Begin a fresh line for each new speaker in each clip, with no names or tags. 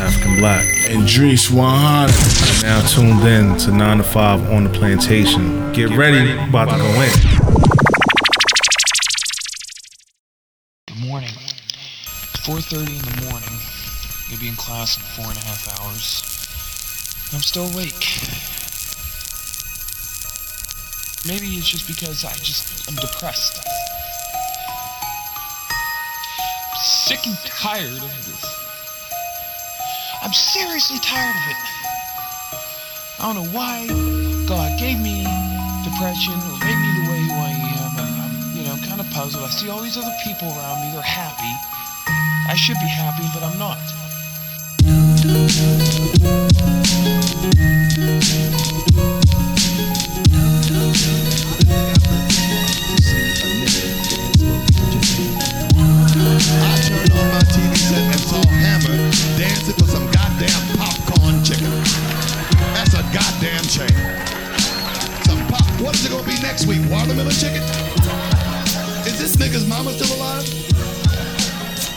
African Black, and Drees Wahana. Now tuned in to 9 to 5 on the plantation. Get, ready, about to go in.
the morning. 4.30 in the morning. You'll be in class in four and a half hours. And I'm still awake. Maybe it's just because I just, I'm depressed. I'm sick and tired of this. I'm seriously tired of it. I don't know why God gave me depression or made me the way who I am. I'm, I'm you know, I'm kind of puzzled. I see all these other people around me. They're happy. I should be happy, but I'm not.
I turned on my TV set and saw Hammer dancing for some goddamn popcorn chicken. That's a goddamn shame. Some pop. What is it gonna be next week? Watermelon chicken? Is this nigga's mama still alive?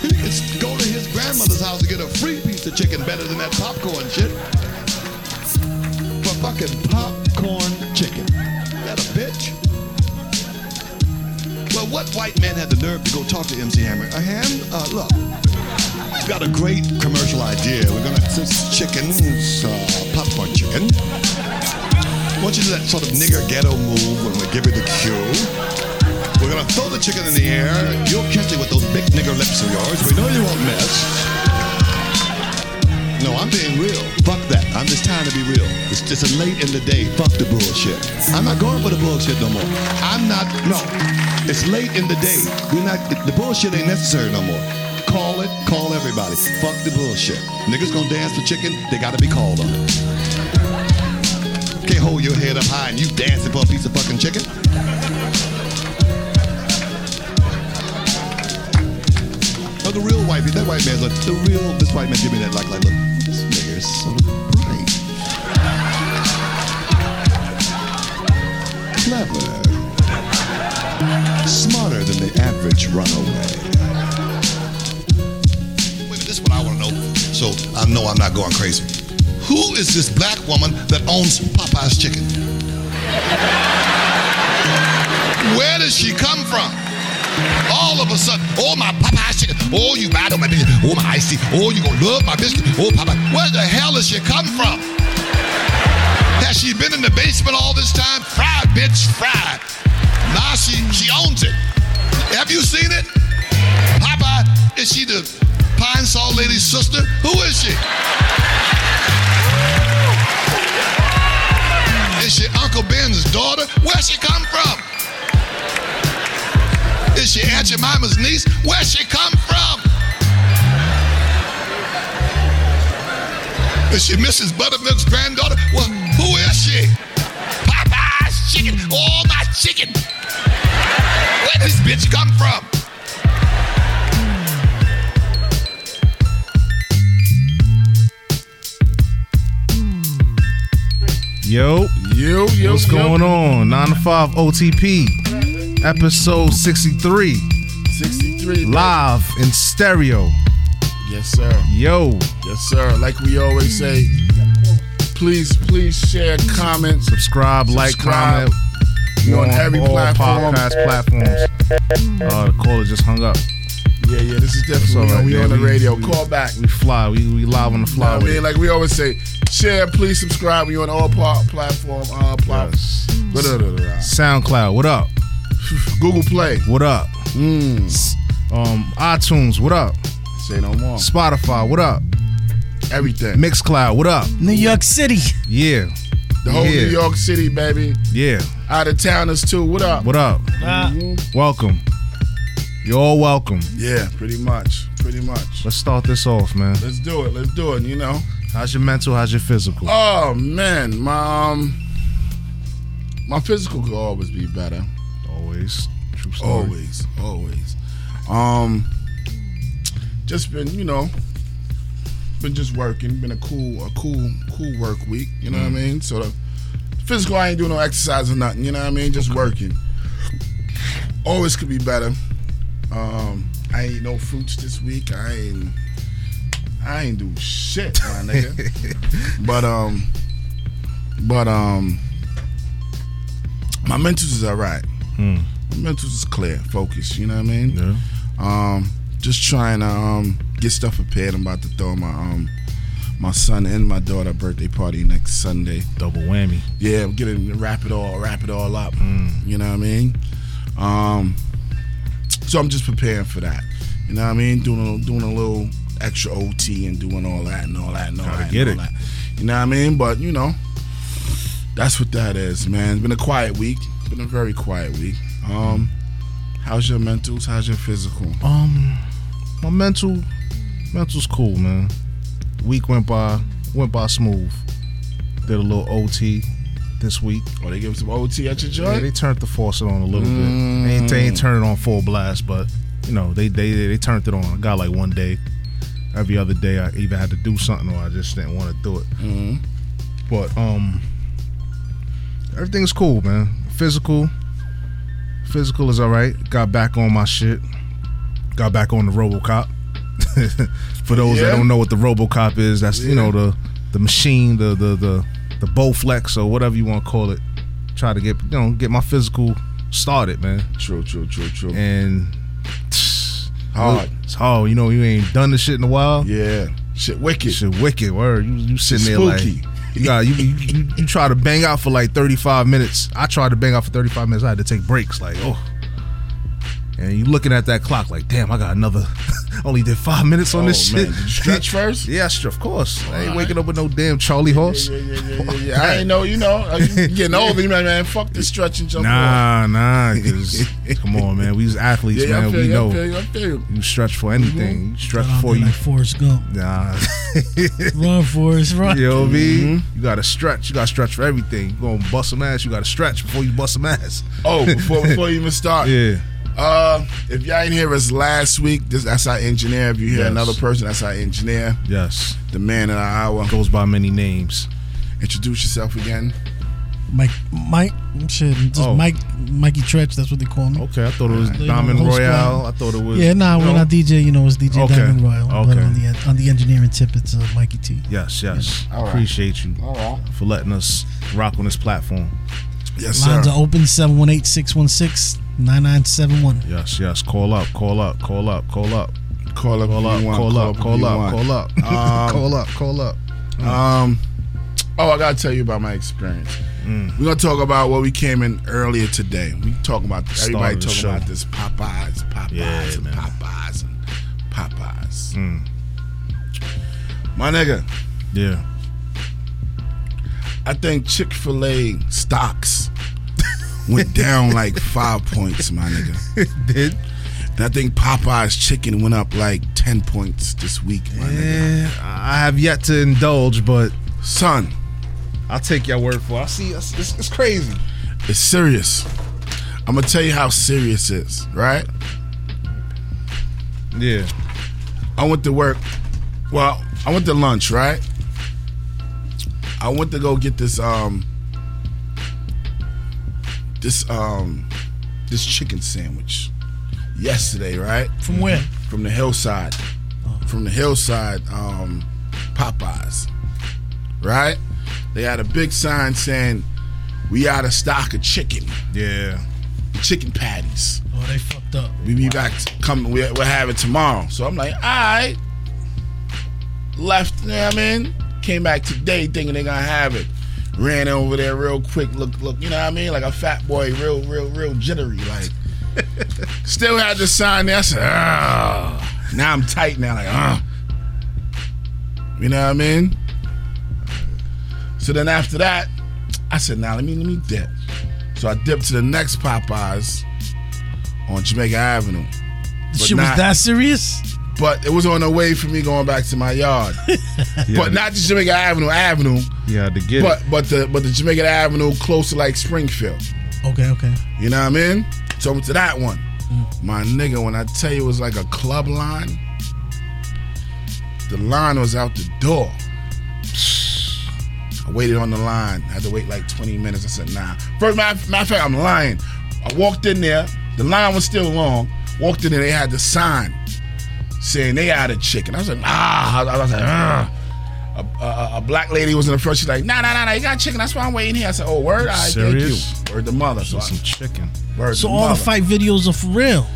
He could go to his grandmother's house and get a free piece of chicken better than that popcorn shit. But fucking popcorn chicken. That a bitch? Well, what white man had the nerve to go talk to MC Hammer? A ham? Uh, look, we've got a great commercial idea. We're gonna since chicken, it's, uh, popcorn chicken. Once you do that sort of nigger ghetto move when we give you the cue, we're gonna throw the chicken in the air. You'll catch it with those big nigger lips of yours. We know you won't miss. No, I'm being real. Fuck that. I'm just trying to be real. It's just a late in the day. Fuck the bullshit. I'm not going for the bullshit no more. I'm not. No. It's late in the day. We're not. The bullshit ain't necessary no more. Call it. Call everybody. Fuck the bullshit. Niggas gonna dance for chicken. They gotta be called on it. Can't hold your head up high and you dancing for a piece of fucking chicken. Oh, the real white man. That white man's like, the real, this white man give me that like, like, look, this nigga is so bright. Clever. Smarter than the average runaway. Wait a minute, this is what I want to know. So I know I'm not going crazy. Who is this black woman that owns Popeye's chicken? Where does she come from? All of a sudden, oh my Popeye's chicken, oh you bad on my biscuit, oh my iced tea, oh you gonna love my biscuit, oh Popeye, where the hell has she come from? Has she been in the basement all this time? Fried, bitch, fried. Now she she owns it. Have you seen it? Popeye, is she the Pine Saw Lady's sister? Who is she? Is she Uncle Ben's daughter? Where she come from? Is she Aunt Jemima's niece? Where she come from? Is she Mrs. Buttermilk's granddaughter? Well, who is she? Popeye's chicken, all my chicken. Where did this bitch come from?
Yo,
Yo, yo,
what's
yo.
going on? 9 to 5 OTP, episode 63,
63.
live in stereo.
Yes, sir.
Yo,
Yes, sir. Like we always say, please, please share comments.
subscribe, like,
Subscribe.
comment.
We on every
all
platform.
podcast platforms. Uh, the caller just hung up.
Yeah, yeah. This is
That's all
definitely
right,
we
man.
on the
We-
radio.
we-
Call back.
We fly. We, we live on the fly.
I
with it.
mean, like we always say, share, please subscribe. We on all part platform, uh, plat-
Yes.
blah, blah, blah, blah.
SoundCloud, what up?
Google Play.
What up?
Mm.
S- Um, iTunes, what up?
Say no more.
Spotify, what up?
Everything.
Mixcloud, what up?
New York City.
Yeah,
the whole
yeah.
New York City, baby.
yeah.
Out of towners too. What up?
What up?
Mm-hmm.
Welcome. You're all welcome.
Yeah, pretty much. Pretty much.
Let's start this off, man.
Let's do it. Let's do it. You know.
How's your mental? How's your physical?
Oh man, my um, my physical could always be better.
Always. True story.
Always, always. Um, just been you know, been just working. Been a cool, a cool, cool work week. You know what I mean? So the physical, I ain't doing no exercise or nothing. You know what I mean? Just working. Always could be better. Um, I ain't eat no fruits this week. I ain't. I ain't do shit, my nigga. but um, but um, my mentals is alright. My mentals is clear, focused. You know what I mean?
Yeah.
Um, just trying to um get stuff prepared. I'm about to throw my um my son and my daughter birthday party next Sunday.
Double whammy.
Yeah, I'm getting wrap it all, wrap it all up.
Mm.
You know what I mean? Um, so I'm just preparing for that. You know what I mean? Doing a, doing a little extra OT and doing all that and all that and all
Gotta
that.
get
and all
it.
that. You know what I mean? But you know, that's what that is, man. It's been a quiet week. It's been a very quiet week. Um, how's your mentals? How's your physical?
Um, my mental, mental's cool, man. Week went by, went by smooth. Did a little OT this week.
Oh, they give some OT at your
Yeah,
joint?
they turned the faucet on a little
Mm.
bit. They ain't, they ain't turned it on full blast, but you know they they they turned it on. I got like one day. Every other day, I either had to do something or I just didn't want to do it.
Mhm.
But um, everything's cool, man. Physical, physical is all right. Got back on my shit. Got back on the RoboCop. For those
Yeah.
that don't know what the RoboCop is, that's you know the the machine, the the the the Bowflex or whatever you want to call it. Try to get you know get my physical started, man.
True, true, true, true.
And
Hard.
it's hard. You know you ain't done this shit in a while.
Yeah. Shit, wicked.
Shit, wicked. Word, you you sitting
Spooky.
there like you got you, you you you try to bang out for like thirty five minutes. I tried to bang out for thirty five minutes. I had to take breaks. Like oh, and you looking at that clock like damn, I got another. only did five minutes on
Oh,
this
man.
shit.
Did you stretch first?
yeah, sure, of course. I ain't waking up with no damn Charlie horse.
Yeah, yeah, yeah, yeah, yeah. I ain't know, you know, uh, you getting older, you like, man, fuck this stretch and jump. rope.
Nah, nah. 'cause- come on, man. We was athletes,
yeah,
man.
I feel
We
you, I feel
know
you, I feel you.
you stretch for anything. You stretch
I'll
before
be
you.
like Forrest Gump.
Nah.
Run, Forrest, run.
You know what I mean? You gotta stretch. You gotta stretch for everything. You gonna bust some ass, you gotta stretch before you bust some ass.
Oh, before before you even start,
Yeah.
uh, if y'all didn't hear us last week, this, that's our engineer. If you hear
Yes.
another person, that's our engineer,
Yes.
the man in our hour.
Goes by many names.
Introduce yourself again.
Mike, Mike, shit, just
Oh.
Mike, Mikey Tretch. That's what they call me.
Okay, I thought it was
Alright.
Diamond
Host
Royale. I thought it was
Yeah, nah,
you
when
know?
I DJ, you know, it's DJ
Okay.
Diamond Royal. But
Okay.
on the on the engineering tip, it's uh, Mikey T.
Yes, yes.
Alright.
Appreciate you
right.
for letting us rock on this platform.
Yes, sir.
Lines are open 718-616-9971.
Yes, yes. Call up, call up, call up, call up,
Call up,
call
if
up,
you want,
call up,
if
call
you
up,
want.
call up,
Um,
call up, call up.
Um, oh, I gotta tell you about my experience.
Mm.
We're gonna talk about what we came in earlier today. We talking about everybody
of the
talking
show.
about this Popeyes, Popeyes,
Yeah,
and
man. Mm.
Popeyes, and Popeyes. My nigga,
Yeah.
I think Chick Fil A stocks went down like five points, my nigga.
Did
And I think Popeyes chicken went up like ten points this week, my nigga.
yeah, I have yet to indulge, but
Son,
I'll take your word for it. I see it's, it's, it's crazy.
It's serious. I'm gonna tell you how serious it is, right?
Yeah.
I went to work. Well, I went to lunch, right? I went to go get this um this um this chicken sandwich yesterday, right?
From
Mm-hmm.
where?
From the hillside. From the hillside um Popeyes. Right? They had a big sign saying we out of stock of chicken,
Yeah.
chicken patties.
Oh, they fucked up.
We be back. Come, we, we'll have it tomorrow. So I'm like, all right. Left, you know what I mean? Came back today thinking they're gonna have it. Ran over there real quick. Look, look, you know what I mean? Like a fat boy, real, real, real jittery. Like, still had the sign there. I said, ah. Now I'm tight now. Like, ah. You know what I mean? So then after that, I said, now let me let me dip. So I dipped to the next Popeyes on Jamaica Avenue.
The shit
not-
was that serious?
But it was on the way for me going back to my yard. but not just Jamaica Avenue Avenue,
Yeah, to get
but but the but the Jamaica Avenue close to like Springfield.
Okay, okay.
You know what I mean? So I went to that one. My nigga, when I tell you it was like a club line, the line was out the door. I waited on the line. I had to wait like 20 minutes. I said, nah. First, matter, matter of fact, I'm lying. I walked in there. The line was still long. Walked in there. They had the sign saying they out of chicken. I was like, ah, I was like, ah. A, a, a black lady was in the front. She's like, nah, nah, nah, nah, you got chicken. That's why I'm waiting here. I said, oh, word, I thank you.
Serious?
Word the mother. So, I,
Some chicken.
word
So
to
all the
mother.
fight videos are for real.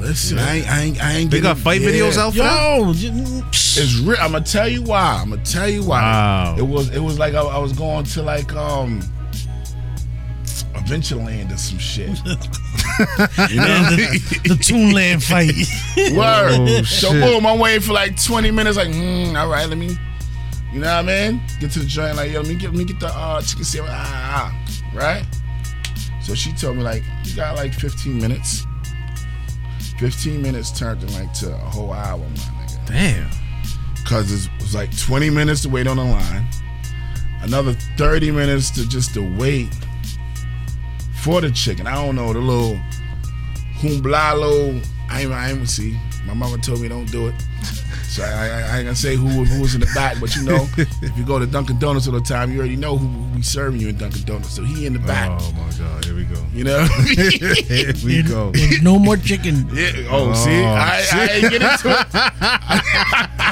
Listen, I ain't, I ain't, I ain't.
They
getting-
got fight videos out for that?
Yo, j-
It's real. I'm gonna tell you why. I'm gonna tell you why.
Wow.
It was, it was like I, I was going to like um, Adventureland or some shit. you know.
the, the Toonland fight.
Word.
Oh,
so
shit.
boom, I'm waiting for like 20 minutes. Like, mm, all right, let me, you know what I mean? Get to the joint. Like, yo, let me get, let me get the uh, chicken sandwich. Ah, ah, ah. right. So she told me like, you got like 15 minutes. 15 minutes turned into like to a whole hour, my nigga
Damn.
because it was like 20 minutes to wait on the line, another 30 minutes to just to wait for the chicken. I don't know the little humblalo. I ain't, I ain't gonna see. My mama told me don't do it, so I, I, I ain't gonna say who who was in the back. But you know, if you go to Dunkin' Donuts all the time, you already know who who be serving you in Dunkin' Donuts. So he in the back.
Oh my god, here we go.
You know.
here we go.
There's no more chicken.
Yeah. Oh, see,
Oh,
I, I ain't get into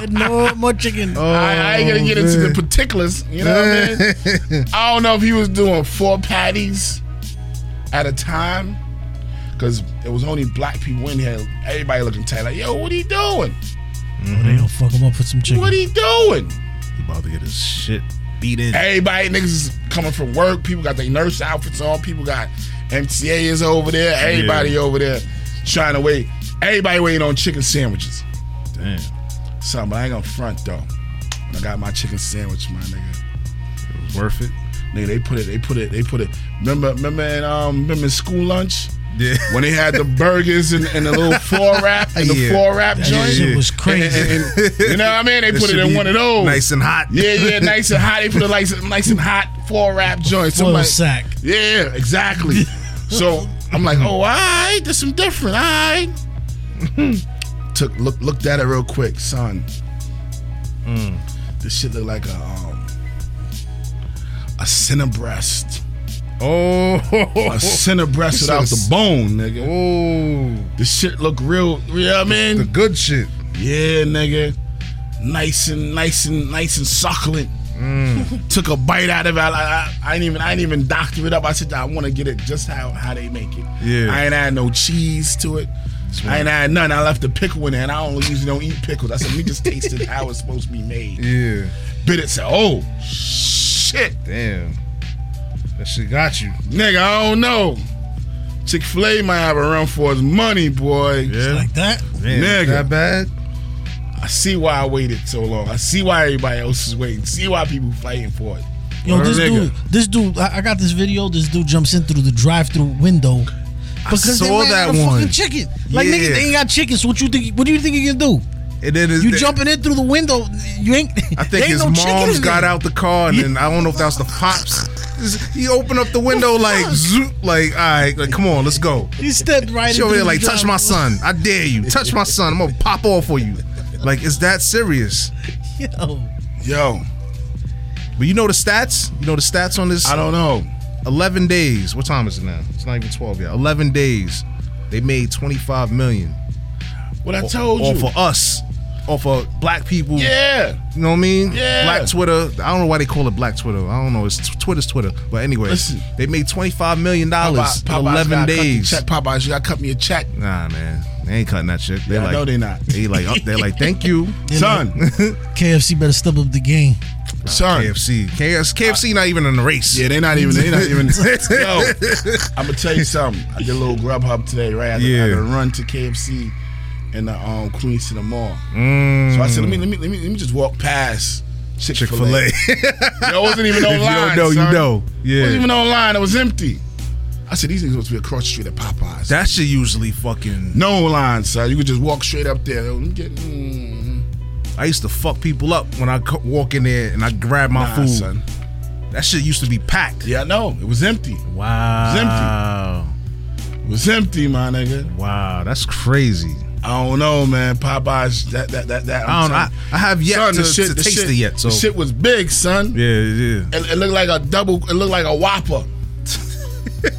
it.
No more chicken.
Oh,
I, I ain't gonna get into the particulars. You know what I mean? I don't know if he was doing four patties at a time, because it was only black people in here. Everybody looking tight, like, yo, what he doing?
They gonna fuck him up with some chicken.
What he doing?
He about to get his shit beat in.
Everybody, niggas is coming from work. People got their nurse outfits on. People got MTA is over there. Everybody
Yeah.
over there trying to wait. Everybody waiting on chicken sandwiches.
Damn.
Something, but I ain't gonna front though. When I got my chicken sandwich, my nigga.
It was worth it.
Nigga, they put it, they put it, they put it. Remember, remember, in, um, remember in school lunch?
Yeah.
when they had the burgers and, and the little four wrap and the
Yeah.
four wrap joint.
That shit was crazy.
And- and- and- you know what I mean? They put it in one of those.
Nice and hot.
yeah, yeah, nice and hot. They put it nice, and- nice and hot four wrap joint. So I'm
Foil
like,
sack.
yeah, exactly. so I'm like, oh, all right, there's some different. All right. Took look looked at it real quick, son.
Mm.
This shit look like a um, a center breast,
Oh.
a center breast
You said
without
a
the
s-
bone, nigga.
Oh.
This shit look real. You know what I mean?
The good shit.
Yeah, nigga. Nice and nice and nice and succulent.
Mm.
Took a bite out of it. I, I, I ain't even I ain't even doctor it up. I said I want to get it just how how they make it.
Yeah.
I ain't add no cheese to it. I ain't add none. I left the pickle in there, and I only usually don't eat pickles. I said let me just taste it how it's supposed to be made.
Yeah.
Bit it said, oh shit,
Damn. That shit got you.
nigga, I don't know. Chick Fil A might have a run for his money, boy.
Like that?
Damn,
Nigga.
That bad?
I see why I waited so long. I see why everybody else is waiting. See why people fighting for it.
Yo,
Word,
this
nigga.
dude, this dude, I, I got this video. This dude jumps in through the drive-through window because they
saw
ran out
that
of
one.
fucking chicken. Like
Yeah.
niggas, they ain't got chicken. So what you think? What do you think you can do?
And then his-
You jumping in through the window? You ain't.
I think
ain't
his
no chicken
mom's
in
got
there.
out the car, and then I don't know if that was the pops. Just- He opened up the window like zoop, like all right, like come on, let's go.
He stepped right.
She
in
over
through
there
the
like touch
drive-thru.
my son. I dare you, touch my son. I'm gonna pop off for you. Like it's that serious.
Yo,
Yo,
But you know the stats. You know the stats on this.
I don't know.
11 days. What time is it now? It's not even 12 yet. 11 days. They made 25 million.
What I told
Or
you.
for us, or for black people.
yeah.
You know what I mean?
Yeah.
Black Twitter. I don't know why they call it Black Twitter. I don't know. It's Twitter's Twitter. But anyway,
Listen.
they made twenty five million dollars in
Popeye- Popeyes
eleven
gotta cut me a
days.
Check Popeyes, you gotta cut me a check.
Nah, man, they ain't cutting that shit. They
Yeah, I
like,
know they not.
They like, up, they like, thank you,
Son,
KFC better step up the game.
son.
KFC. KFC, KFC not even in the race.
Yeah, they not even. They not even. yo, I'm gonna tell you something. I did a little Grubhub today, right? I did, I did
Yeah.
a run to KFC in the um, Queens City Mall.
Mm.
So I said, let me, let me, let me, let me just walk past Chick
Chick Fil A.
Yo, it wasn't even
If you don't
online.
know, you
son.
know.
It
Yeah.
wasn't even online. It was empty. I said, these things supposed to be across the street at Popeyes.
That shit usually fucking.
no line, son. You could just walk straight up there. Let me get- mm.
I used to fuck people up when I co- walk in there and I grab my
Nah,
food.
son.
That shit used to be packed.
Yeah, I know. It was empty.
Wow.
It was empty, my nigga.
Wow, that's crazy.
I don't know, man. Popeyes, that, that, that, that.
I
I'm
don't know. I,
telling-
I have yet
Son,
to,
the shit,
to
the
taste
shit,
it yet. So
The shit was big, son.
yeah, yeah.
It, it looked like a double, it looked like a whopper.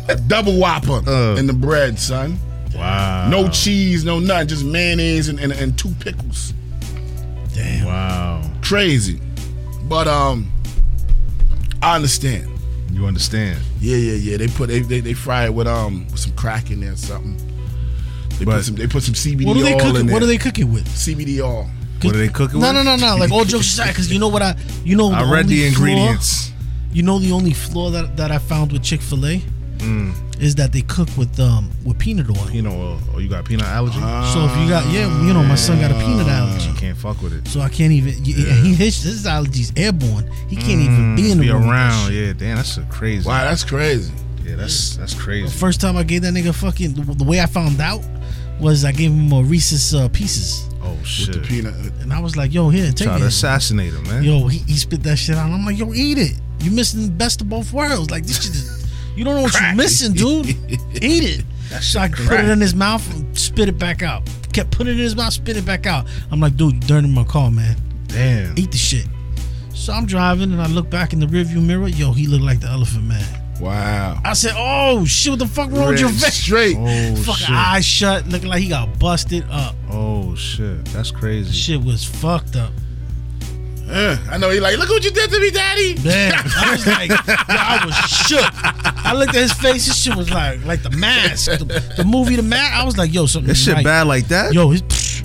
a double whopper
Uh.
in the bread, son.
Wow.
No cheese, no nothing, just mayonnaise and, and, and two pickles.
Damn.
Wow.
Crazy. But um I understand.
You understand?
Yeah, yeah, yeah. They put they they, they fry it with um with some crack in there or something. They
But-
put some they put some CBD
What do they
oil
cook
in
it?
there.
What do they cook it with?
CBD oil?
What do they cook it
No,
with?
no, no, no. Like all jokes aside, because you know what I, you know,
I read
only
the
flaw-
ingredients.
you know, the only flaw that, that I found with Chick Fil A
Mm.
is that they cook with um with peanut oil.
You know, uh, oh, you got peanut allergy.
So if you got yeah, you know, my son got a peanut allergy.
you can't fuck with it.
So I can't even. y- Yeah. He his, his allergies airborne. He can't even be in the
Mm, Be
room with that
around,
shit.
yeah. Damn, that's a crazy.
Wow, that's crazy.
Yeah, that's that's crazy.
First time I gave that nigga fucking the, the way I found out was I gave him a Reese's uh, pieces,
Oh
The
shit.
peanut uh,
and I was like, "Yo, here, take
Try to
it."
assassinate him, man.
Yo, he, he spit that shit out. I'm like, "Yo, eat it. You missing the best of both worlds. Like this shit is, you don't know what you're missing, dude. Eat it." So I put it in his mouth, and spit it back out. Kept putting it in his mouth, spit it back out. I'm like, dude, you're dirty my car, man.
Damn.
eat the shit. So I'm driving and I look back in the rearview mirror. Yo, he looked like the elephant man.
Wow.
I said, "Oh shit, what the fuck wrong with your
Red
face?"
Straight.
Oh
Fuck,
shit.
eyes shut, looking like he got busted up.
Oh shit. That's crazy.
Shit was fucked up.
Uh, I know he like, look what you did to me, daddy.
Man, I was like, yo, I was shook. I looked at his face. His shit was like, like the mask, the, the movie, the mask. I was like, yo, something.
This shit
right.
bad like that.
Yo, his,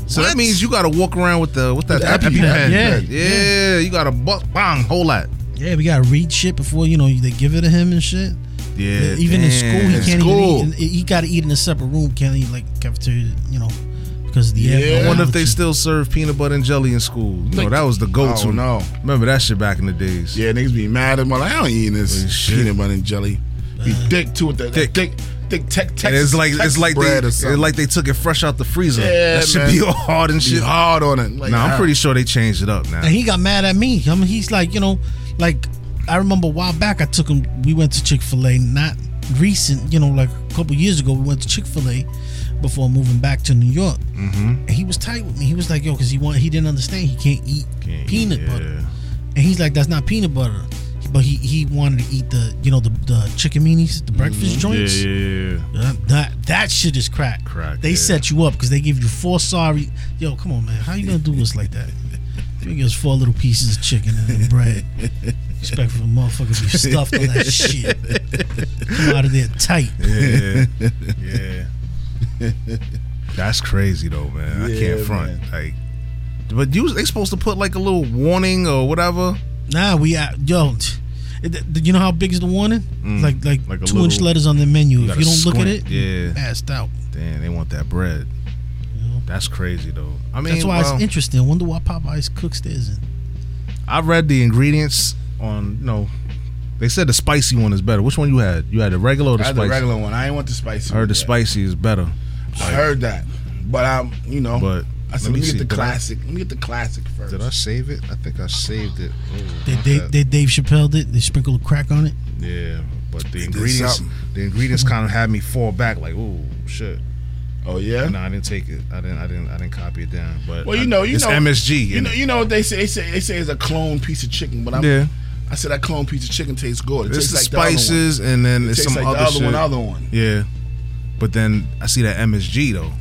So that means you gotta walk around with the with that
With the
EpiPen.
EpiPen, yeah,
yeah, you gotta bust bang whole lot.
yeah, we gotta read shit before you know they give it to him and shit.
Yeah,
even in
damn.
school, he can't
school.
even eat. in- He got to eat in a separate room, can't he? Like cafeteria, you know, because of the air.
Yeah.
I wonder if they still serve peanut butter and jelly in school. You know, that was the go-to.
Oh, no.
remember that shit back in the days.
Yeah, niggas be mad at me. Like, I don't eat this
Like, shit.
peanut butter and jelly. Be thick too with that
Thick.
thick, thick, thick tech,
And
Texas,
it's like
Texas
it's like they
bread or
it's
something.
like they took it fresh out the freezer.
Yeah,
that should
man.
be all hard and
Be
shit.
hard on it. Like,
Nah,
ah.
I'm pretty sure they changed it up now.
And he got mad at me. I mean, he's like, you know, like I remember a while back, I took him. We went to Chick Fil A, not recent, you know, like a couple years ago. We went to Chick Fil A before moving back to New York. Mm-hmm. And he was tight with me. He was like, yo, because he want, he didn't understand. He can't eat
Can't eat,
peanut
yeah.
butter, and he's like, that's not peanut butter. But he, he wanted to eat the you know the the chicken minis, the breakfast joints.
Mm-hmm. yeah.
Uh, That that shit is crack.
Crack,
They
yeah.
set you up because they give you four sorry. Yo, come on, man. How you gonna do us like that? You give us four little pieces of chicken and bread. Expect for a motherfucker to be stuffed on that shit. Come out of there tight.
Yeah, yeah. That's crazy though, man. I can't
Yeah,
front. Like, but you they supposed to put like a little warning or whatever.
Nah, we out. Yo, t- it- th- you know how big is the warning? like like,
Mm. like a
two inch
little-
letters on the menu. if
gotta
you don't look at
squint,
it, you
yeah.
passed out.
Damn, they want that bread.
You know?
That's crazy though. I mean,
That's why
well,
it's interesting. Wonder why Popeyes cooks theirs. in.
I read the ingredients on you know, they said the spicy one is better. Which one you had? You had the regular or the
I had
spicy?
the regular one. I ain't want the spicy.
I heard the
one yet.
spicy is better.
I heard that, but I'm, you know,
But
I
let
said, let
me
me,
see,
get the
did I-
classic. let me get the classic first.
Did I save it? I think I saved it. Oh,
They,
my
they,
bad.
they Dave Chappelle did. They sprinkled crack on it.
yeah, but the
did
ingredients,
something.
the ingredients kind of had me fall back. Like, oh shit.
oh yeah.
No, I didn't take it. I didn't. I didn't. I didn't copy it down. But
Well, you know, you
it's
know,
MSG.
You
in
know,
it.
you know what they say. They say they say it's a clone piece of chicken, but I'm,
Yeah.
I said that clone piece of chicken tastes good. It
it's the
tastes like the other one.
spices, and then
It
it's
tastes
some
like
other,
the other
shit.
one. Other one.
Yeah, but then I see that MSG though.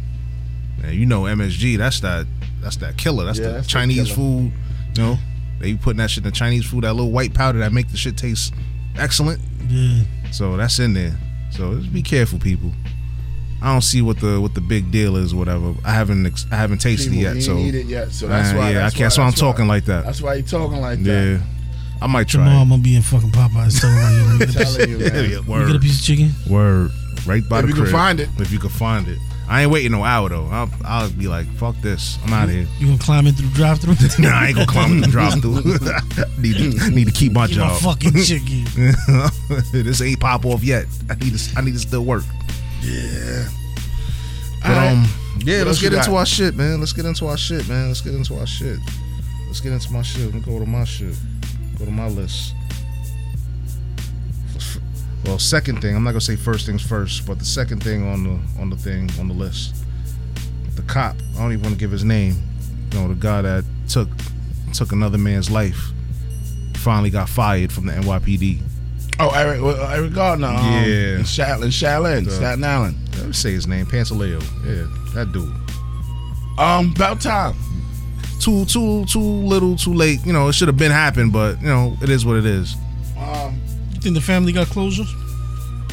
And you know MSG. That's that. That's that killer. That's
Yeah,
the
that's the
Chinese
killer.
food. You know, they putting that shit in Chinese food. That little white powder that make the shit taste excellent.
Yeah.
So that's in there. So just be careful, people. I don't see what the what the big deal is, or whatever. I haven't ex- I haven't tasted
People
it yet.
ain't
So
eat it yet, so that's
Nah,
why.
yeah,
that's
I can't- that's why I'm talking like that.
That's why he talking like
yeah,
that.
I might try.
Tomorrow
it.
I'm gonna be in fucking Popeyes talking about yo, you. get a piece-
Telling you, man.
Yeah,
You get a
word,
piece of chicken?
word, right by
If
the
you can
crib.
find it.
If you can find it, I ain't waiting no hour though. I'll, I'll be like, fuck this, I'm out of here.
You gonna climb in through the drive thru?
Nah, I ain't gonna climb in the drop through. need to need to keep my
Get my
job.
fucking chicken.
this ain't pop off yet. I need to I need to still work.
All
But,
right.
um, yeah,
What
let's
else you
get into
got?
our shit, man. Let's get into our shit, man. Let's get into our shit. Let's get into my shit. Let me go to my shit. Go to my list. Well, second thing, I'm not gonna say first things first, but the second thing on the on the thing on the list, the cop. I don't even want to give his name. You know, the guy that took took another man's life finally got fired from the NYPD.
Oh, Eric, well, Eric Gardner. Um,
Yeah.
in Shatlin, Shatlin,
Yeah.
Staten Island.
Let me say his name, Pantaleo. Yeah, that dude.
Um, about time.
Too, too, too little, too late. You know, it should have been happened, but you know, it is what it is.
Um,
You think the family got closure?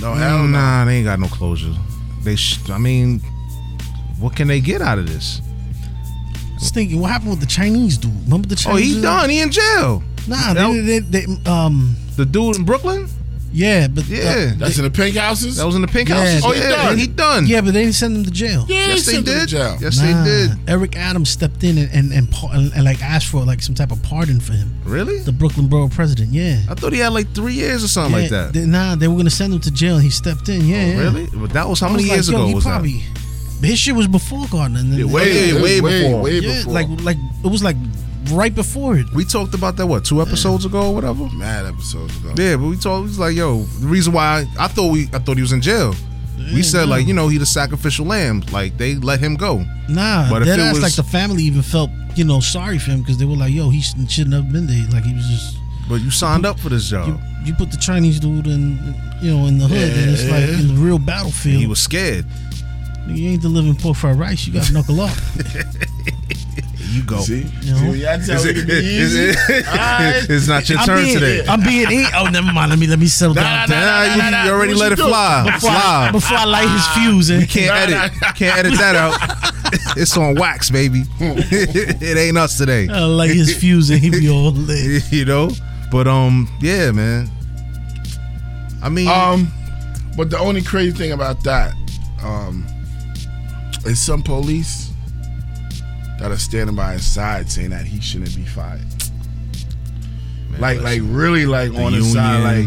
no, hell
Hell
no.
Mm, nah, they ain't got no closure. They, sh- I mean, what can they get out of this?
I was thinking, what happened with the Chinese dude? Remember the
Oh,
Chinese?
he done. He in jail.
Nah,
That-
they, they, they, um,
The dude in Brooklyn.
yeah, but uh,
Yeah.
That's in the pink houses.
That was in the pink
Yeah.
house.
Oh,
he done.
He done.
yeah, but they didn't send him to jail.
yeah,
Yes, they
sent him to
did.
Jail.
Yes,
Nah,
they did.
Eric Adams stepped in and and, and, par- and and like asked for like some type of pardon for him.
Really?
The Brooklyn Borough president, yeah.
I thought he had like three years or something like
Yeah,
that. Oh,
they- nah, they were gonna send him to jail. and He stepped in. Yeah, yeah.
Really? But that was how
I was
many
like,
years
yo,
ago
he
was that?
probably, that? His shit was before Gardner. And then,
Yeah, way,
Yeah,
way,
way,
before.
way-
yeah,
before.
like like it was like right before it.
We talked about that what two episodes ago or whatever.
Mad episodes ago.
Yeah, but we told he was like, yo, the reason why I thought we I thought he was in jail. we
Yeah,
said
no.
like, you know, he the sacrificial lamb. Like they let him go.
Nah,
But if
that
it
ass
was-
like the family even felt you know sorry for him because they were like, yo, he sh- shouldn't have been there. Like he was just
But you signed up for this job.
you, you put the Chinese dude in you know in the hood and it's like in the real battlefield.
he was scared.
you ain't delivering pork fried rice. You got to knuckle up.
Here you go.
See?
No.
See, y'all tell me to be
is
easy.
it-
Alright.
it's not your turn
being,
today.
I'm being e- Oh, never mind. Let me let me settle down.
nah, nah,
Nah, you,
nah, nah.
you already
What
let
you
it
do?
fly. It's
Before I,
live.
before I light his fuse, and
Can't
Nah,
edit. Can't edit that out. it's on wax, baby. it ain't us today.
I light his fuse, and he be all lit.
you know. But um, yeah, man. I mean,
Um, but the only crazy thing about that um, is some police that are standing by his side saying that he shouldn't be fired.
man,
Like, like really, like on
union.
his side, like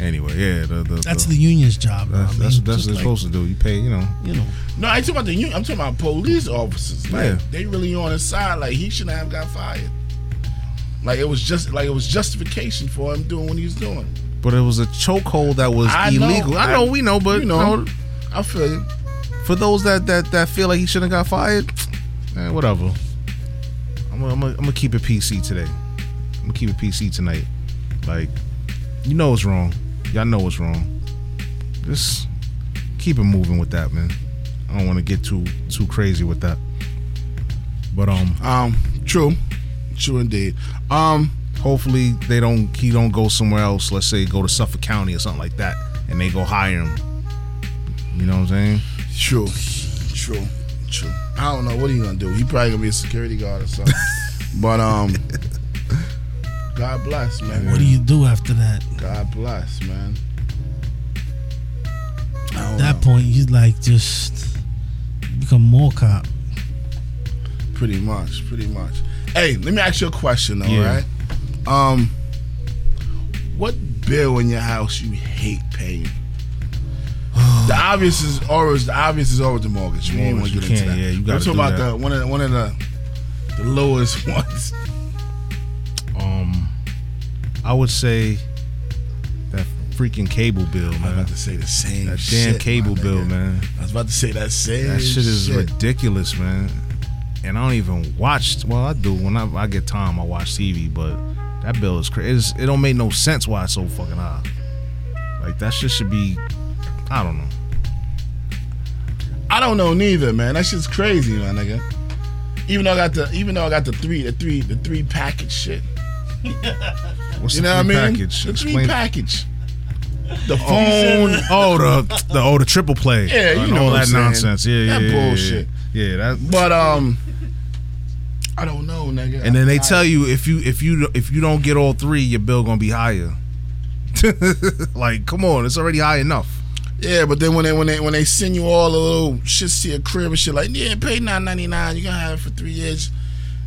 anyway, yeah. The, the,
That's the union's job. Bro. I
that's
mean,
that's, that's
just
what they're
like,
supposed to do. You pay, you know.
you know.
no, I ain't talking about the union. I'm talking about police officers. Like
Yeah.
they really on his side. Like he shouldn't have got fired. Like it was just like it was justification for him doing what he was doing.
But it was a chokehold that was
I know,
illegal. I
I-
know we know, but
You know,
no,
I feel you.
for those that that that feel like he shouldn't got fired, man, whatever. I'm gonna I'm gonna- I'm gonna keep it PC today. I'm gonna keep it PC tonight. Like, you know it's wrong. Y'all know it's wrong. Just keep it moving with that, man. I don't want to get too too crazy with that. But um,
Um, true, true indeed. Um,
hopefully they don't he don't go somewhere else. Let's say go to Suffolk County or something like that, and they go hire him. You know what I'm saying?
True. True. True. I don't know what he gonna do. He probably gonna be a security guard or something. but um God bless, man.
What do you do after that?
God bless, man. I
At
don't
that
know.
point, you like just become more cop.
Pretty much, pretty much. Hey, let me ask you a question though,
Yeah.
right? Um what bill in your house you hate paying? The obvious is always the obvious is always the mortgage. We ain't
Mortgage,
want to
you
get into
can't,
that.
yeah, you
We're
gotta
talking
do
about
that.
the one of the, one of the the lowest ones.
Uh-huh. Um, I would say that freaking cable bill,
I was
man.
about to say the same.
That
shit,
damn
my
cable
nigga.
bill, man.
I was about to say that same.
That shit is ridiculous, man. And I don't even watch. Well, I do when I, I get time. I watch TV, but that bill is crazy. It don't make no sense why it's so fucking high. Like that shit should be. I don't know.
I don't know neither, man. That shit's crazy, my nigga. Even though I got the, even though I got the three, the three, the three package shit.
What's
You
the
know what I
free
mean?
Package?
The three
Explain.
package. The phone.
Phone. Oh, the the oh the triple play.
Yeah, you
and
know
all
what I'm
that
saying.
nonsense. Yeah, yeah,
That
yeah, yeah, yeah.
bullshit.
Yeah, that
But um, I don't know, nigga.
And then they tell you if you if you if you don't get all three, your bill gonna be higher. like, come on, it's already high enough.
Yeah, but then when they when they when they send you all the little shits to your crib and shit like, yeah, pay nine ninety nine, you gonna have it for three years.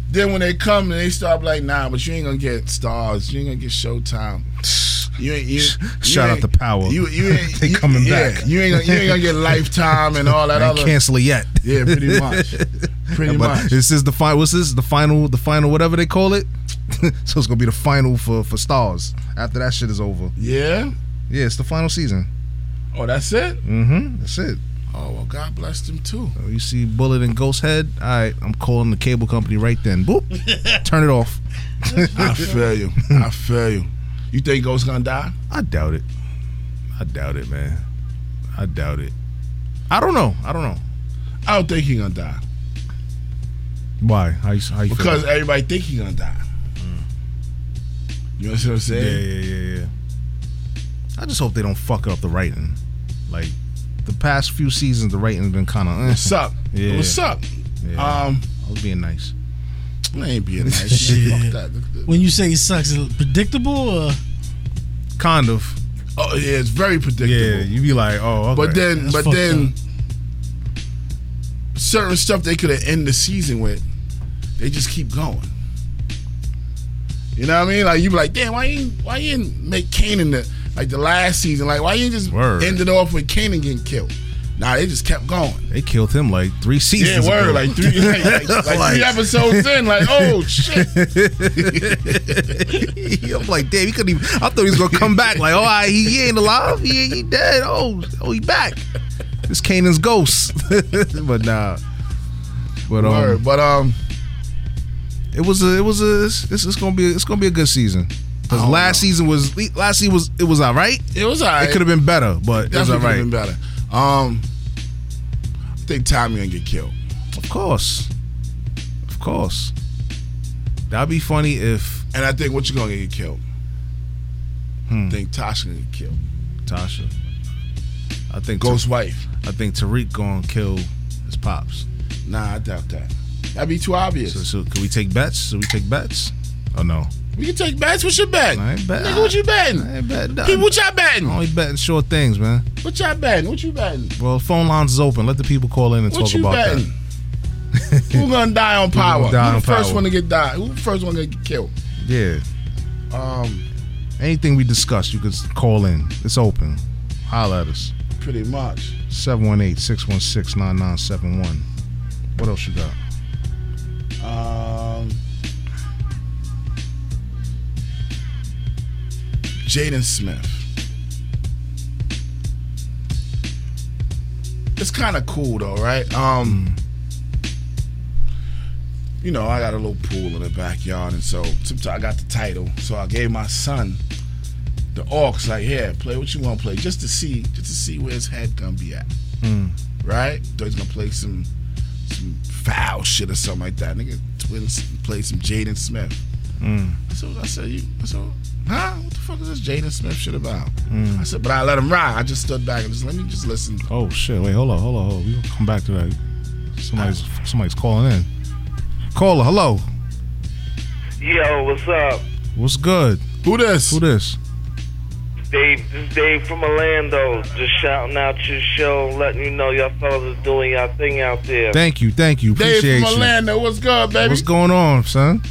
Then when they come and they start like, nah, but you ain't gonna get stars, you ain't gonna get Showtime. You ain't you, you
Shout out
ain't-
to Power.
You you ain't
They
you-
coming
yeah,
back.
You ain't gonna- you ain't gonna get Lifetime and all that
I ain't
other.
cancel it yet.
Yeah, pretty much. Pretty
but
much.
this is the final. What's this? The final. The final. Whatever they call it. so it's gonna be the final for for stars. After that shit is over.
Yeah.
Yeah, it's the final season.
Oh, that's it.
Mm-hmm. That's it. Oh,
Oh well, God bless them too.
You see Bullet and Ghost Head. All right, I'm calling the cable company right then. Boop. Turn it off.
I feel you. I feel you. You think Ghost gonna die?
I doubt it. I doubt it, man. I doubt it. I don't know. I don't know.
I don't think he gonna die
Why? How you, how you feel
because
about-
everybody think he gonna die. You understand what I'm
yeah,
saying?
yeah, yeah, yeah. I just hope they don't fuck up the writing. Like the past few seasons, the writing's been kind of.
What's up?
Yeah.
What's up?
Yeah.
Um,
I was being nice.
I ain't being nice. man.
Shit.
Fuck that.
When you say it sucks, is it predictable or
Kind of.
Oh yeah, it's very predictable.
Yeah, you be like, oh, okay.
But then,
That's
but
fucked
then, certain stuff they could have ended the season with, they just keep going. You know what I mean? Like you be like, damn, why you ain't- why you didn't make Kanan the like the last season? Like why you ain't just
Word.
end it off with Kanan getting killed? Nah, they just kept going.
they killed him like three
Yeah,
seasons.
word,
ago.
like three, like, like- like three episodes in, like oh shit.
I'm like, damn, he couldn't even. I thought he was gonna come back. Like, oh, all right, he, he ain't alive. He, he dead. Oh, oh, he back. It's Kanan's ghost. but nah. But um,
Word. But um,
it was a, it was a, it's, it's it's gonna be, it's gonna be a good season. Cause last season was, last season was, it was all right.
it was alright.
It could have been better, but it was all right.
definitely could've been better. Um, I think Tommy gonna get killed.
Of course, of course. That'd be funny if
And I think what you gonna get killed.
Hmm.
I think Tasha gonna get killed.
Tasha. I think
Ghost wife.
I think Tariq gonna kill his pops.
Nah, I doubt that. That'd be too
So,
obvious.
so can we take bets? Should we take bets? Oh no.
We can take bets. What's your bet?
I ain't bet-
Nigga, what you betting?
I ain't bet
Pete,
nothing.
what y'all betting?
I'm only betting short things, man.
What y'all betting? What you betting?
Well, phone lines is open. Let the people call in and
What
talk
you
about
betting?
that.
Who gonna die on
gonna
power?
die on
Who the first
power?
one to get died? Who the first one gonna get killed?
Yeah.
Um,
Anything we discuss, you can call in. It's open. Holla at us.
pretty much.
718-616-9971. What else you got?
Um, Jaden Smith. It's kind of cool though, right? Um, you know, I got a little pool in the backyard, and so sometimes I got the title, so I gave my son the aux. Like, yeah, play what you want to play, just to see, just to see where his head gonna be at right? Thought he's gonna play some some foul shit or something like that. Nigga twins played some Jaden Smith.
Mm.
So I said, you so huh? What the fuck is this Jaden Smith shit about?
Mm.
I said, but I let him ride. I just stood back and just let me just listen.
Oh shit, wait, hold on, hold on, hold on. we gonna come back to that. Somebody's somebody's calling in. Caller, hello.
Yo, what's up?
What's good?
Who this?
Who this?
Dave, this is Dave from Orlando. Just shouting out your show, letting you know y'all fellas is doing y'all thing out there.
Thank you, thank you.
Dave
Appreciate
from
you.
Orlando. What's good, baby?
What's going on, son?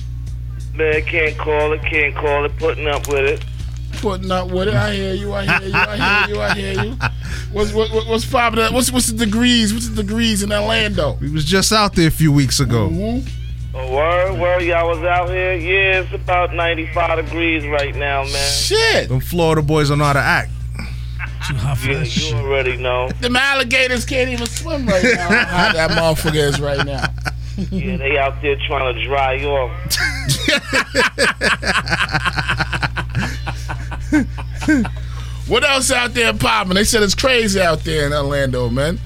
Man, can't call it, can't call it, putting up with it.
Putting up with it. I hear you. I hear you. I hear you. I hear you. What's what, what- what's five? of the- What's what's the degrees? What's the degrees in Orlando?
We was just out there a few weeks ago.
Mhm.
Oh, word, word, y'all was out here? Yeah, it's about 95 degrees right now, man.
Shit.
Them Florida boys don't know how to act.
too hot for
Yeah,
that
you
shit?
already know.
Them alligators can't even swim right now. How hot that motherfucker is right now.
Yeah, they out there trying to dry you off.
What else out there popping? They said it's crazy out there in Orlando, man.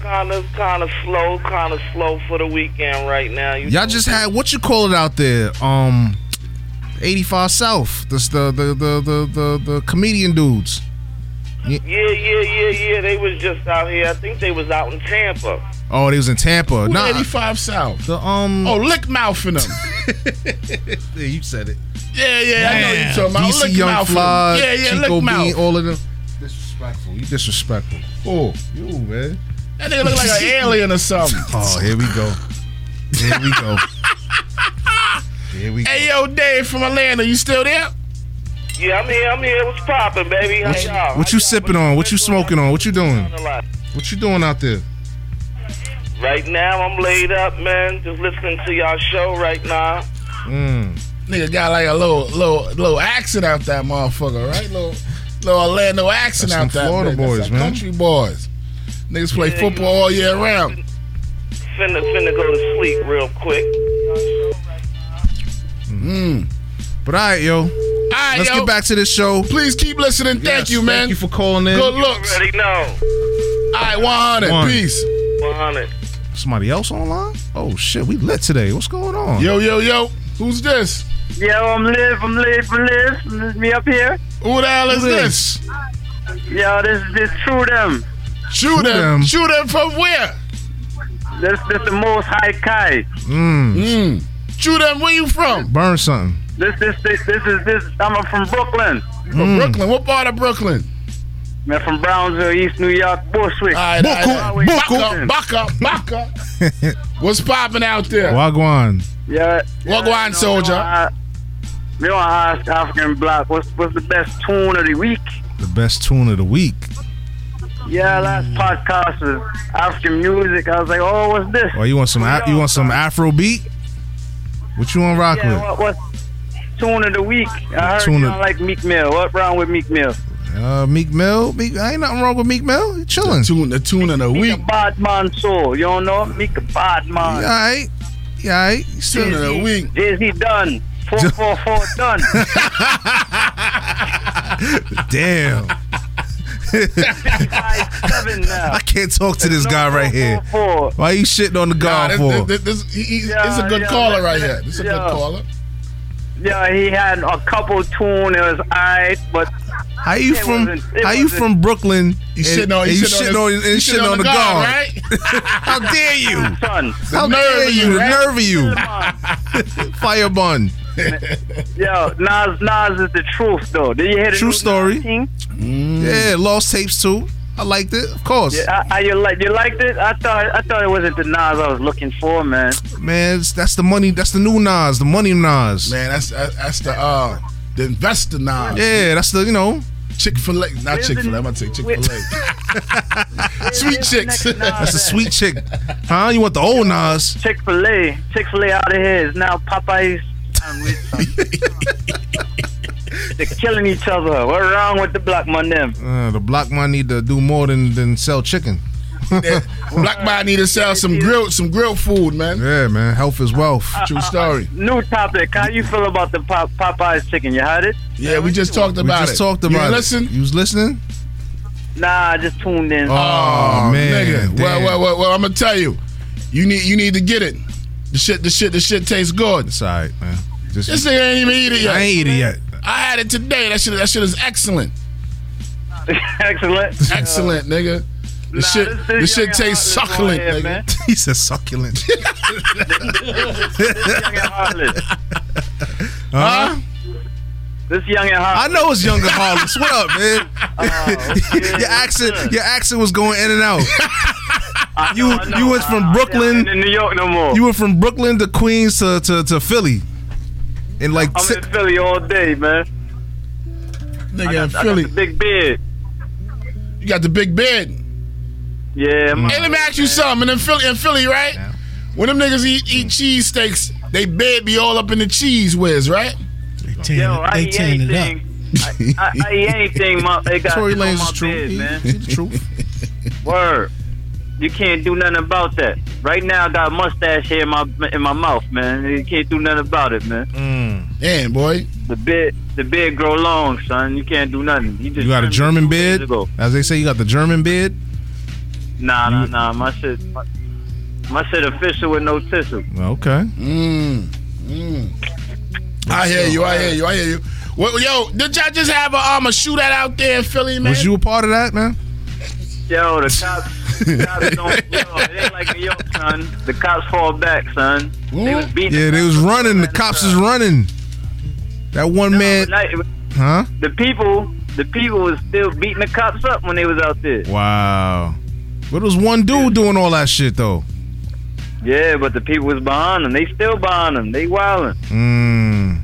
Kind of, kind of slow, kind of slow for the weekend right now. You
Y'all
know.
just had what you call it out there? Um, 85 South. This the the the the the, the comedian dudes.
Yeah, yeah, yeah, yeah. They was just out here. I think they was out in Tampa.
Oh, they was in Tampa.
Who
Nah,
85 South.
the um.
Oh, lick mouthing them.
yeah, you said it.
Yeah, yeah, I know
Damn.
you're talking about.
DC
Lick
Young
mouth
Fly,
Yeah, yeah,
Chico
lick
Bean,
mouth.
all of them. Disrespectful. You disrespectful. Oh, you man.
That nigga look like an alien or something.
Oh, here we go. Here we go. Here we go.
Hey, yo, Dave from Orlando, you still there?
Yeah, I'm here. I'm here. What's poppin', baby? How
What you-
y'all?
what
How
you
y'all?
sipping on? What you smoking on? What you doing? What you doing out there?
Right now, I'm laid up, man. Just listening to y'all show right now.
Mm.
Nigga got like a little, little, little accent out that motherfucker, right? Little, little Orlando accent
That's
out
them
that.
Florida
nigga. That's
boys,
that
man.
Country boys. Niggas play
Yeah, you
football
know.
all year round.
Finna, finna go to sleep real quick.
But all right, yo.
All right, right,
Let's
yo.
get back to this show.
Please keep listening. thank
Yes,
you, man.
Thank you for calling in.
Good
You
looks.
already know.
All right, 100.
One.
Peace.
100.
Somebody else online? Oh shit, we lit today. What's going on?
Yo, yo, yo. Who's this?
Yo, I'm Liv, I'm Liv, I'm Liv. Liv Me up here.
Who the hell is this?
Yo, this this true them.
Shoot
them.
him. Shoot him from where?
This this the most high kai.
Mm,
Mm. Shoot him. Where you from?
burn something.
This this this, this is this. I'm from Brooklyn.
From Brooklyn. What part of Brooklyn?
Man, from Brownsville, East New York, Bushwick.
All right, all right. Back
Buku.
up, back up, back up. What's popping out there?
Wagwan.
Yeah.
Well, go on, soldier.
We don't ask African Black. What's what's the best tune of the week?
The best tune of the week.
Yeah, last podcast was African music. I was like, oh, what's this?
Or you want some Af- you want some Afro beat? What you want to rock
Yeah,
with?
what, what's tune of the week? I heard
Tune
you
of-
don't like Meek Mill. What wrong with Meek Mill?
Uh, Meek Mill. Meek, ain't nothing wrong with Meek Mill. He chilling.
Tune the tune of the
Meek
week.
a bad man soul. You don't know? Meek a bad
All
man.
right. Yeah, all right. He
Tune
still-
of the week.
Jay-Z done. 444 done.
Damn.
5-7 now.
I can't talk to this guy right here.
444.
Why you shitting on the
Nah,
guard
this,
for?
this- this- he- he's,
Yeah,
this a good
yeah,
caller
yeah,
right here. This is a
yeah.
good caller.
Yeah, he had a couple tune. It was alright, but
How you
It
from?
wasn't- it
How you
wasn't-
from Brooklyn?
He's
and-
shitting on,
and
he's
you
shitting
shitting on,
his-
and
he's
shitting on the guard.
right?
How dare you?
Hmm.
son.
How
nerve
dare
of
you?
you,
The
right?
nerve of you? Fire bun.
Yo, Nas, Nas is the truth though. Did you hear the
True
new
story.
Nas thing?
Yeah, lost tapes too. I liked it, of course.
Yeah, I, I, you like you liked it? I thought I thought it wasn't the Nas I was looking for, man.
Man, it's- that's the money. That's the new Nas, the money Nas.
Man, that's that- that's the uh the investor now.
Yeah, that's the you know.
Chick Fil A, not
Where's
Chick Fil A.
the-
I'm gonna take Chick
where-
Fil A. Sweet chicks.
That's a sweet chick, huh? You want the old Nas?
Chick Fil A. Chick Fil A out of here is now Popeyes. and Ritz. They're killing each other. What's wrong with the black man them?
Uh, the block might need to do more than than sell chicken.
Black man need to sell some grilled some grilled food, man.
Yeah, man, health is wealth.
Ah,
True story.
New topic. How you feel about the Pop- Popeyes chicken? You heard it?
Yeah, we just talked
We
about
just
it.
talked
You
about it.
Listen.
You was listening?
Nah, I just tuned in.
Oh, man,
nigga. Well,
damn.
well, well, well, I'm gonna tell you. You need you need to get it. The shit, the shit, the shit tastes good.
It's all right, man. Just,
This nigga ain't even eat it yet.
I
I,
ain't eat it yet.
had it today. That shit, that shit is excellent.
Excellent.
Excellent, nigga. The shit,
this- this
the shit
young
tastes
outlet's
succulent,
going in,
nigga.
man.
He's a succulent.
Young and heartless.
Huh?
This young and
I
heartless.
know it's younger Harlem. What up, man? your accent, your accent was going in and out. you you went from
I'm
Brooklyn,
in New York no more.
you went from Brooklyn to Queens to to, to Philly, and like
I'm
si-
in Philly all day, man.
Nigga, in
I
Philly,
got the big beard.
you got the big bed.
Yeah, my,
Hey, let me ask you something. In Philly, in Philly, right? When them niggas eat, eat cheese steaks, they bed be all up in the cheese whiz, right?
They tearing,
yo,
it,
I
they
eat
tearing it up.
anything. I, I eat anything, my, they got
Tory
it on
Lanez
my
is true.
bed,
He-
man.
he the truth.
Word. You can't do nothing about that. Right now, I got a mustache here in my in my mouth, man. You can't do nothing about it, man.
Damn, boy.
The beard, the beard grow long, son. You can't do nothing. You, just
You got
trimmed
a
it
German
two days
bid,
ago.
as they say. You got the German bid.
Nah, nah, nah. My shit, my, my shit official with no tissue.
Okay.
Mm. Mm. I hear you. I hear you. I hear you. Well, yo, did y'all just have a um a shootout out there in Philly, man?
Was you a part of that, man?
Yo, the cops, the cops don't. Yo, it ain't like New York, son. The cops fall back, son. They was beating.
Yeah,
the
they was
cops.
running. The cops is running. That one man,
Like,
huh?
The people, the people was still beating the cops up when they was out there.
Wow. But it was one dude doing all that shit though.
Yeah, but the people was behind them. They still behind them. They Eh, wilding.
Mm.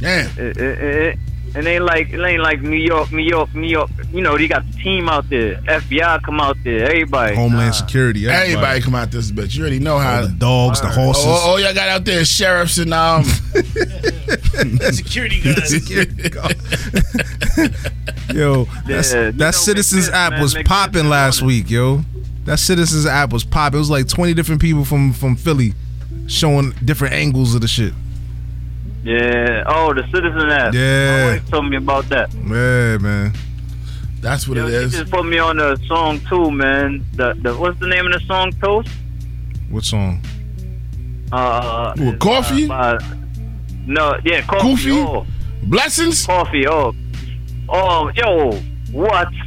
Damn.
It, it, it, it ain't like it ain't like New York, New York, New York. You know, they got the team out there. FBI come out there. Everybody.
Homeland Security. Everybody.
Everybody come out this bitch. You already know how.
All the dogs, the
Oh,
horses.
oh, y'all got out there sheriffs and um.
Security guys.
oh. Yo, that's,
Yeah, you
that
know,
Citizens
McMahon,
app
man,
was
McMahon
popping
is
last
on it.
week, yo. That Citizens app was popping. It was like 20 different people from from Philly showing different angles of the shit.
Yeah. Oh, the Citizen app. My
Yeah,
wife told me about that.
yeah, man.
That's what
Yo,
it
she
is.
just put me on the song too, man. The, the what's the name of the song, Toast?
What song?
Uh,
What,
it's,
Coffee?
Uh, by- no, yeah, coffee.
Goofy?
Oh,
Blessings?
coffee. Oh, oh, yo, what? Oh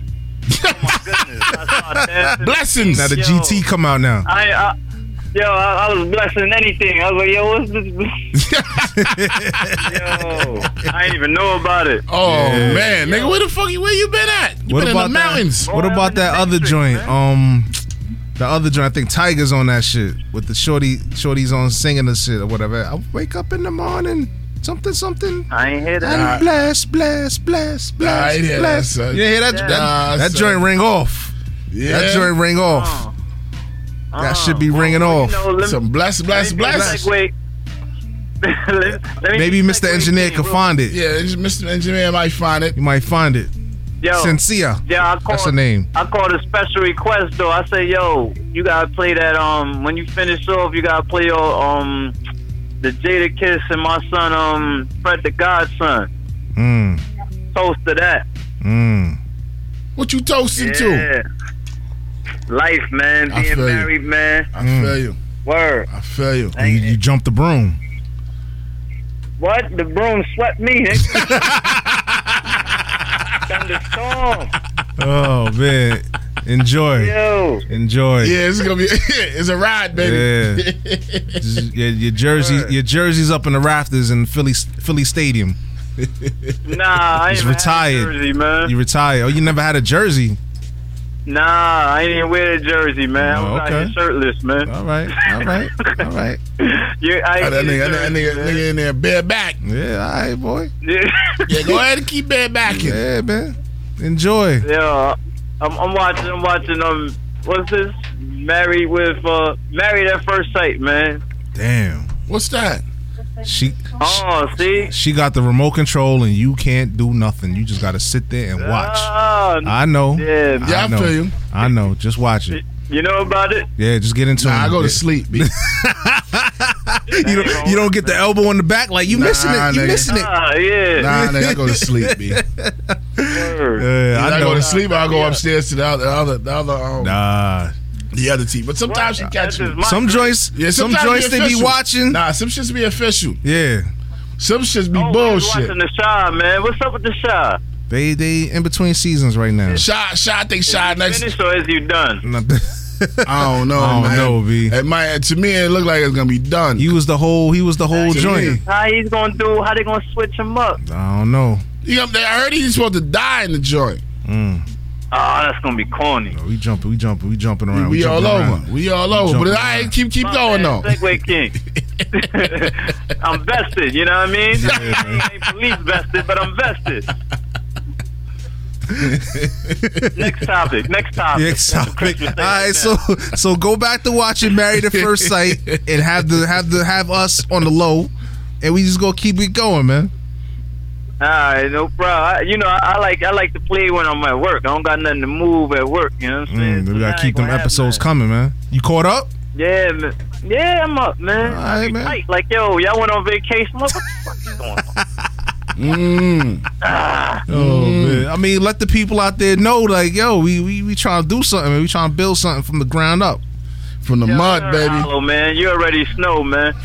my goodness! I saw that.
Blessings.
Now the
Yo.
GT come out now.
I, I, yo, I, I was blessing anything. I was like, yo, what's this? yo, I didn't even know about it.
Oh
Yeah.
man, nigga, where the fuck you where you been at? You
What
been in
about
the
that?
mountains.
What
Roll
about
down
that
the
other
district,
joint?
man.
Um, the other joint. I think Tiger's on that shit with the shorty, shorty's on singing the shit or whatever. I wake up in the morning, something, something.
I ain't hear that.
I'm blessed, blessed, blessed, blessed,
yeah,
blessed.
son.
You didn't hear that?
Yeah.
That,
Nah,
that
son.
joint ring off.
Yeah.
That joint ring off.
Uh,
That
uh,
should be ringing off.
You know, Oh, let me-
Some bless, bless,
let me
bless.
segue- Let- let me
Maybe
segue
Mr. Engineer
in
can
real-
find it.
Yeah, it's- Mr. Engineer might find it.
You might find it.
Yo,
Sincere.
Oh. yeah, I called,
That's the name.
I called a special request though. I say, yo, you gotta play that. Um, when you finish off, you gotta play your um, the Jada Kiss and my son um Fred the Godson.
Mm,
Toast to that.
mm.
What you toasting to?
Yeah. Life, man.
I
Being
feel you.
married, man.
I
Mm.
feel you.
Word.
I feel you.
You, you jumped the broom.
What? The broom swept me. nigga. Thunderstorm.
Oh man, enjoy,
Yo.
enjoy.
Yeah, it's gonna be it's a ride, baby.
Just- your, your jersey, your jersey's up in the rafters in Philly, Philly Stadium.
Nah, I ain't
He's
even had a
retired.
Jersey, man.
You retire. Oh, you never had a jersey.
Nah, I ain't even wear a jersey, man. I
Oh,
was out
okay.
here shirtless, man.
All right, all right, all right.
You, I
Oh,
ain't
that
wear
nigga,
a
that
jersey,
nigga, nigga in there bare back.
Yeah, all right, boy.
man.
Yeah, go ahead and keep bare backing.
Yeah, man. Enjoy.
yeah, I'm, I'm watching. I'm watching. Um, what's this? Married with uh, married at first sight, man.
Damn.
What's that?
She
Oh, see.
she got the remote control and you can't do nothing. You just gotta sit there and watch.
Ah,
I know.
yeah,
Yeah, I
know.
feel you.
I know. Just watch it.
you know about it.
Yeah, just get into it.
Nah, I go
Yeah.
to sleep. B.
You don't, you don't get the elbow in the back like you missing
Nah,
it. You
nigga.
missing it.
Ah, yeah.
Nah, nigga, I go to sleep. B.
Word.
Yeah,
I,
I
go
know.
to sleep. I go upstairs to the other, the other, the other, um,
Nah.
the other team. But sometimes she
What?
catch
This
me.
is my
Some joints.
Yeah,
some
sometimes
joints they be
official.
watching.
Nah, some shits be official.
Yeah.
Some shits be
Oh, we was
bullshit.
Watching the shot, man. What's up with the shot?
They they in between seasons right now.
Shot, shot, think shot next.
Finished or is you done?
Not the-
I don't know.
I don't
man.
know, B.
It might to me it look like it's gonna be done.
he
You,
was the whole he was the whole
Yeah.
joint.
How he's gonna do? How they gonna switch him up?
I don't know.
got- I heard he's supposed to die in the joint.
Mm.
Oh, that's gonna be corny.
We jumping, we jumping, we jumping around.
we all
jumping
over.
around.
We all over.
jumping
But I
around.
keep keep
My
going
man,
though.
Segway King. I'm vested, you know what I mean?
Yeah, man.
I ain't police vested, but I'm vested. next topic. Next topic.
Yeah,
That's a
exactly.
Christmas
All
thing
right,
right
so
now.
so go back to watching Married at First Sight and have the have the have us on the low, and we just gonna keep it going, man.
all right, no problem. I, you know, I, I like I like to play when I'm at work. I don't got nothing to move at work. You know what I'm saying?
Mm, we
So
gotta
now I
keep
ain't
them
gonna have
episodes
nothing.
coming, man. You caught up?
Yeah, man. Yeah, I'm up, man.
All right,
Be
man.
tight. Like, yo, y'all went on vacation. I'm like, what the fuck is going on?
Mm.
Oh man! I mean, let the people out there know, like, yo, we we, we trying to do something. man. We trying to build something from the ground up.
From the mud, baby.
Hello, man. You already snow, man.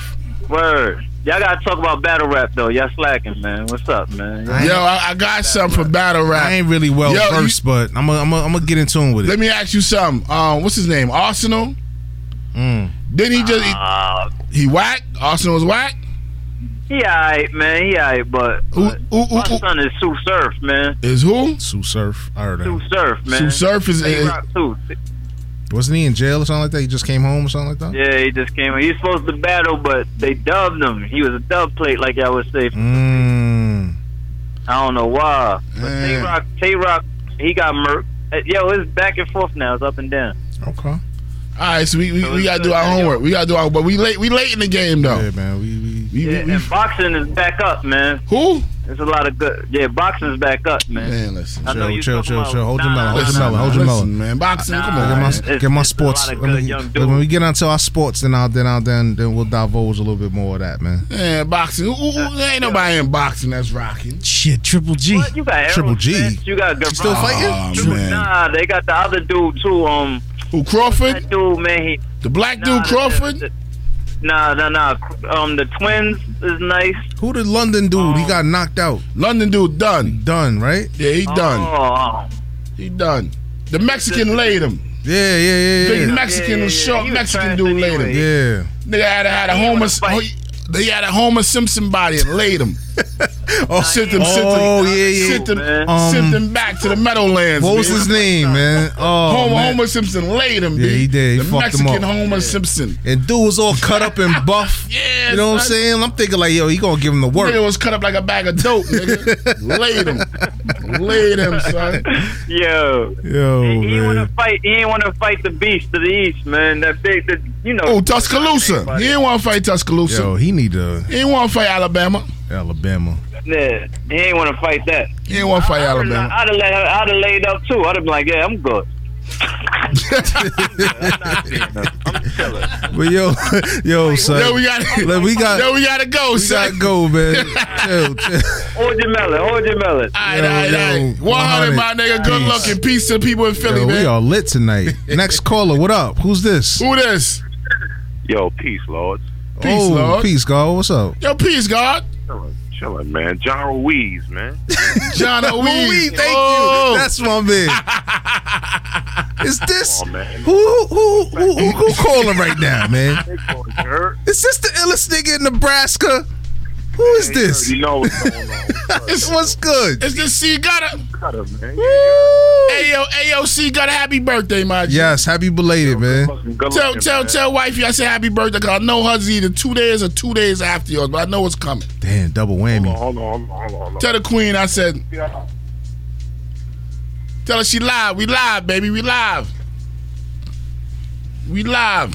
Word. Y'all gotta talk about battle rap though. Y'all slacking, man. What's up, man?
I ain't-
Yo, I, I got something for battle
I
rap.
ain't really well
Yo, you-
versed, but I'm gonna I'm gonna get in tune with it.
Let me ask you something. Um, what's his name? Arsenal.
Mm.
Then he just he,
Uh,
he whack. Arsenal was whack.
he alright, man. He alright, but,
Ooh,
but
ooh, ooh,
my
ooh.
son is Sue Surf, man.
Is who?
Sue Surf, I heard
Sue
that.
Surf, man.
Sue Surf is.
He
is-
rock too.
Wasn't he in jail or something like that? He just came home or something like that.
Yeah, he just came. in. He was supposed to battle, but they dubbed him. He was a dub plate, like y'all would say.
Mm.
I don't know why. But Tay
Man.
Rock, Tay Rock, he got murked. Uh, Yo, it's back and forth now. It's up and down.
Okay.
All right, so we, we,
So
we
it's
gotta
good.
do our homework. We gotta do our, but we late we late in the game though.
Yeah, man. We we
We,
Yeah,
we, we,
and boxing is back up, man.
who?
It's a lot of good. Yeah, boxing's back up, man.
Man, listen.
I know
Chill,
you
chill,
talking
chill,
about-
chill. Hold your
Nah,
mellow, hold
nah,
your mellow,
nah,
hold your mellow.
Listen, man. Boxing, come
Nah,
Get
on.
my,
it's-
get my
it's a
sports.
lot of
Let
good
me-
young
let-
dudes.
when we get onto our sports, then I'll then I'll then then we'll divulge a little bit more of that, man.
Man, boxing. Ooh, ooh, ooh, there ain't nobody in boxing that's rocking.
Shit, Triple G.
What? You got
Triple
Errol
G.
Spence, You got Guevara.
Still fighting?
Oh,
True.
man.
Nah, they got the other dude too. Um,
Who, Crawford?
that dude, man, he
The black
nah,
dude,
the-
Crawford?
the- Nah, nah, nah. Um, the twins is nice.
Who did London dude?
Oh.
he got knocked out.
London dude, done.
Done, right?
Yeah, he done.
Oh,
He done. The Mexican laid him.
Yeah, yeah, yeah,
Big
yeah.
Mexican,
Yeah, yeah, yeah.
short
He was
Mexican
trash
dude
anyway.
laid him.
Yeah.
Nigga had a, had a
He
Homer.
was fighting.
oh, he- They had a Homer Simpson body and laid him.
Oh,
Sent him, sent him,
oh yeah, yeah.
sent him,
man.
sent
Um,
him back to the Meadowlands.
What was
man.
his name, man? Oh,
Homer,
man.
Homer Simpson laid him.
Yeah,
B.
he did. He
the
fucked him
Mexican
up.
Homer Simpson.
And dude was all cut up and buff.
Yeah,
you know what I'm
son.
saying? I'm thinking like, yo, he gonna give him the
Nigga
work.
was cut up like a bag of dope. Nigga, laid him, laid him, son.
yo.
Yo,
He, he want to
Oh, man.
fight. He ain't want to fight the beast of the east, man. That big, the, you know.
Oh, Tuscaloosa. He didn't want to fight Tuscaloosa.
Yo, he need to
He didn't want to fight Alabama.
Alabama.
Yeah, he ain't want to fight that.
He didn't want to fight Alabama.
I'd have let her. I'd have laid up too. I'd have been like, yeah, I'm good.
But yo, yo, son.
Yo, we got.
Look, we got-
Yo, we gotta go,
we gotta
son.
go, man. chill, chill.
Hold your melon. Hold your melon.
All
Yo,
right, all right, all
yo,
right. 100, my
100.
nigga. Good
Peace.
luck and peace to the people in Philly,
Yo, we
man.
all lit tonight. Next caller, what up? Who's this?
Who this?
Yo, peace, Lords.
Peace,
oh,
Lord.
peace, God. What's up?
Yo, peace, God.
Chillin', chillin', man. John Ruiz, man.
John
Louis,
O'Weed.
thank you. That's my man. Is this
Oh, man.
who who who who, who calling right now, man?
Hurt.
Is this the illest nigga in Nebraska? Who is this?
You know what's going on.
What's good?
It's just C. Gotta.
Cut him, man.
Ayo, AOC got a happy birthday, my G.
Yes, happy belated, man.
Fucking good
Tell,
looking,
tell,
man.
tell wifey I said happy birthday because I know hers is either two days or two days after yours, but I know it's coming.
Damn, double whammy.
Hold on, hold on, hold on. Hold
Tell the queen I said,
on.
tell her she live. We live, baby. We live. We live.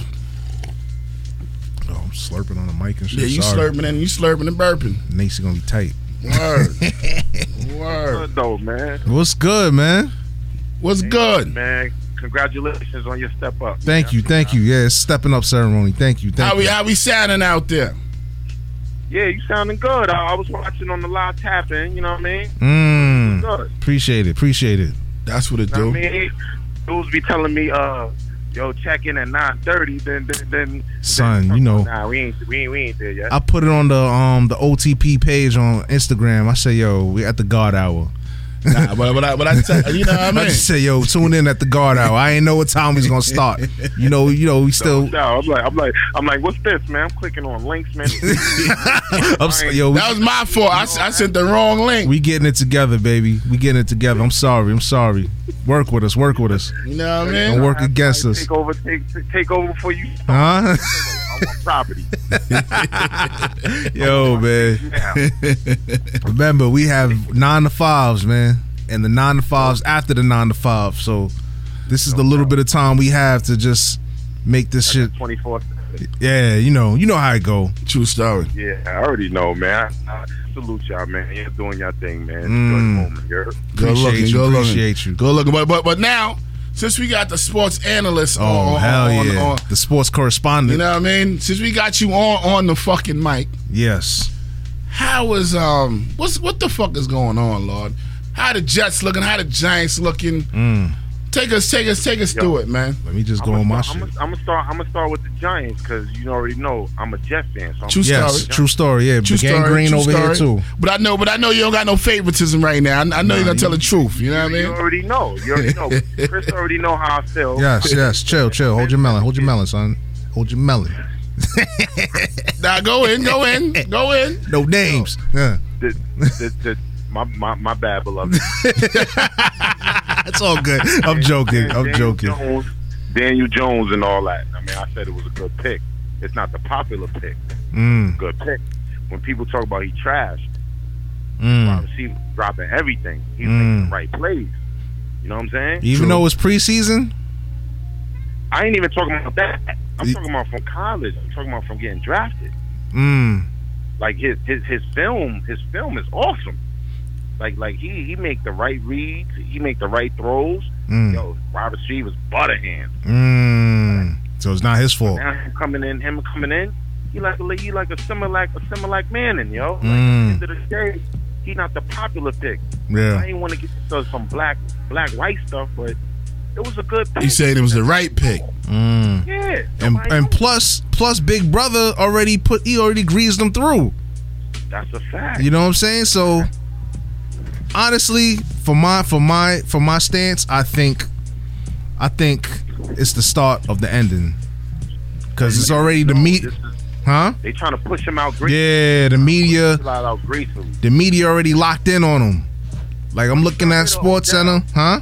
Oh, I'm slurping on the mic and shit.
Yeah, you
Sorry.
slurping and you slurping and burping.
Nate's gonna be tight.
Word. Word.
Good though, man.
What's good, man?
What's good?
Man, congratulations on your step up.
Thank you, thank you. Yeah, it's stepping up ceremony. Thank you, thank
How we
you.
how we sounding out there?
Yeah, you sounding good. I, I was watching on the live tapping. You know what I mean?
Mm,
Good.
appreciate it, appreciate it.
That's what it
You know
do.
what I mean, dudes be telling me, uh, yo, check in at nine thirty. Then, then, then,
Son,
then-
you know-
nah, we ain't, we ain't, we ain't there yet.
I put it on the um the OTP page on Instagram. I say, yo, we at the God Hour.
Nah, but but I, but I tell, you know what I
I
mean.
just say, yo, tune in at the guard hour. I ain't know what time he's gonna start. You know, you know, we still.
No, I'm like, I'm like, I'm like, what's this, man? I'm clicking on links, man.
I'm so, yo, we,
That was my fault. I, s- I sent the wrong link.
we getting it together, baby. We getting it together. I'm sorry. I'm sorry. Work with us. Work with us.
You know what I
Don't
mean?
work against us,
Take over, take, take over before you.
huh?
I want property.
Yo, man.
Now.
Remember, we have nine to fives, man, and the nine to fives after the nine to five. So, this is the little bit of time we have to just make this shit.
24.
Yeah, you know, you know how it go.
True story.
Yeah, I already know, man. I, I salute y'all, man. You're doing your thing, man.
Mm.
Enjoy the moment, you're.
Good looking.
Appreciate you.
Good looking.
Appreciate you.
Good looking. But but but now, since we got the sports analyst on,
Oh
on-
hell
on-
yeah!
on-
the sports correspondent.
you know what I mean? Since we got you on on the fucking mic,
yes.
how is um what's what the fuck is going on, Lord? How the Jets looking? How the Giants looking?
Mm.
Take us, take us, take us
Yo.
through it, man.
Let me just go
I'm
on my
gonna
shit.
start, I'm gonna start. I'm gonna start with the Giants because you already know I'm a Jets fan. So I'm
True
yes,
story.
true story. Yeah,
True
Gang
story,
Green
true
over here
story.
too.
But I know, but I know you don't got no favoritism right now. I, I know you're gonna tell the truth. You know what I
You
mean?
already know. You already know. Chris already know how I feel.
Yes, yes. Chill, chill. Hold your melon. Hold your melon, son. Hold your melon.
Now go in, go in, go in.
No names. Yeah,
The, the, the, my, my, my bad, beloved.
that's all good. I'm joking. I'm
Daniel
joking.
Jones, Daniel Jones and all that. I mean, I said it was a good pick. It's not the popular pick.
Mm,
Good pick. When people talk about he trashed,
mm.
wide receiver dropping everything, he's
Mm.
making the right plays. You know what I'm saying?
Even though it's preseason,
I ain't even talking about that. I'm
Ye-
talking about from college. I'm talking about from getting drafted.
mm,
Like his his his film, his film is awesome. Like like he he make the right reads, he make the right throws.
Mm.
Yo, wide receivers butter hands.
Mm. So it's not his fault.
Now him coming in, him coming in, he like a he like a similar like a similar like Manning, yo. Like, at
Mm.
the end of the day, he not the popular pick. I
Yeah.
ain't want to get into some black black white stuff, but it was a good pick.
He said it was the right pick.
Mm.
yeah,
And
nobody
and
knows.
plus plus Big Brother already put he already greased them through.
that's a fact.
You know what I'm saying? So honestly, for my for my for my stance, I think I think it's the start of the ending. Cause it's already the meat,
This is-
huh?
they trying to push him out greasy.
Yeah, the media,
Push him out greasily.
the media already locked in on him. Like I'm looking at Sports Center, huh?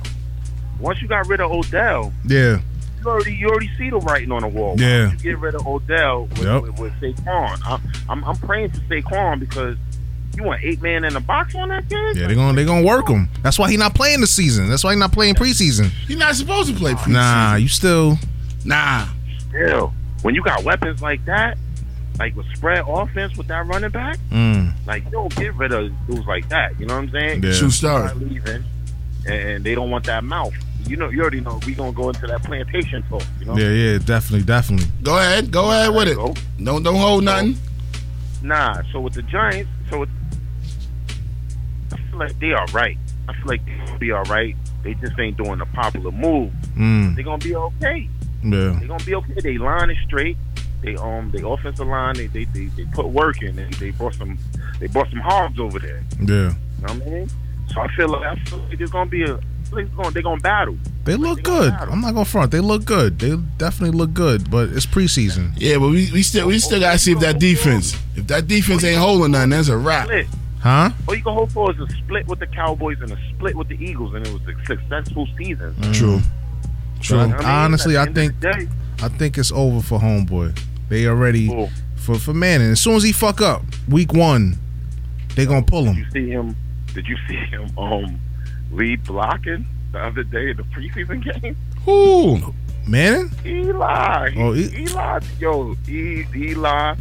Once you got rid of Odell,
Yeah,
you already you already see the writing on the wall. Why
Yeah.
don't you get rid of Odell with,
Yep.
with, with Saquon. I'm, I'm I'm praying for Saquon because you want eight man in the box on that game.
yeah, they're gonna they're gonna work him. That's why he not playing the season. That's why he not playing preseason.
He's not supposed to play preseason.
Nah, you still
Nah.
Still, when you got weapons like that, like with spread offense with that running back,
mm,
like you don't get rid of dudes like that. You know what I'm saying?
Yeah.
Shoot
They're
star.
not leaving, and they don't want that mouth. You know, you already know we gonna go into that plantation talk. You know. oh,
yeah, yeah, definitely, definitely.
Go ahead. Go ahead with it.
Go.
Don't don't hold nothing.
Nah, so with the Giants, so with, I feel like they are right. I feel like they'll be all right. They just ain't doing the popular move.
Mm,
They're gonna be okay.
yeah,
They're gonna be okay. They line is straight. They um, they offensive line. They they, they, they put work in. They, they brought some they brought some hogs over there.
yeah.
You know what I mean? So I feel like I feel like there's gonna be a they're gonna, they're gonna battle.
They look good. I'm not gonna front. They look good. They definitely look good, but it's preseason.
Yeah, but we, we still we still gotta see if that defense if that defense ain't holding nothing, that's a wrap.
Split.
Huh?
All you can hope for is a split with the Cowboys and a split with the Eagles, and it was a successful season.
True.
True.
I mean,
Honestly, I
at the end
think
of the day,
I think it's over for homeboy. They already
Cool.
for for Manning. As soon as he fuck up week one, they gonna pull
Did
him.
you see him? Did you see him um lead blocking the other day in the preseason game?
Who? Manning?
Eli, he-
Oh, he-
Eli, yo, he, Eli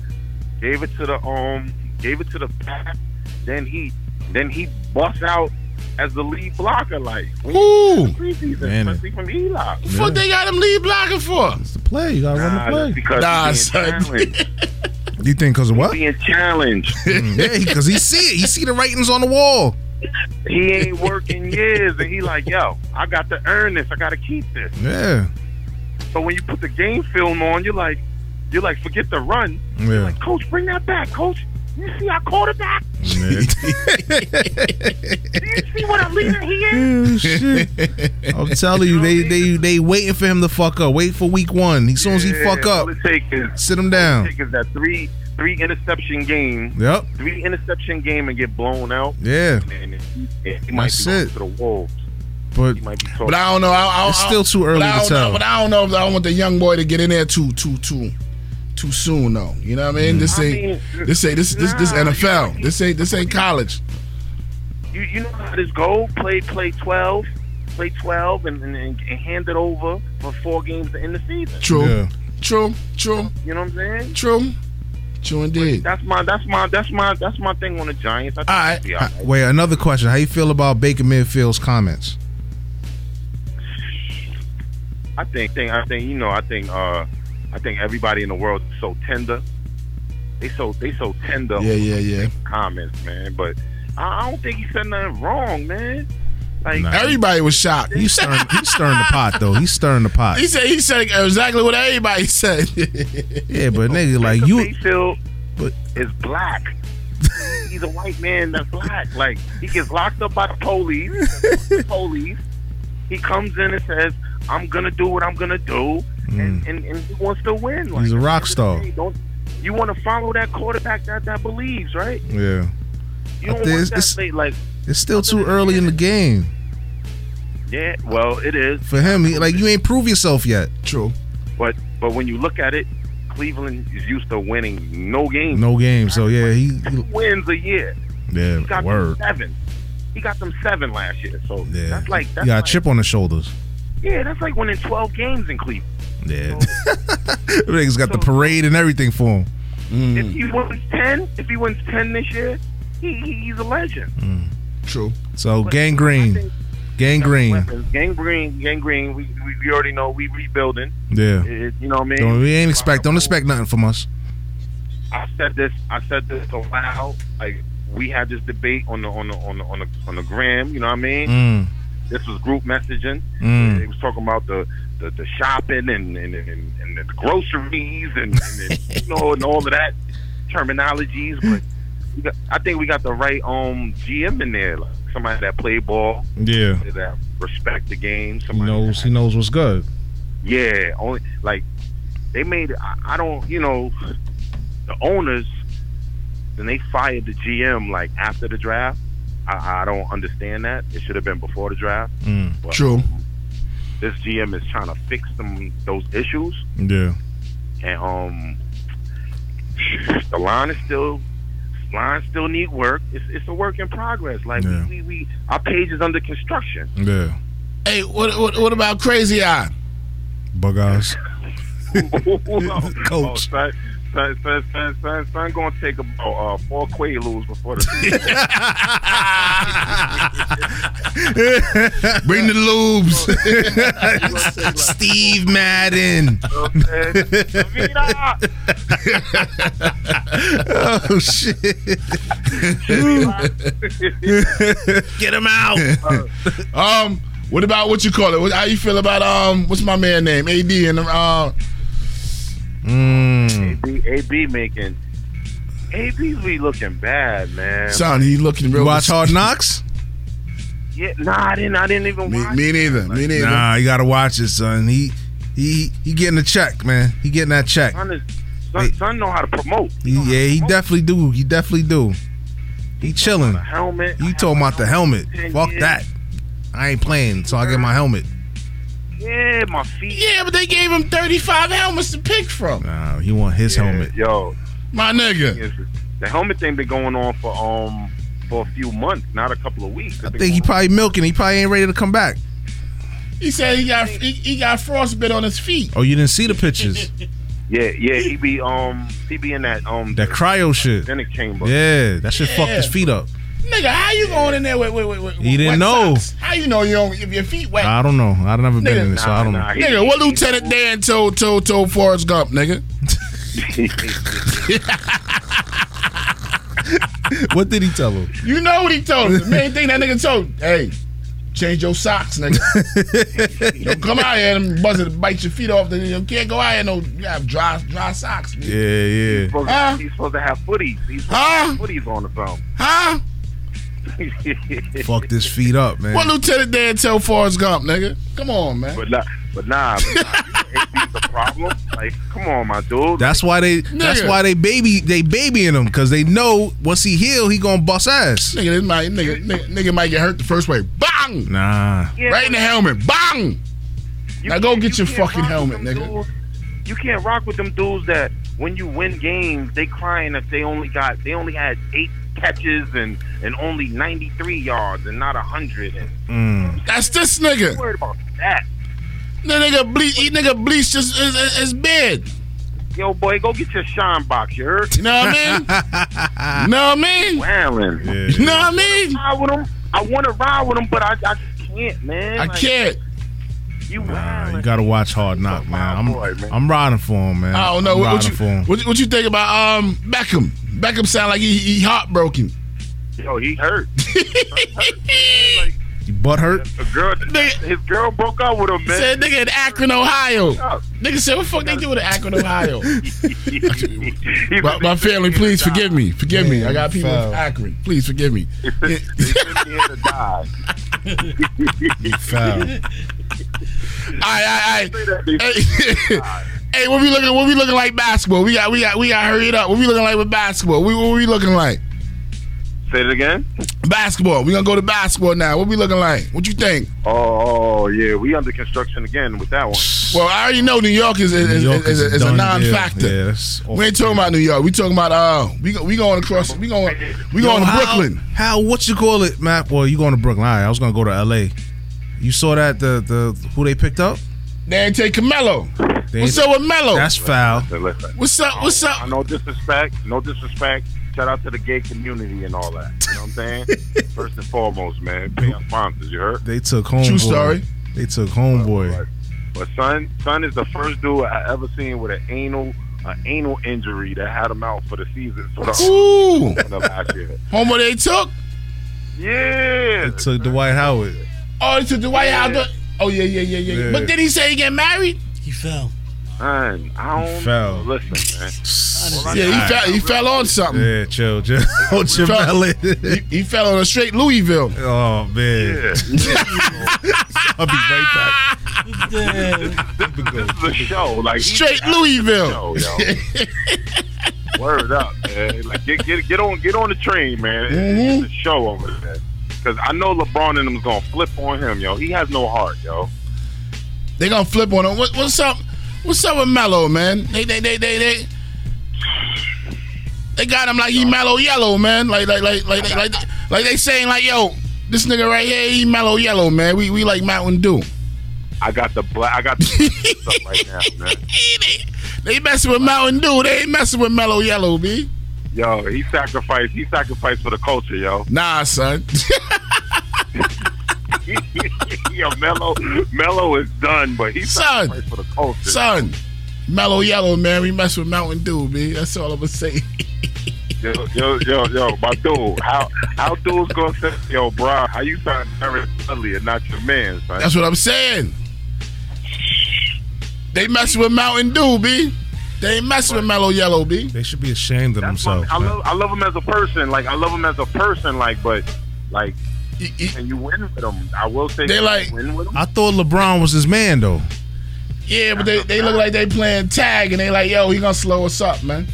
gave it to the um, gave it to the back. Then he, then he busts out as the lead blocker, like when you
Who?
see the preseason,
Man.
especially from Eli.
What the fuck they got him lead blocking for?
It's the play. You gotta
Nah,
run
that's
the
because
Nah,
he's being
son.
challenged.
play. You think because of what? Mm,
being challenged.
yeah, because he see it. He see the ratings on the wall.
He ain't working years, and he like, yo, I got to earn this. I got to keep this.
Yeah.
So when you put the game film on, you're like, you're like, forget the run. You're
Yeah.
like, coach, bring that back, coach. You see our quarterback? Do you see what a leader he is?
Yeah, Oh, shit. I'm telling you, they they they waiting for him to fuck up. Wait for week one. As soon as he
Yeah,
fuck up,
All it take is,
sit him
all it
down.
take is that three three interception game,
Yep.
three interception game, and get blown out.
Yeah.
And he, and he might
That's
be going
it.
to the wolves.
But
He might be
But
talking.
I don't know. I, I,
It's
I-
still too early
but I
to
don't
tell.
Know, but I don't know if I want the young boy to get in there too too too too soon though. You know what I mean? This
Mm.
I
ain't
mean,
this ain't this this this
nah,
NFL. This ain't this ain't college.
You, you know how this go? Play play twelve, play twelve, and, and, and hand it over for four games to end the season.
True.
Yeah.
True. True.
You know what I'm saying?
True. True indeed.
That's my that's my that's my that's my thing on the Giants. I think
All right.
it'll be
Uh, wait, another question. How you feel about Baker Midfield's comments?
I think, think I think you know I think uh I think everybody in the world is so tender. They so they so tender
Yeah,
on
yeah, yeah.
comments, man. But I, I don't think he said nothing wrong, man. Like
Nah.
Everybody was shocked.
He's stirring, he's stirring the pot though. He's stirring the pot.
He said he said exactly what everybody said.
Yeah, but nigga,
Baker
like you,
Mayfield
but-
is black. He's a white man that's black. Like he gets locked up by the police. the police. He comes in and says, "I'm gonna do what I'm gonna do," and, and, and he wants to win. Like,
Mm. He's a rock star.
Hey, don't- you want to follow that quarterback that that believes, right? You
yeah, I
don't want
think it's-
that late. Like,
it's still too early in the game
yeah, well, it is.
for him. He, like you ain't prove yourself yet.
True.
But but when you look at it, Cleveland is used to winning no games.
No game, so yeah, he,
Two
he-
wins a year. He
yeah,
got
word,
them seven. He got them seven last year. So
yeah.
that's like that's
you got
like,
a chip on the shoulders.
Yeah, that's like winning twelve games in Cleveland.
Yeah, niggas got the parade and everything for him. Mm.
If he wins ten, if he wins ten this year, he, he- he's a legend.
True.
So
But I
gangrene,
think-
gangrene.
Weapons. Gangrene, gangrene. We, we we already know we rebuilding.
Yeah.
It, you know what I mean?
Don't- we ain't expect. Don't expect nothing from us.
I said this. I said this a while. Like we had this debate on the on the on the on the, on the gram. You know what I mean?
Mm,
This was group messaging.
Mm.
They was talking about the the, the shopping and and, and and the groceries and, and, and you know and all of that terminologies. But we got, I think we got the right um GM in there. Like somebody that play ball,
yeah.
that respect the game.
He
Somebody
knows.
that-
He knows what's good.
yeah, only like they made. I, I don't, you know, the owners. Then they fired the GM like after the draft. I, I don't understand that. It should have been before the draft.
Mm,
But
True.
This GM is trying to fix them those issues,
yeah.
and um, the line is still line still need work. It's it's a work in progress. Like
Yeah.
we, we we our page is under construction.
Yeah.
Hey, what what, what about Crazy Eye?
Bug eyes.
Oh,
Coach.
son, son, son, son, son, son gonna take about uh, four Quaaludes before the
Bring the lubes.
You know what I'm saying? Like,
Steve
you
Madden.
know what I'm saying? Vida!
Oh shit. Get him out.
Um, what about what you call it? What, how you feel about um? What's my man name? Ad and uh,
Mm,
AB, AB making AB be looking bad, man.
son, he looking real.
watch Hard Knocks.
yeah, nah, I didn't. I didn't even
Me,
watch.
me neither. Me neither.
Nah, you gotta watch it, son. He he he getting a check, man. He getting that check.
Son, is, son, son know how to promote.
He- yeah, he definitely do. He definitely do. He chilling.
Helmet.
You talking about the helmet? Fuck
Yeah.
that. I ain't playing, so I get my helmet.
Yeah, my feet.
Yeah, but they gave him thirty five helmets to pick from.
Nah, he want his helmet.
Yo,
My nigga.
it's- the helmet thing been going on for um for a few months, not a couple of weeks.
I think he probably milking. He probably ain't ready to come back.
He said he got he, he got frostbit on his feet.
Oh, you didn't see the pictures?
Yeah, yeah, he be um he be in that um
That cryo shit.
in the chamber.
Yeah, that shit fucked his
Yeah.
feet up.
Nigga, how you going in there with with, with, with
He didn't
wet
know. Ah.
socks? How you know you don't, if your feet wet?
I don't know. I've never been
Nigga,
in it, so I don't know.
nigga, what Lieutenant Dan told told told Forrest Gump, nigga?
What did he tell him?
You know what he told him. The main thing that nigga told him, hey, change your socks, nigga. don't come out here and buzzer bite your feet off. Then you can't go out here no you have dry dry socks. nigga.
Yeah, yeah.
Supposed-
Huh?
He's supposed to have footies. He's supposed
Huh?
to have footies on the phone.
Huh?
Fucked his feet up, man.
What Lieutenant Dan told Forrest Gump, nigga? Come on, man.
but nah, but nah, but nah you know, AB's a problem. Like, come on, my dude.
That's why they. That's
Nigga.
why they baby. They babying him because they know once he heal, he gonna bust ass.
Nigga, this might, nigga, nigga, nigga might get hurt the first way. Bang!
Nah.
Yeah,
Right in the helmet. Bang!
you
now go
can't-
get
you
your
can't rock
fucking
with
helmet,
them
nigga.
dudes- you can't rock with them dudes that when you win games, they crying if they only got they only had eight catches and and only ninety three yards and not hundred. And
Mm.
That's this nigga.
I'm worried about that.
The nigga bleach, he nigga bleached his, his, his- his beard.
Yo, boy, go get your shine box. You heard?
You know what I mean? know what I mean?
Wailing.
You
Yeah.
know what I mean?
ride with him. I want to ride with him, but I, I just can't, man.
I
Like,
can't.
You
Nah,
wildin'.
you gotta watch Hard Knock, man. I'm, I'm riding for him, man.
I don't know.
I'm
What, what
riding
you,
for him.
what, you- what you think about um Beckham? Beckham sound like he, he heartbroken.
Yo, he hurt.
You butt hurt?
A girl,
Nigga.
his girl broke up with him, man. Oh.
Said nigga in Akron, Ohio. Nigga said, what the fuck they do in Akron, Ohio?
He
my,
was-
my family, please forgive me. Forgive me. I got people
foul.
from Akron. Please forgive me.
They sent me here to die.
You foul.
I, I,
Say that they-
I. Hey, what we looking? What we looking like basketball? We got, we got, we got. Hurry it up. What we looking like with basketball? We, what we looking like?
Say it again.
Basketball. We gonna go to basketball now. What we looking like? What you think?
Oh, oh, yeah, we under construction again with that one.
Well, I already know New York is is,
New
is,
York
is,
is
is a
done
non-factor.
deal. Yeah, that's off
we ain't talking about New York. We talking about uh, we go, we going across. We going we going
Yo,
to
how-
Brooklyn.
How what you call it, Matt? Well, you going to Brooklyn? All right, I was gonna go to L.A. You saw that the the who they picked up?
They ain't take Camelo.
They-
What's up with Melo?
That's foul.
So listen,
What's up? What's
I
up?
know disrespect, no disrespect, shout out to the gay community and all that. You know what I'm saying? First and foremost, man, pay our sponsors. You heard?
They took homeboy.
True story.
They took homeboy.
But, but son, son is the first dude I ever seen with an anal, an anal injury that had him out for the season. For the,
Ooh,
for the last year.
homo they took.
Yeah.
They took Dwight Howard.
Oh, they took the White House. Oh yeah, yeah, yeah, yeah. yeah. But then he said he get married.
He fell.
Son, I don't
Fell.
listen, man.
Yeah, he fell. He fell on something.
Yeah, chill, chill. Oh, chill
Fell-
Allen.
He, he fell on a straight Louisville.
Oh man,
Yeah.
I'll be right
Yeah.
back. We go.
the show. Like he-
Straight Louisville.
Yo, yo. Word up, man. Like get, get get on get on the train, man. It's,
Mm-hmm.
it's a show over there. Cause I know LeBron and them's gonna flip on him, yo. He has no heart, yo.
They gonna flip on him. What, what's up? What's up with Mello, man? They they they they they. They got him like he mellow yellow, man. Like like like like like like, like they saying like yo, this nigga right here, he mellow yellow, man. We we like Mountain Dew.
I got the black. I got the black right now, man.
they, they messing with Mountain Dew. They ain't messing with mellow yellow, b.
Yo, he sacrificed. He sacrificed for the culture, yo.
Nah, son.
yo, Mello, Mello is done, but he
Son.
sacrificed for the culture.
son. Mellow yellow, man. We mess with Mountain Dew, b. That's all I'ma say.
Yo, yo, yo, yo, my dude. How how dudes gonna say, yo, bro? How you sign Terrence Dudley and not your man, son?
That's what I'm saying. They messing with Mountain Dew, b. They ain't messing with mellow yellow, b.
They should be ashamed of
That's why
themselves.
I
man.
love I love him as a person. Like I love him as a person. Like but like
E- e-
and you win with him. I will say
They like-
you win with him.
I thought LeBron was his man though.
Yeah, but they, they look like they playing tag and they like, yo, he gonna slow us up, man.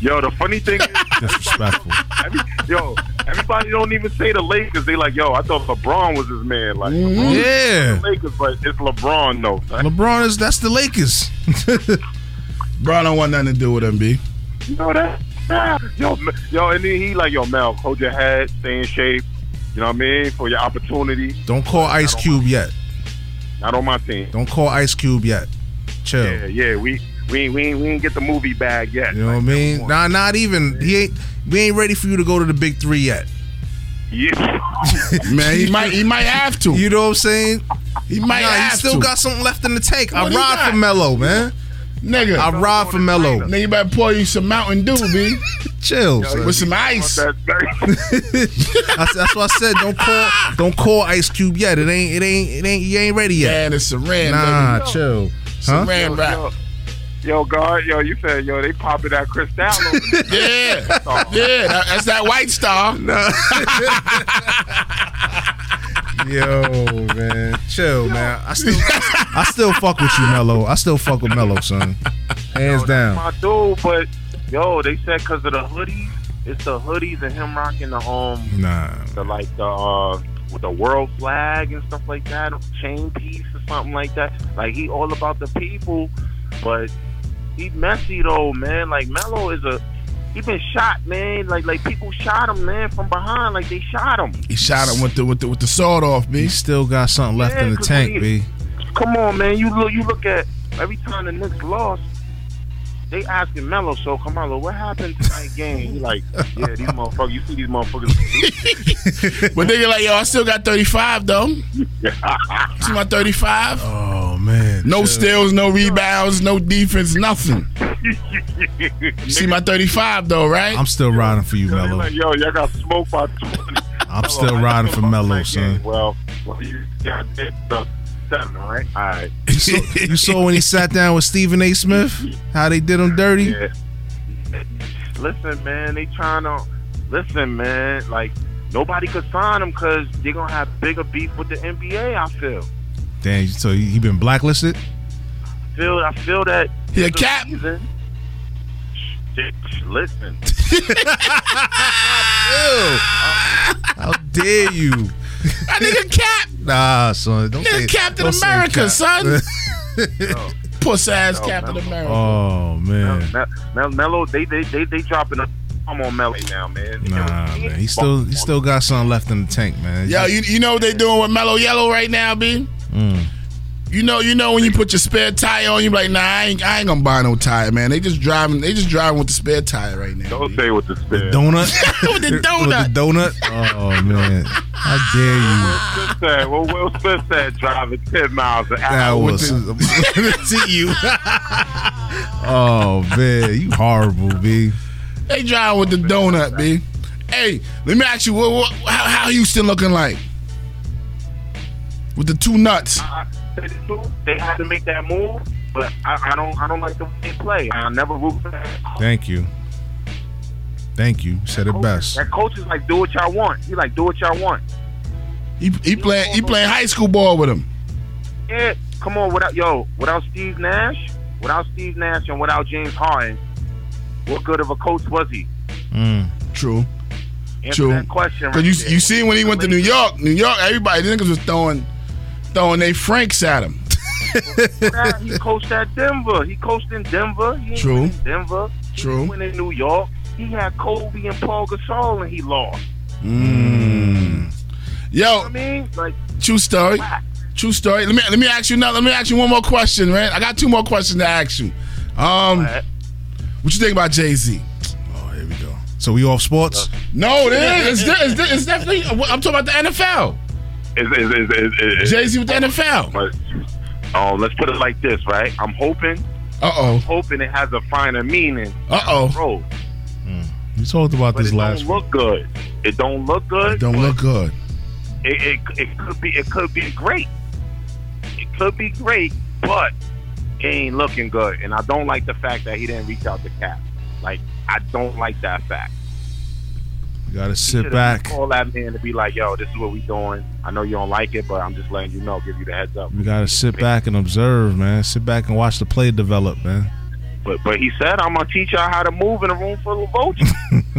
Yo, the funny thing is,
Disrespectful.
every, yo, everybody don't even say the Lakers. They like, yo, I thought LeBron was his man. Like
Mm-hmm.
LeBron is
yeah,
the Lakers, but it's LeBron though. son.
LeBron is that's the Lakers.
Bro, I don't want nothing to do with him, B.
You know that? Ah, Yo, M- yo, and then he like, yo, Mel, hold your head, stay in shape. You know what I mean? For your opportunity,
Don't call Ice Cube yet.
not on my team.
Don't call Ice Cube yet. Chill.
Yeah, yeah, we we we ain't- we ain't get the movie bag yet.
You know what I
Like,
mean? Nah, not even. He ain't. We ain't ready for you to go to the big three yet.
Yeah.
Man, he might he might have to.
You know what I'm saying?
He might
nah, you
have
still
to.
got something left in the tank.
What
I
he
ride
got?
for Mello, man.
nigga.
I ride for Mello.
nigga, you better pour you some Mountain Dew, B.
Chill.
with some ice.
That's very-
That's, that's what I said. Don't call. Don't call Ice Cube yet. It ain't. It ain't. It ain't. You ain't ready yet.
And it's a ran,
nah,
nigga.
chill.
Saran
Huh?
wrap.
yo, yo, guard, yo, you said, yo, they popping that Cristal. over there.
Yeah. yeah, that- that's that white star.
Yo, man. Chill, man. I still. I still fuck with you, Mello. I still fuck with Mello, son. Hands down.
My dude, but yo, they said because of the hoodies, it's the hoodies and him rocking the um
Nah.
the like the uh with the world flag and stuff like that, chain piece or something like that. Like he all about the people, but he messy though, man. Like Melo is a he been shot, man. Like like people shot him, man, from behind. Like they shot him.
He shot him with the with the with the sword off,
He
B.
still got something left in the tank, b.
Come on, man. You look you look at every time the Knicks lost. They asking Melo, so Carmelo, what happened tonight game? He like, yeah, these motherfuckers. You see these motherfuckers?
But nigga like, yo, I still got 35 though. See my 35?
Oh man.
No steals, no rebounds, no defense, nothing. You see my 35 though, right?
I'm still riding for you,
Yo, they
Mello.
Like, yo, y'all got smoked by 20.
I'm
Melo,
still
I
riding for
know I'm
Mello,
like, yeah,
son.
Well, well, you got it, uh, seven, right? All right.
You saw, you saw when he sat down with Stephen A. Smith, how they did him dirty.
Yeah. Listen, man, they trying to. Listen, man, like nobody could sign him because they're gonna have bigger beef with the NBA. I feel.
Damn, so he, he been blacklisted.
feel. I feel that.
He a
there's
cap?
reason- Shh, Listen,
How dare you?
That nigga cap.
Nah, son. Don't say
Nigga Captain
don't say
America,
cap.
son. Puss ass
No,
Captain
no.
America.
Oh man.
Mel- Mel- Melo, they they they they dropping a bomb on Melo now, man.
Nah, man. He still he still got something left in the tank, man.
Yo, you, you know what they doing with Mellow Yellow right now, B?
Mm.
You know, you know when you put your spare tire on, you're like, nah, I ain't, I ain't gonna buy no tire, man. They just driving, they just driving with the spare tire right now.
Don't say what the spare.
Donut.
with the
With
donut.
the donut. Oh man, how dare you?
Smith said, well, Will Smith said driving 10 miles an
That
hour.
was to you. oh man, you horrible, b.
They drive with the donut, b. Hey, let me ask you, what, what, how, how Houston looking like? With the two nuts.
They had to make that move, but I, I don't. I don't like the way they play. I never root for that.
Thank you. Thank you. Said it best.
That coach is like, do what y'all want. He like, do what y'all want.
He he playing he playing high school ball with him.
Yeah, come on. Without yo, without Steve Nash, without Steve Nash, and without James Harden, what good of a coach was he?
True.
Answer
True.
that question. Right
Cause you
there.
you seen when he went to New York, New York, everybody the niggas was throwing throwing they franks at him.
Nah, he coached at Denver. He coached in Denver. He ain't
True.
win in Denver. He
True.
Went in New York. He had Kobe and Paul Gasol, and he lost.
Yo,
I mean, like,
true story. True story. Let me let me ask you now. Let me ask you one more question, right? I got two more questions to ask you. Um,
right.
what you think about Jay Z? Oh, here we go.
So we off sports?
No, it is. It's, de- it's, de- it's definitely. I'm talking about the NFL.
It's- it's- it's- it's- it's-
Jay Z with the NFL.
but, um, let's put it like this, right? I'm hoping,
Uh oh.
hoping it has a finer meaning.
Uh oh.
Bro,
We talked about
but
this
it don't
last week.
look good. It don't look good.
Don't look good.
It, it, it could be it could be great. It could be great, but it ain't looking good. And I don't like the fact that he didn't reach out to Cap. Like I don't like that fact.
You gotta
He
sit
should've
back.
Call that man to be like, yo, this is what we doing. I know you don't like it, but I'm just letting you know, give you the heads up.
You gotta sit back and observe, man. Sit back and watch the play develop, man.
But but he said, I'm gonna teach y'all how to move in a room full of vultures.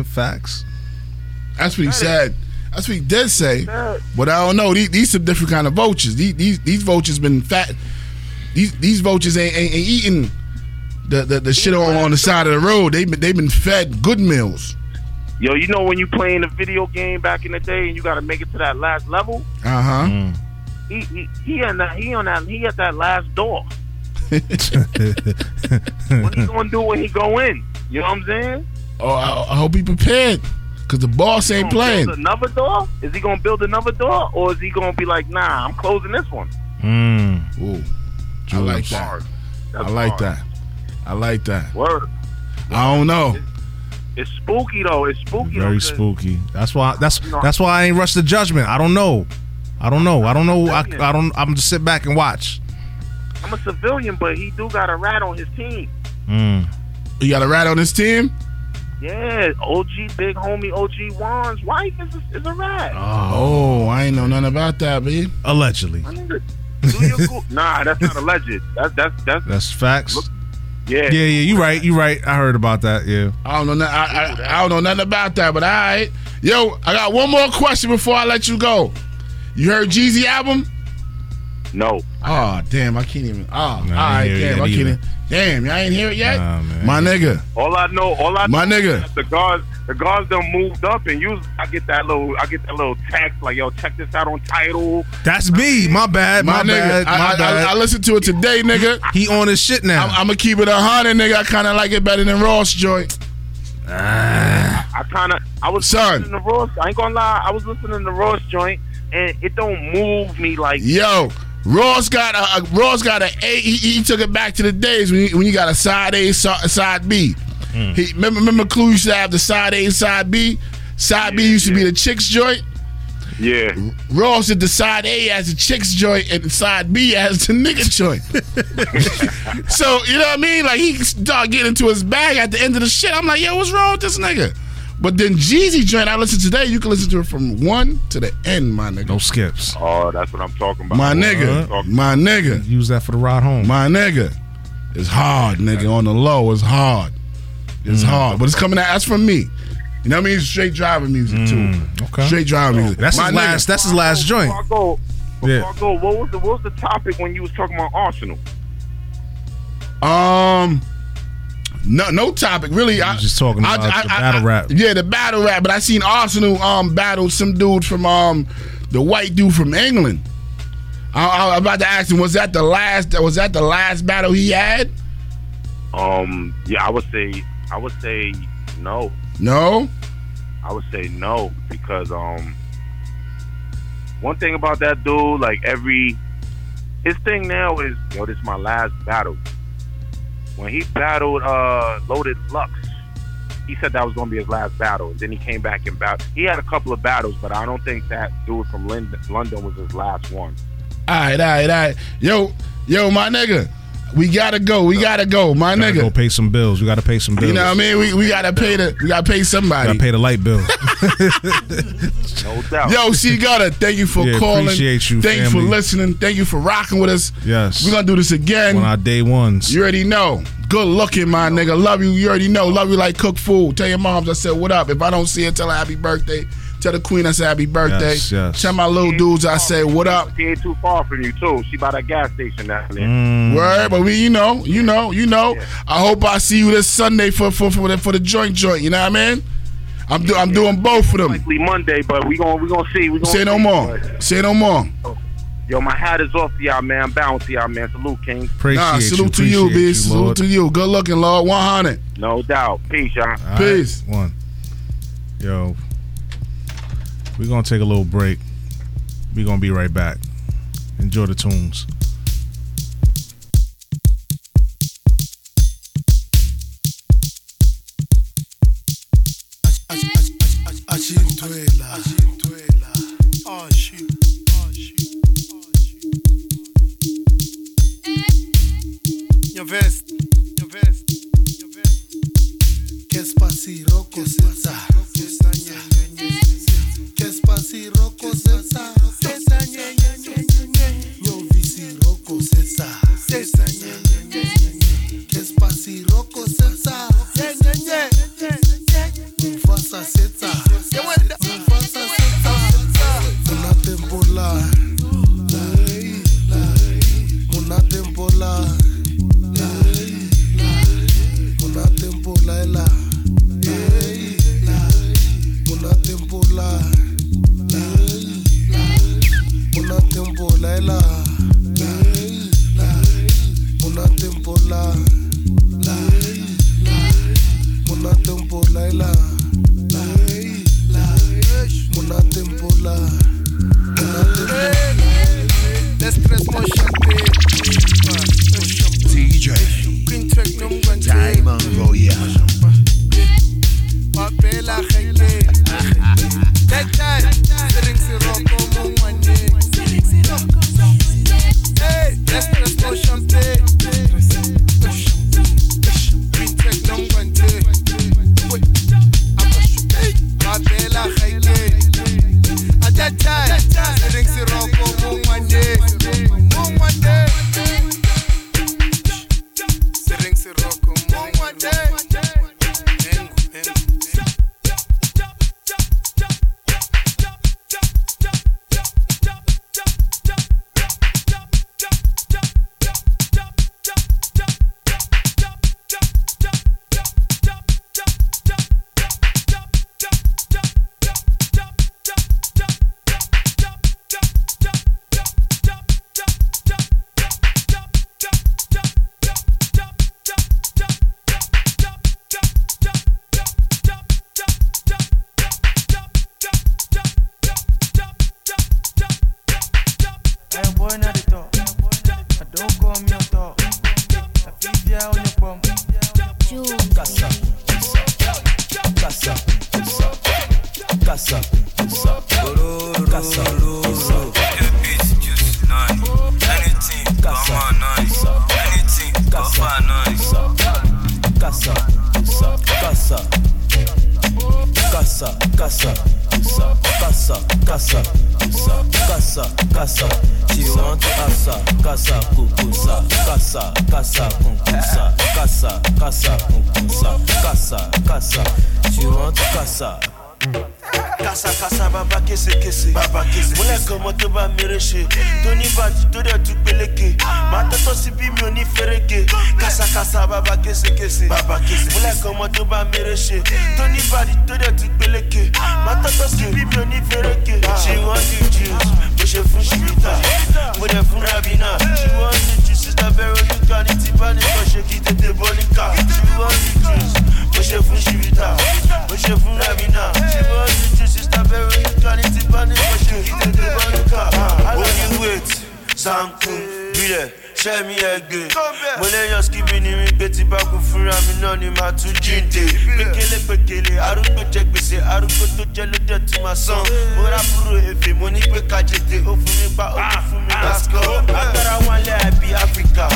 Facts.
That's what he said. That's what he did say.
said.
But I don't know. These, these some different kind of vultures. These these, these vultures been fat. These these vultures ain't, ain't, ain't eating the, the, the shit on, on the side of the road. They been they been fed good meals.
yo, you know when you playing a video game back in the day, and you got to make it to that last level.
Uh huh.
He he he on that he on that he at that last door. What he gonna do when he go in? You know what I'm saying?
Oh, I, I hope he prepared because the boss
Gonna
ain't
build
playing.
another door? Is he gonna build another door, or is he gonna be like, nah, I'm closing this one?
Mm.
Ooh, I like that. I like that. I like that.
Word.
I don't know.
It's spooky though. It's spooky. though,
Very
'cause-
spooky. That's why. That's that's why I ain't rush the judgment. I don't know. I don't know. I don't know. I, I don't. I'm just sit back and watch.
I'm a civilian, but he do got a rat on his team.
Mm.
You got a rat on this team?
Yeah, OG, big homie, OG Juan's wife is a, is a rat.
Oh, I ain't know nothing about that, babe.
Allegedly.
My nigga, do your go- nah, that's not alleged. That's that's that's
That's facts.
yeah.
Yeah, yeah. You right. You right. I heard about that. Yeah.
I don't know. no- I, I, I don't know nothing about that, but all right. Yo, I got one more question before I let you go. You heard Jeezy album?
No.
Oh damn, I can't even. Oh, all
Nah, I
right,
ain't hear it yet
damn, I can't.
either.
Even, damn, y'all ain't hear it yet.
Nah, man.
My nigga,
All I know, all I know
my nigga.
the guards the guards done moved up and usually I get that little I get that little text like, yo, check this out on title.
That's B. My bad. My,
My, nigga,
bad.
I,
my
I,
bad.
I, I listened to it today, nigga.
he on his shit now.
I'm, I'm gonna keep it a hundred, nigga. I kind of like it better than Ross joint.
I kind of I was
Son.
listening to Ross. I ain't gonna lie, I was listening to Ross joint, and it don't move me like
Yo, Ross got a, a Ross got a A. He, he took it back to the days when you, when you got a side A, so- side B. He remember remember Clue used to have the side A, side B. Side B used to be the chicks joint.
Yeah.
Ross did the side A as the chicks joint and the side B as the nigga joint. so you know what I mean? Like he started getting into his bag at the end of the shit. I'm like, yo, what's wrong with this nigga? But then Jeezy joint I listened today. You can listen to it from one to the end, my nigga.
no skips.
Oh, that's what I'm talking about.
My
What
nigga,
I'm
Uh-huh.
talking-
my nigga.
Use that for the ride home.
My nigga, it's hard, nigga. On the low, it's hard.
Mm.
It's hard, but it's coming out. That's from me. You know what I mean? It's straight driving music too.
Mm. okay.
Straight driving music.
that's
my
his
nigga.
last. That's his last joint.
Before I go, before
Yeah.
I go, what was the what was the topic when you was talking about Arsenal?
Um, no, no topic really. I
was just talking about the battle rap.
Yeah, the battle rap. But I seen Arsenal um battle some dude from um the white dude from England. I, I, am about to ask him. Was that the last? Was that the last battle he had?
Um, yeah, I would say I would say no.
No.
I would say no because um, one thing about that dude, like every his thing now is, yo, this is my last battle. When he battled uh Loaded Lux, he said that was gonna be his last battle, and then he came back and battled. He had a couple of battles, but I don't think that dude from London, London was his last one.
All right, all right, all right. Yo, yo, my nigga, we gotta go. We gotta go, my
Gotta go
nigga.
pay some bills. We gotta pay some bills.
You know what I mean? We, we gotta pay the we gotta pay
Gotta
somebody.
pay the light bill.
No doubt.
Yo, she got it. Thank you for
Yeah,
calling.
appreciate you,
Thank you for
family.
listening. Thank you for rocking with us.
Yes.
We're gonna do this again.
On our day ones.
You already know. Good looking, my nigga. Love you. You already know. Love you like cook food. Tell your moms I said what up. If I don't see her, tell her happy birthday. Tell the queen I said happy birthday.
Yes, yes.
Tell my little dudes I say what up.
She ain't too far from you too. She by that gas station down there.
Mm.
Mm,
Word, but we, you know, you know, you know. I hope I see you this Sunday for for for the, for the joint joint. You know what I mean? I'm do, I'm doing both of them.
Likely Monday, but we gon' we gonna see. We gonna
Say no
see.
more. Say no more.
Yo, my hat is off to y'all, man. I'm bowing to y'all, man. Salute, King.
Appreciate
Nah,
you.
salute to you,
Appreciate
bitch. Salute
Lord.
to you. Good looking, Lord. One hundred.
No doubt. Peace, y'all.
All right,
Peace.
One. Yo, we're gonna take a little break. We're gonna be right back. Enjoy the tunes.
She want the juice, but she full she bitter. With the
Tom Cruise. Be there, share me again. Mo lẹ́yìn skibi ni mi pé ti bá kú fúnra mi náà ni màá tún jíǹde. Pékélé pékélé, arúgbó jẹ gbèsè, arúgbó tó jẹ ló dẹ̀ tún máa san. Mo rà búrò èfè, mo ní pé ká jètè, ó fún mi pa, ó tún fún mi lásìkò. Agbára wọn lẹ́ àbí Áfíríkà.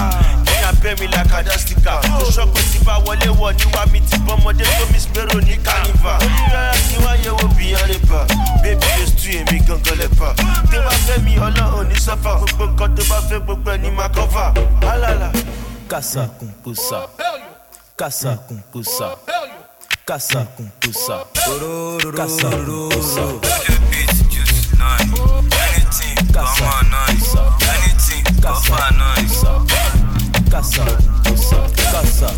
Ẹ̀yà bẹ́ mi làkàdá stika. Tó ṣọ́pẹ́ ti bá wọlé wọ̀ níwá mi ti bọ́mọdé tó mi spero ní carnival. Onírárá ni wáyé wo bìyàn lè bà. Bébí lè stu èmi gangan lè pa. Tó bá fẹ́ mi ọlọ́run ní sọ́fà. Gbogbo nǹkan tó bá fẹ́ gbogbo ẹ̀ ní máa kọ́fà. Alala.
Casa com puça. Caça com puça. Caça com puça. Caça com puça. Caça com puça. Caça com puça. Caça. Caça, caça, puça. Caça,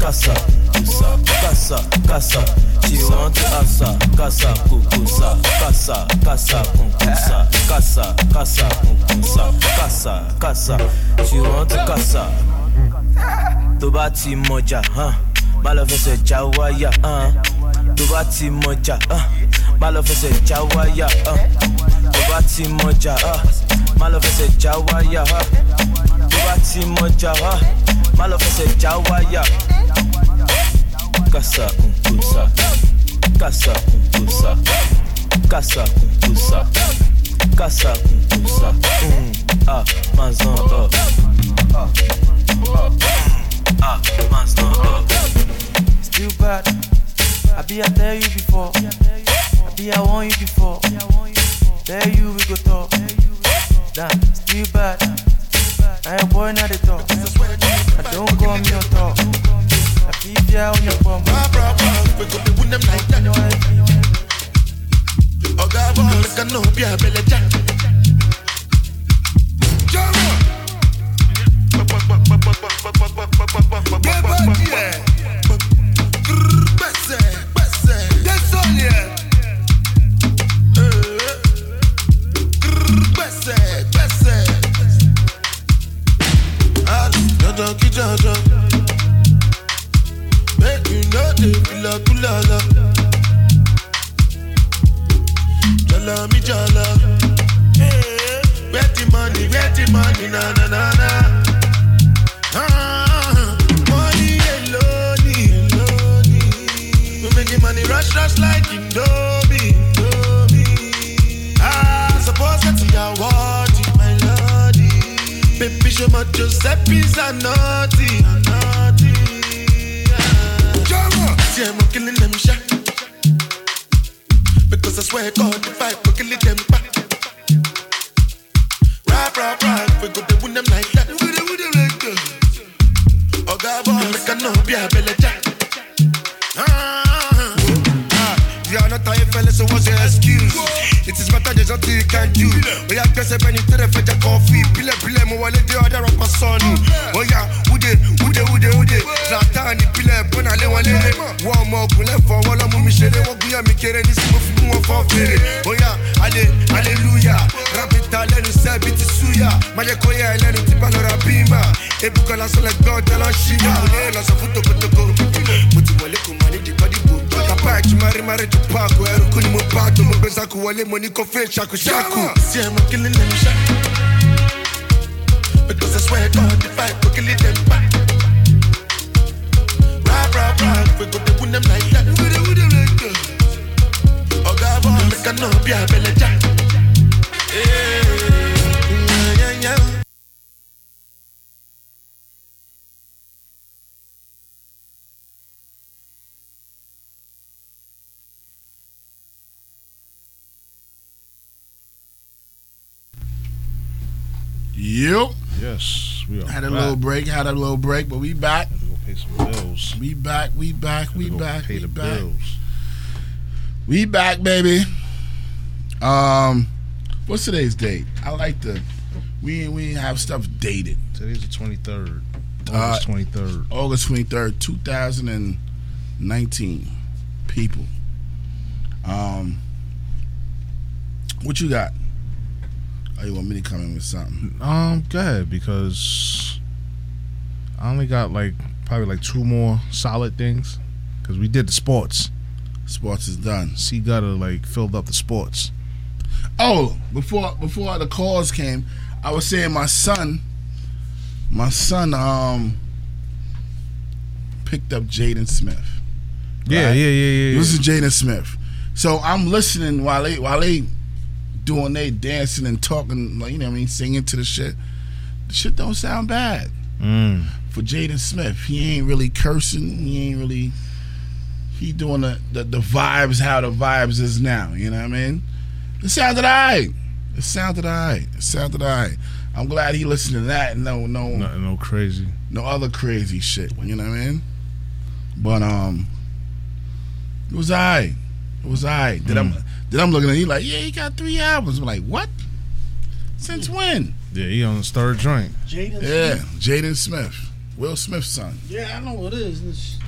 caça, puça. Caça, caça. Tirando aça. Caça com puça. Caça, caça com puça. Caça, caça com puça. Caça, caça. Tirando caça. tó bá ti mọjà hàn má lọ fẹsẹ̀ já wáyà hàn tó bá ti mọjà hàn má lọ fẹsẹ̀ já wáyà hàn tó bá ti mọjà hàn má lọ fẹsẹ̀ já wáyà hàn tó bá ti mọjà hàn má lọ fẹsẹ̀ já wáyà. kásá kùnkùnsá kásá kùnkùnsá kásá kùnkùnsá kásá kùnkùnsá Mm, ah oh. máa zan ọ. Ah, man's not up.
Still bad. I be I tell you before. I be I want you before. Tell you we go talk. Nah, still bad. I ain't boy not the talk. I don't call me on talk. I keep ya on your bum.
Oga wa meka no bi abele ja. Jaro. Get back here. Grrr, Bese, bese. That's all here. Eh. Grrr, Bese, bese. Ah, Jojo ki jojo. Make you know the kula kula la. Jala mi jala. Eh. Get the money, get the money, na na na na. Ah, money alone, alone. We making money rush, rush like Indomie. Indomie. Ah, suppose that's your what it, my lordy. Baby, show my Giuseppe's a naughty. a naughty. Ah. Drama. See, I'm killing them shot. Because I swear God, if I could kill them back. Rap, rap, rap, we go to win them like that. We go win them like that. Oga boy, make a no be a belly jack. Ah,
Ah, You are not a fella, so what's your excuse? It is matter there's nothing you can do. Oh yeah, guess I've been in the fetch a coffee. Pile pile, mo wale the other rock son. Oh yeah, who de, who de, who de, who de. Zlatan, the pile, bona le wale. One more kule for wala mo mi shere. Wo guya mi kere ni simo fu mo fa fere. Oh yeah, ale, hallelujah. Rapita le nu se biti suya. Maje koya le nu tipa lo rapima. Ebuka la sole god la shima. Ole la safuto kotoko. Muti wale kumani di kadi bu. Kapa e chimari mari tupako. Eruku ni mo pato mo beza kuwale mo ni kofe shaku shaku.
See, I'm killing them shot. Because I swear God, if I could kill them back. Rap, rap, rap, we go to win them like that. We go to win them like that. Oga boy, make a no be a belly jack. Yeah, yeah, yeah.
Yep.
Yes, we are.
Had a
back.
little break, had a little break, but we back.
Go pay some bills.
We back, we back, we
Go
back.
Pay
we
the
back.
bills.
We back, baby. Um, what's today's date? I like the we we have stuff dated.
Today's the twenty third.
Uh,
August twenty third.
August twenty third, two thousand and nineteen. People. Um, what you got? Oh, you want me to come in with something?
Um, go ahead because I only got like probably like two more solid things because we did the sports.
Sports is done.
C gotta like filled up the sports.
Oh, before before the calls came, I was saying my son, my son um picked up Jaden Smith.
Yeah, yeah, yeah, yeah, yeah.
This is Jaden Smith. So I'm listening while they while they doing they dancing and talking, like you know what I mean, singing to the shit. The shit don't sound bad.
Mm.
For Jaden Smith, he ain't really cursing. He ain't really he doing the, the, the vibes how the vibes is now. You know what I mean? It sounded alright. It sounded alright. It sounded alright. I'm glad he listened to that. and No, no, no,
no crazy,
no other crazy shit. You know what I mean? But um, it was alright. It was alright. Then
Mm.
I'm then I'm looking at you like, yeah, he got three albums. I'm like, what? Since when?
Yeah, he on his third drink.
Jaden
Yeah,
Smith.
Jaden Smith, Will Smith's son.
Yeah, I know what it is. It's-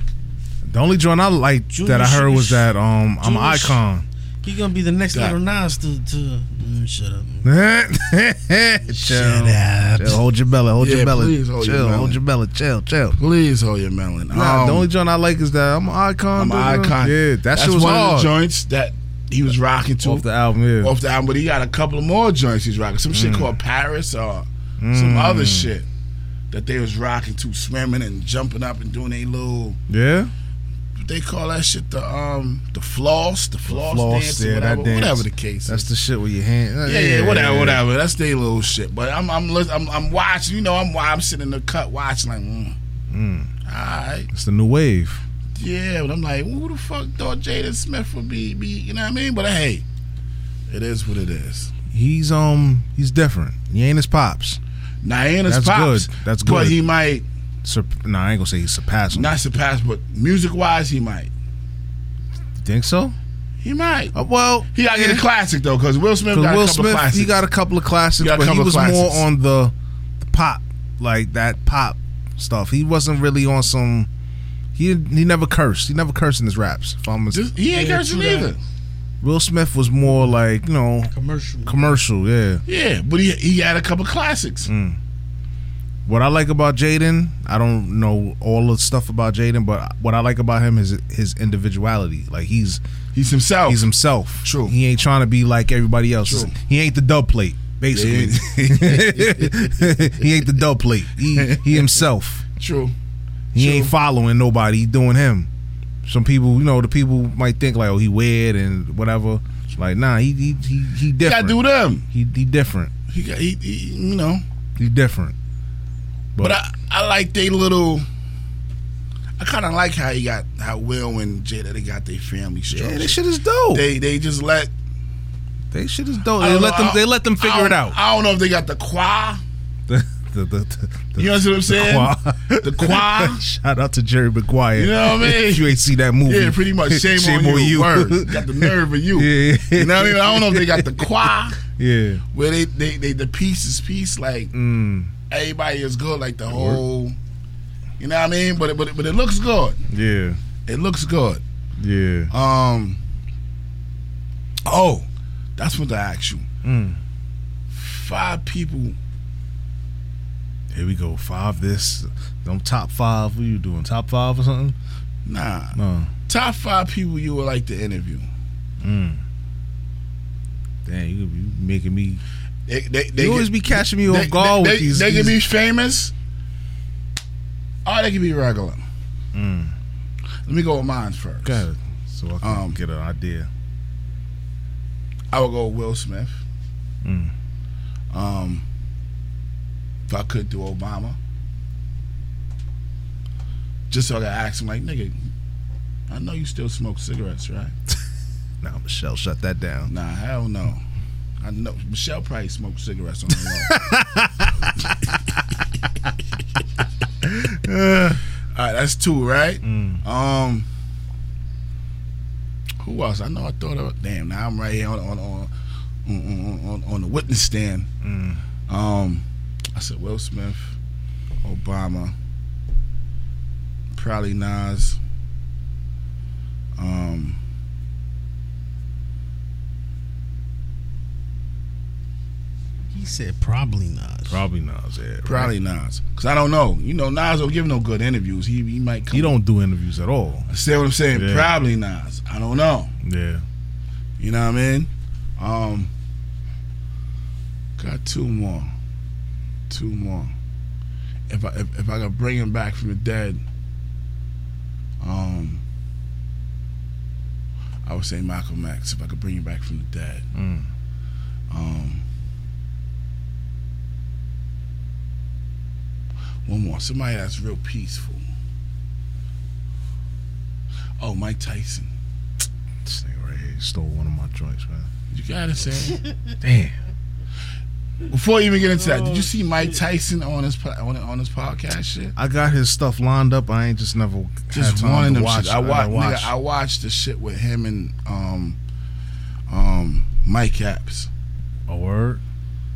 The only joint I liked that
Junior
I heard was
Sh-
that um I'm an
Junior Sh-
icon.
He gonna be the next
Got-
little Nas to to mm, shut up.
chill. Chill. Hold your belly. Hold
Yeah,
your belly.
please hold
chill.
your melon.
hold your belly. Chill. Chill.
Please hold your melon.
Nah,
Um,
the only joint I like is that I'm an icon.
I'm an
dude.
icon.
Yeah, that
That's
shit was
one
hard.
of the joints that he was rocking to
Off the album, yeah.
off the album. But he got a couple of more joints he's rocking. Some shit
Mm.
called Paris or some
Mm.
other shit that they was rocking to, swimming and jumping up and doing a little.
Yeah,
They call that shit the um the floss, the floss,
floss,
dance,
yeah,
or whatever,
that dance.
whatever the case.
That's the shit with your hand.
Yeah, yeah, whatever, whatever. That's their little shit. But I'm, I'm, lis- I'm, I'm watching. You know, I'm, I'm sitting in the cut watching. Like, mm,
Mm.
all right,
It's the new wave.
yeah. But I'm like, who the fuck thought Jaden Smith would be, be? You know what I mean? But hey, it is what it is.
He's um he's different. He ain't his pops.
Nah, he ain't his
That's
pops,
good. That's good.
but he might.
Sur- nah, I ain't gonna say he surpassed him.
Not surpassed, but music wise, he might.
Think so? Uh,
He might.
well,
he gotta get a
yeah.
classic though, because Will Smith
'Cause
got a
Will
couple
Smith,
classics.
he got a couple of classics,
He got a
but he
couple of
was
classics.
more on the, the pop, like that pop stuff. He wasn't really on some. He he never cursed. He never cursed in his raps. If I'm
he ain't Yeah, cursing true that. either.
Will Smith was more like you know
commercial.
Commercial, yeah.
Yeah, but he he had a couple classics.
Mm. What I like about Jaden, I don't know all the stuff about Jaden, but what I like about him is his individuality. Like he's
he's himself.
He's himself. Oh. True. He ain't trying to be like everybody else.
True.
He ain't the dub plate. Basically, he ain't the dub plate. He, he himself.
True.
He ain't following nobody. He doing him. Some people, you know, the people might think like, oh, he weird and whatever. Like, nah, he he he, he different.
do them.
He he different.
He got he, he you know.
He different.
But, I, I like they little. I kind of like how he got how Will and Jada they got their family structure.
Yeah, this shit is dope.
They they just let
they shit is dope.
I
They
don't
let
know,
them
I-
they let them
I
figure it
don't-
out.
I don't know if they got the qua.
The, the, the, the,
You know what I'm saying? The qua.
Shout out to Jerry Maguire.
You know what I mean?
If you ain't see that movie.
Yeah, pretty much. Shame, on, you. Word. Got the nerve of you.
Yeah.
You know what I mean? I don't know if they got the qua
yeah.
where they, they, they the piece is piece like
Mm.
everybody is good like the
work.
whole. You know what I mean? But it, but it, but it looks good.
Yeah.
It looks good.
Yeah.
Um. Oh, that's what I asked you.
Mm.
Five people.
Here we go. Five this. Them top five. What you doing? Top five or something?
Nah.
No.
Top five people you would like to interview.
Mm. Damn, you, you making me.
They, they, they
You always be catching me off guard
they,
with these-
They can be
these-
famous, or they can be regular.
Mm.
Let me Um, go with mine first.
Go ahead. So I can get an idea.
I would go with Will Smith.
Mm.
Um, if I could do Obama, just so I could ask him, like, nigga, I know you still smoke cigarettes, right?
Now Michelle, shut that down.
Nah, hell no. I know Michelle probably smoked cigarettes on her own. All right, that's two, right? Um, who else? I know. I thought of. Damn, now I'm right here on on on on, on, on, on the witness stand.
Mm.
Um, I said Will Smith, Obama, probably Nas. Um,
He said probably not.
Probably Nas. Yeah. right?
Probably Nas, cause I don't know. You know, Nas don't give no good interviews. He he might come.
He don't do interviews at all.
See what I'm saying?
Yeah.
Probably Nas. I don't know.
Yeah.
You know what I mean? Um, Got two more. Two more. If I if, if I could bring him back from the dead, um, I would say Malcolm X. If I could bring him back from the dead,
Mm.
um, one more. Somebody that's real peaceful. Oh, Mike Tyson.
This thing right here stole one of my joints, man.
You gotta say. it.
Damn.
Before you even get into that,
Oh,
did you see Mike Tyson on his po- on, on his podcast shit?
I got his stuff lined up. I ain't just never had
Just
time
one of
to
them
watch.
shit. I
gotta
watched.
watch.
Nigga, I watched the shit with him and um, um, Mike Apps.
A word.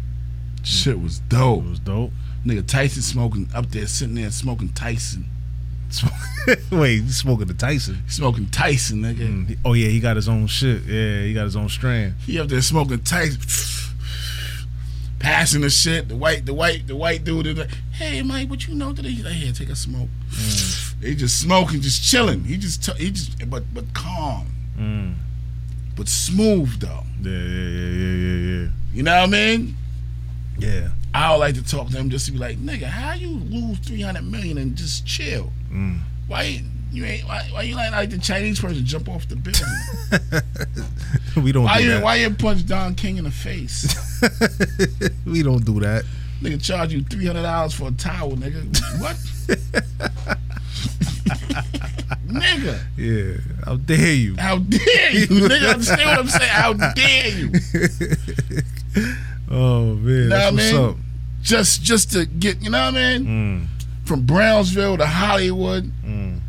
Shit was dope. It
was dope.
Nigga Tyson smoking up there, sitting there smoking Tyson.
Wait, he's smoking the Tyson.
Smoking Tyson, nigga.
Oh yeah, he got his own shit. Yeah, he got his own strand.
He up there smoking Tyson, passing the shit. The white, the white, the white dude is like, "Hey, Mike, what you know today?" He's like, "Here, take a smoke."
Mm.
They just smoking, just chilling. He just, t- he just, but but calm,
Mm.
but smooth though.
Yeah, yeah, yeah, yeah, yeah, yeah.
You know what I mean?
Yeah.
I would like to talk to him just to be like, "Nigga, how you lose three hundred million and just chill?
Mm.
Why you ain't? Why, why you like like the Chinese person jump off the building?
We don't.
why
do
you
that.
why you punch Don King in the face?"
we don't do that.
Nigga charge you three hundred dollars for a towel, nigga. What? nigga,
Yeah. How dare you?
how dare you? Nigga, understand what I'm saying? How dare you?
Oh man,
Know
that's
what I
what's
mean?
up.
Just just to get, you know what I mean? From Brownsville to Hollywood,
Mm.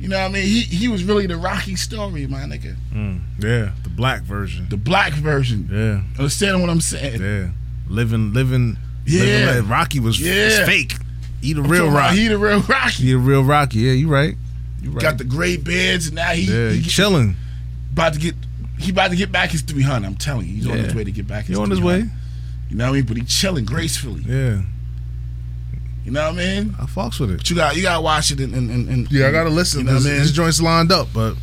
you know what I mean? He he was really the Rocky story, my nigga.
Mm. Yeah, the black version.
The black version.
Yeah.
Understand what I'm saying?
Yeah. Living, living.
Yeah.
Living like Rocky was, was
Yeah.
fake. He the
I'm
real
talking about
Rocky.
He the real Rocky.
He a real Rocky. Yeah, you right. You right.
Got the gray beards, and now he,
yeah,
he
he chilling.
about to get he about to get back his 300 I'm telling you he's on
Yeah.
his way to get back his
He on his
300.
way.
you know what I mean but he chilling gracefully
Yeah,
you know what I mean
I fucks with it.
but you got you got to watch it and, and, and, and
Yeah, I gotta listen.
you know
his,
what I mean
his joints lined up, but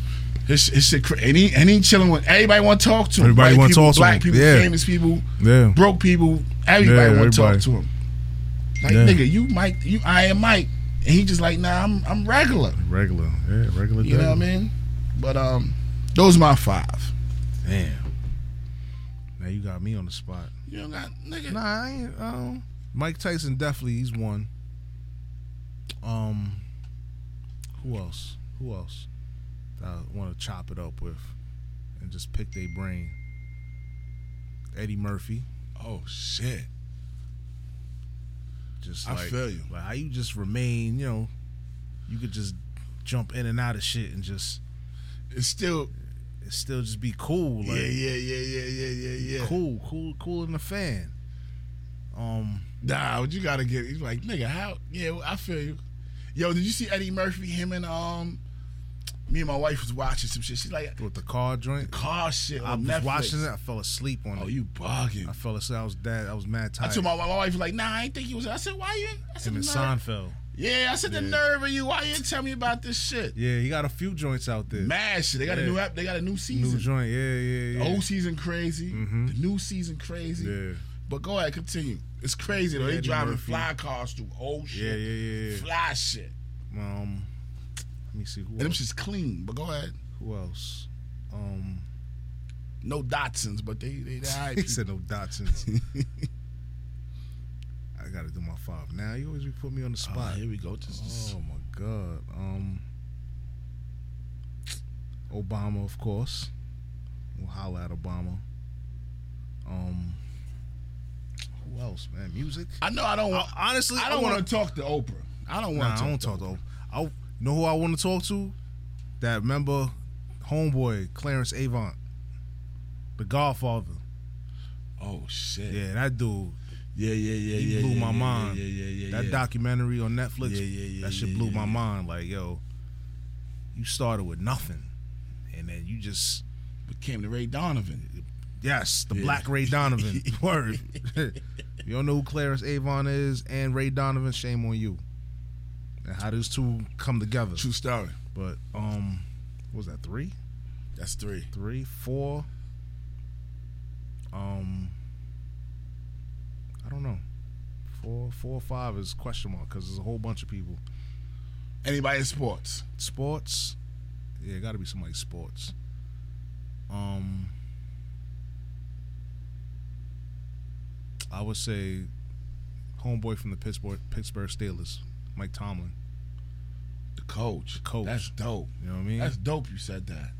his, his shit cra- and he, and he chilling with everybody want to talk to him
Everybody
White
wanna
people,
talk to
black
him.
people
Yeah.
famous people
yeah,
broke people everybody
Yeah,
want to talk
everybody.
to him like
Yeah.
nigga you Mike you I am Mike and he just like nah I'm, I'm regular
regular. Yeah, regular.
you know what I
regular.
mean but um those my five
Damn. Now you got me on the spot.
you don't got nigga
Nah, I ain't. I don't- Mike Tyson definitely he's one. Um, who else? Who else? that I want to chop it up with, and just pick their brain. Eddie Murphy.
oh shit
Just
I
like,
feel you.
Like how you just remain, you know, you could just jump in and out of shit and just
it's still
it still just be cool. Like
yeah, yeah, yeah, yeah, yeah, yeah, yeah.
cool, cool, cool in the fan. Um,
Nah, but you gotta get. He's like, nigga, how? Yeah, well, I feel you. Yo, did you see Eddie Murphy? Him and um, me and my wife was watching some shit. She's like,
with the car joint.
car shit.
I
On
was
Netflix.
watching it. I fell asleep on it.
Oh, you bugging?
I fell asleep. I was dead. I was mad
I
tired.
told my, my wife like, nah, I ain't think he was. I said, why you? I said,
Him and
"Nah."
Seinfeld.
Yeah, I said the
Yeah.
nerve of you. Why you didn't tell me about this shit?
Yeah, he got a few joints out there.
Mad shit. They got a
Yeah.
new app. They got a new
New
season.
joint. Yeah, yeah,
The
yeah.
old season crazy.
Mhm.
The new season crazy.
yeah.
But go ahead, continue. It's crazy though. They
Eddie
driving
Murphy.
fly cars through old shit.
Yeah, yeah, yeah.
Fly shit.
Um, let me see who
And them
else.
shit's clean. But go ahead.
who else? Um,
No Dotsons, but they they, they all right.
he said no Dotsons. I gotta do my five now. You always put me on the
Ah,
spot.
here we go. This is-
Oh my god. Um Obama, of course. We'll holler at Obama. Um who else, man? Music?
I know I don't want.
Oh. I- honestly,
I don't
wanna-
want to talk to Oprah. I don't
Nah,
want.
I don't talk to Oprah. I you know who I want to talk to? That member, homeboy, Clarence Avant. The Godfather.
Oh shit.
Yeah, that dude.
Yeah, yeah, yeah.
He
yeah,
blew
yeah,
my
yeah,
mind.
Yeah, yeah, yeah.
that
yeah.
documentary on Netflix,
Yeah, yeah, yeah,
that shit
yeah,
blew
yeah,
my
yeah.
mind. Like, yo, you started with nothing, and then you just
became the Ray Donovan.
yes, the
Yeah.
Black Ray Donovan word. you don't know who Clarence Avon is and Ray Donovan. Shame on you. And how those two come together?
True story.
But um, what was that three,
That's three.
three, four? Um, I don't know. Four, four, or five is question mark because there's a whole bunch of people. Anybody in sports? Sports? Yeah, got to be somebody in sports. Um, I would say homeboy from the Pittsburgh Pittsburgh Steelers, Mike Tomlin. The coach. coach. That's dope. You know what I mean? That's dope. You said that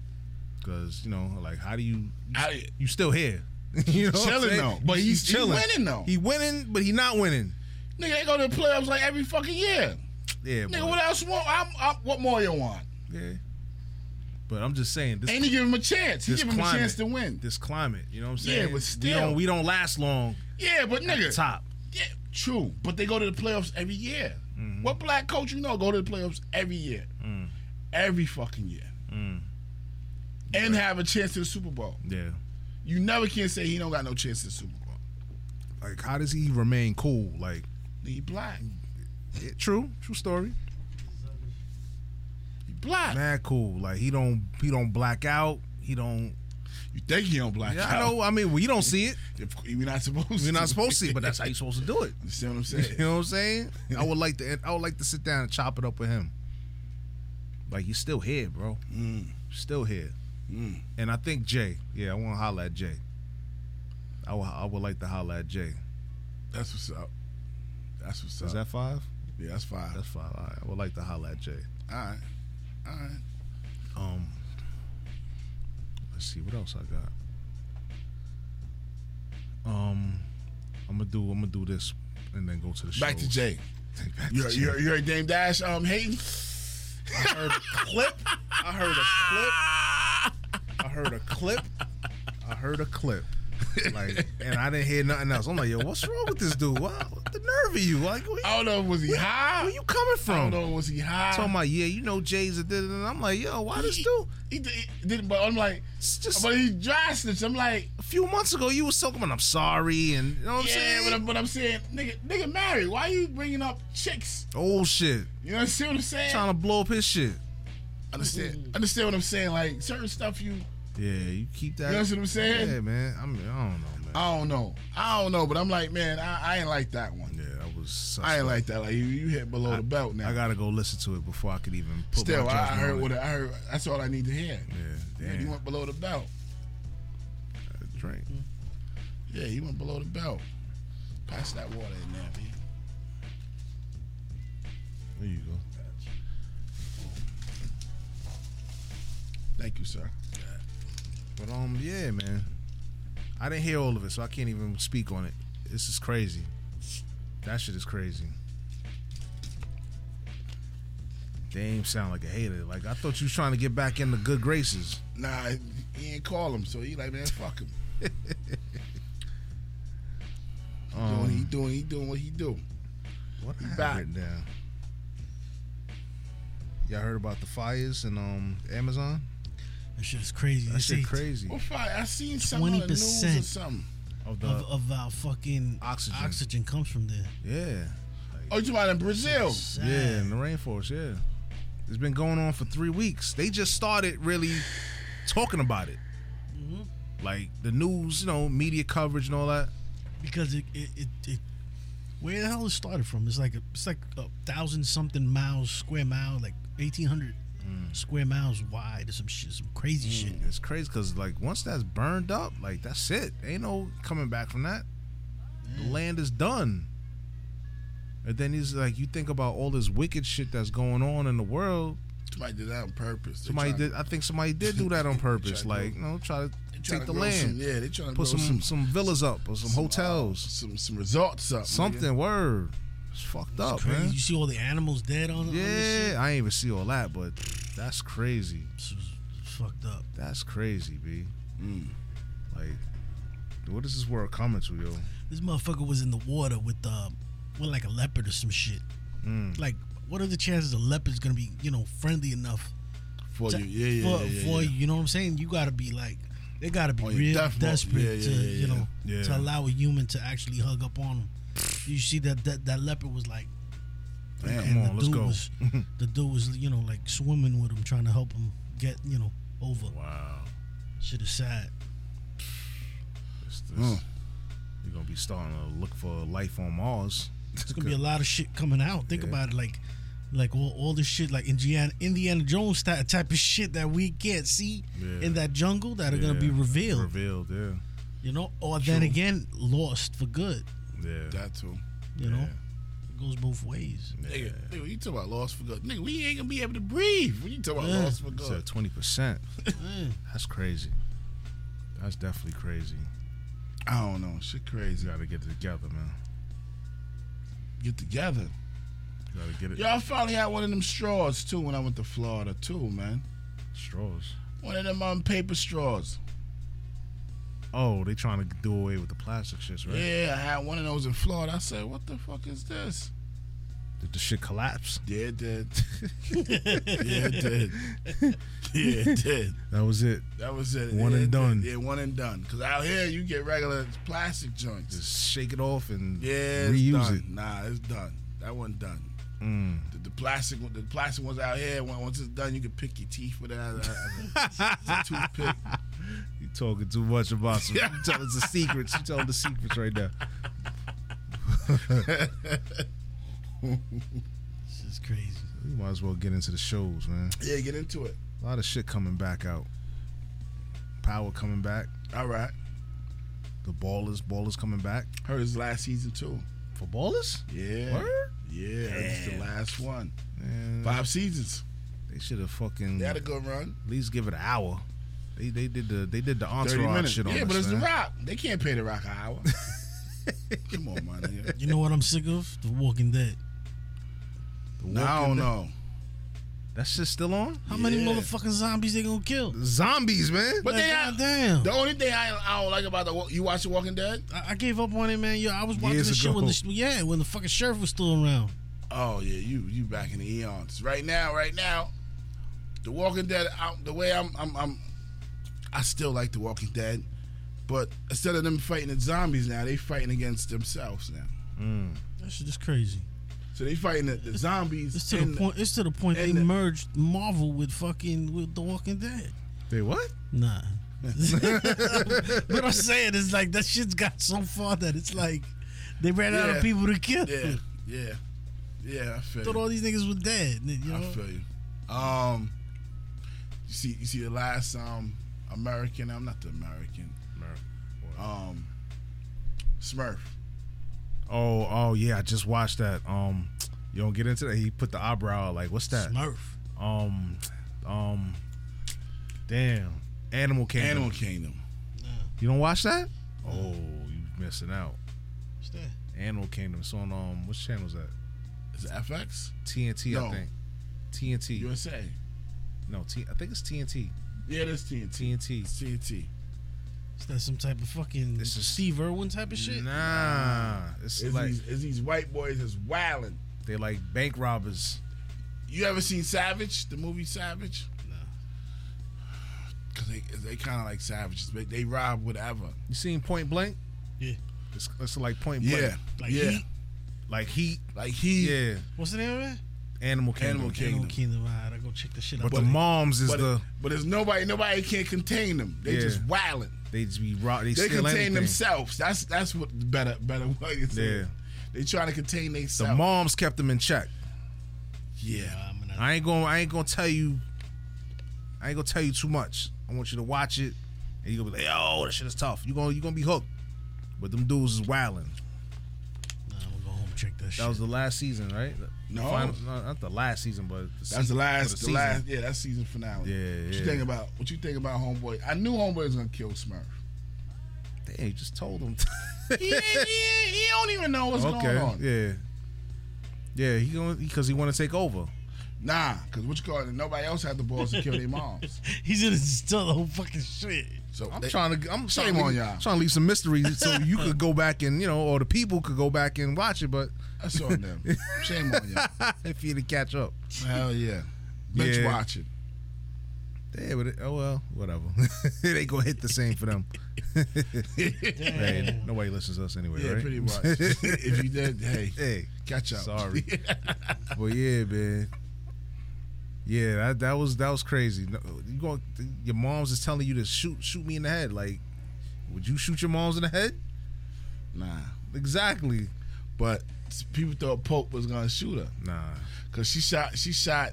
because you know, like, how do you? You, you still here? you know what I'm
Chilling
saying?
though, but he's- he winning though.
He winning, but he not winning.
Nigga, they go to the playoffs like every fucking year.
Yeah,
Nigga,
but,
what else you want? I'm, I'm, what more you want?
yeah. But I'm just saying, this
and he give him a chance. He
this
give him a
climate-
chance to win.
This climate, you know what I'm
Yeah,
saying?
but
We
still.
don't- we don't last long.
Yeah, but
at the
nigga,
top.
Yeah, true. But they go to the playoffs every year. What black coach you know go to the playoffs every year,
Mm-hmm. Mm,
every fucking year,
mm,
and have a chance to the Super Bowl?
yeah.
You never can say he don't got no chance to the Super Bowl.
Like, how does he remain cool? Like,
He black.
Yeah, true, true story.
He black.
Mad cool. Like he don't he don't black out. He don't.
You think he don't black
yeah,
out.
I know. I mean, we don't see it.
We're not supposed.
We're not supposed to see it, but that's how you're supposed to do it.
Understand what I'm saying?
You know what I'm saying? I would like to. I would like to sit down and chop it up with him. Like he's still here, bro.
Mm.
Still here. And I think Jay. Yeah, I want to holler at Jay. I would. I would like to holler at Jay.
That's what's up. That's what's
Is
up.
that five?
Yeah, that's five.
That's five. All right. I would like to holler at Jay.
All right, all right.
Um, let's see what else I got. Um, I'm gonna do I'm gonna do this and then go to the show.
Back to Jay.
Back to
You heard, you
Jay.
heard, you heard Dame Dash um hating?
I heard a clip. I heard a clip. I heard a clip. I heard a clip. Like, and I didn't hear nothing else. I'm like, yo, what's wrong with this dude? What, what the nerve of you? Like,
I don't know. Was he high?
Where you coming from?
I don't know. Was he high?
Talking about, yeah, you know, Jay's a did, and I'm like, yo, why this dude?
He, did- he did, but I'm like, but he dry snitched. I'm like,
a few months ago, you was talking about I'm sorry, and you know what I'm
yeah,
saying?
But I'm, but I'm saying, nigga, nigga married. Why you bringing up chicks?
old shit.
You know what I'm saying? What I'm saying?
Trying to blow up his shit.
understand, understand what I'm saying? Like certain stuff you,
Yeah, you keep that.
You know what I'm saying?
Yeah, man. I mean, I don't know, man.
I don't know, I don't know, but I'm like, man, I, I ain't like that one.
Yeah, that was.
I ain't like that. Like you, you hit below the belt now.
I gotta go listen to it before I could even put
Still,
my
I
judgment
heard
on
what
it.
I heard. That's all I need to hear.
Yeah,
Yeah,
damn.
you Mm. went below the belt.
drink.
Yeah, you went below the belt. Pass that water in there, man.
There you go.
Thank you, sir.
But um, yeah, man. I didn't hear all of it, so I can't even speak on it. This is crazy. That shit is crazy. Dame sound like a hater. Like I thought you was trying to get back in the good graces.
Nah, he ain't call him, so he like, man, fuck him.
Um,
doing, he doing, he doing what he do.
What
he
I have
back?
written down. Y'all heard about the fires in um Amazon?
That shit is crazy.
That
It's
shit
eight-
crazy.
Well, fuck, I seen something on the news or
20%
something.
Of
Of,
the-
of our fucking
Oxygen.
oxygen comes from there.
Yeah.
Oh, you talking about in Brazil?
Yeah, in the rainforest, yeah. It's been going on for three weeks. They just started really talking about it. Like the news, you know, media coverage and all that.
because it, it, it, it where the hell it started from it's like a, it's like a thousand something miles square mile like 1800
Mm.
square miles wide or some shit some crazy shit
It's crazy because like once that's burned up, like that's it. Ain't no coming back from that. The
Mm.
land is done. And then he's like, you think about all this wicked shit that's going on in the world.
Somebody did that on purpose. They
Somebody
tryna-
did. I think somebody did do that on purpose.
to-
like, you know, try to
they tryna
take the
grow
land.
some- yeah, they tryna grow
put some,
some-
some villas up or some, hotels,
some uh, some resorts up, nigga.
something. Word, it's fucked
It's
up,
crazy.
man.
you see all the animals dead on, on this
Yeah,
shit?
I ain't even see all that, but that's crazy.
It's fucked up
That's crazy, b.
Mm.
Like, what is this world coming to, yo?
this motherfucker was in the water with uh with like a leopard or some shit
Mm.
like what are the chances a leopard's gonna be you know friendly enough
For
to-
you, yeah, yeah,
for,
yeah, yeah,
for you
yeah.
you know what i'm saying you gotta be like they gotta be
On your
real
death row.
desperate
Yeah, yeah,
to
yeah, yeah,
you know
yeah.
to allow a human to actually hug up on them you see that that, that leopard was like
Damn,
and
come on, let's
dude
go.
was, the dude was you know like swimming with him trying to help him get you know over
wow shit
is sad
Mm.
It's, it's, We're gonna be starting to look for life on Mars.
There's gonna be a lot of shit coming out. Think
Yeah.
about it, like, like all, all this shit, like Indiana Indiana Jones type, type of shit that we can't see
Yeah.
in that jungle that are gonna be
Yeah,
revealed.
Revealed, yeah,
You know, or then
True.
again, lost for good.
yeah.
That too.
You know, it goes both ways.
Nigga, nigga, you talk about lost for good. Nigga, we ain't gonna be able to breathe. When you talk about
Yeah.
lost for good,
Twenty percent. That's crazy. That's definitely crazy.
I don't know. Shit crazy.
You gotta get it together, man.
get together.
You gotta get it.
Y'all finally had one of them straws too when I went to Florida too, man.
Straws.
One of them um, paper straws.
Oh, they trying to do away with the plastic shits, right?
Yeah, I had one of those in Florida. I said, "What the fuck is this?"
Did the shit collapse?
Yeah, it did. yeah, it did. Yeah, it did.
That was it.
That was it.
One
Yeah,
and
it did.
done.
Yeah, one and done. Cause out here you get regular plastic joints.
Just shake it off and
yeah, it's
reuse
done.
it.
Nah, it's done. That one done.
Mm.
The, the plastic, one- the plastic ones out here. when- Once it's done, you can pick your teeth with that. uh, as a- as a toothpick.
You talking too much about some.
Yeah.
You telling us the secrets. You telling the secrets right now.
This is crazy.
We might as well get into the shows, man.
Yeah, get into it.
A lot of shit coming back out. Power coming back.
All right.
The ballers, ballers coming back
Heard his last season too.
for ballers.
Yeah.
Word?
Yeah, it's the last one.
Man,
Five seasons.
They should have fucking
They had a good run.
at least give it an hour. They they did the they did the
Thirty
entourage
minutes.
shit on
yeah,
us,
but it's
man.
the rock. They can't pay the rock an hour. Come on, man. Yeah.
You know what I'm sick of? The Walking Dead.
The
No, I
Walking
don't
Dead.
know.
That shit still on?
How many
Yeah.
motherfucking zombies they gonna kill?
Zombies, man.
But
Like,
they not,
goddamn.
The only thing I, I don't like about the wa- you watch The Walking Dead.
I I gave up on it, man. Yo, I was watching
Years
the show when
ago.
the sh- yeah, when the fucking sheriff was still around.
Oh yeah, you you back in the eons right now. Right now, The Walking Dead. I, the way I'm, I'm I'm I still like The Walking Dead, but instead of them fighting the zombies now, they fighting against themselves now.
That shit is crazy.
So they fighting the, the zombies.
It's to
and
the point. It's to the point they
and the-
merged Marvel with fucking with The Walking Dead.
They what?
Nah. but I'm saying it's like that shit's got so far that it's like they ran out
Yeah.
of people to kill.
Yeah, yeah, yeah. I feel.
Thought
you.
all these niggas were dead. You know?
I feel you. Um, you see, you see the last um American. I'm not the American. Um, Smurf.
Oh, oh yeah, I just watched that. Um, you don't get into that. He put the eyebrow out, like, what's that?
Smurf.
Um, um, damn, Animal Kingdom.
Animal Kingdom.
You don't watch that? Oh, you missing out.
What's that?
Animal Kingdom. It's on um, which channel is that?
Is it FX?
TNT,
No.
I think. TNT.
USA.
no, T. I think it's TNT.
Yeah, that's TNT.
TNT.
It's TNT.
Is that some type of fucking
This is-
Steve Irwin type of shit?
Nah, it's
Is
like
these, is these white boys is wildin'.
they like bank robbers.
You ever seen Savage? The movie Savage? No. Cause they they kind of like savages, but they rob whatever.
You seen Point Blank?
Yeah.
It's, it's like Point Blank.
Yeah,
Like
yeah,
Heat?
Like Heat.
like he.
Yeah.
What's the name of it?
Animal Kingdom.
Animal Kingdom.
Animal Kingdom. Alright, I go check the shit out.
But the moms is
But,
the
but there's nobody, nobody can contain them. They
Yeah.
just wildin'.
they just be rock. They,
They
steal
contain
anything.
themselves. That's that's what the better better way is.
Yeah.
They trying to contain
The
themselves.
moms kept them in check.
yeah.
I'm gonna-
I ain't gonna I ain't gonna tell you I ain't gonna tell you too much. I want you to watch it and you gonna be like, yo, that shit is tough. You gonna you gonna be hooked. But them dudes is wildin'.
nah, I'm gonna go home and check that, shit.
That was the last season, right? The
No.
final- not the last season, but the
That's the last,
for
the
the season.
last, yeah, that's season finale.
Yeah,
What you
yeah.
think about? What you think about Homeboy? I knew Homeboy was gonna kill Smurf.
Damn, you just told them.
He, ain't- he, ain't- he don't even know what's going on.
Yeah. Yeah, he going because he want to take over.
Nah, cause what you call it? Nobody else had the balls to kill their moms.
He's gonna tell the whole fucking shit.
So
I'm
they-
trying to. I'm trying
Shame
to,
on
leave-
y'all.
Trying to leave some mystery so you could go back and you know, or the people could go back and watch it. But
That's on them. Shame on y'all.
if you to catch up,
Hell yeah. Bitch
Yeah.
watching.
yeah. But it, oh well, whatever. it ain't gonna hit the same for them. Hey, nobody listens to us anyway,
Yeah,
right?
pretty much. if you did, hey,
hey,
catch up.
Sorry. but yeah, man. Yeah, that, that was that was crazy. No, You going your mom's is telling you to shoot shoot me in the head. Like, would you shoot your mom's in the head?
Nah.
Exactly.
But people thought Pope was gonna shoot her.
Nah.
Cause she shot. She shot.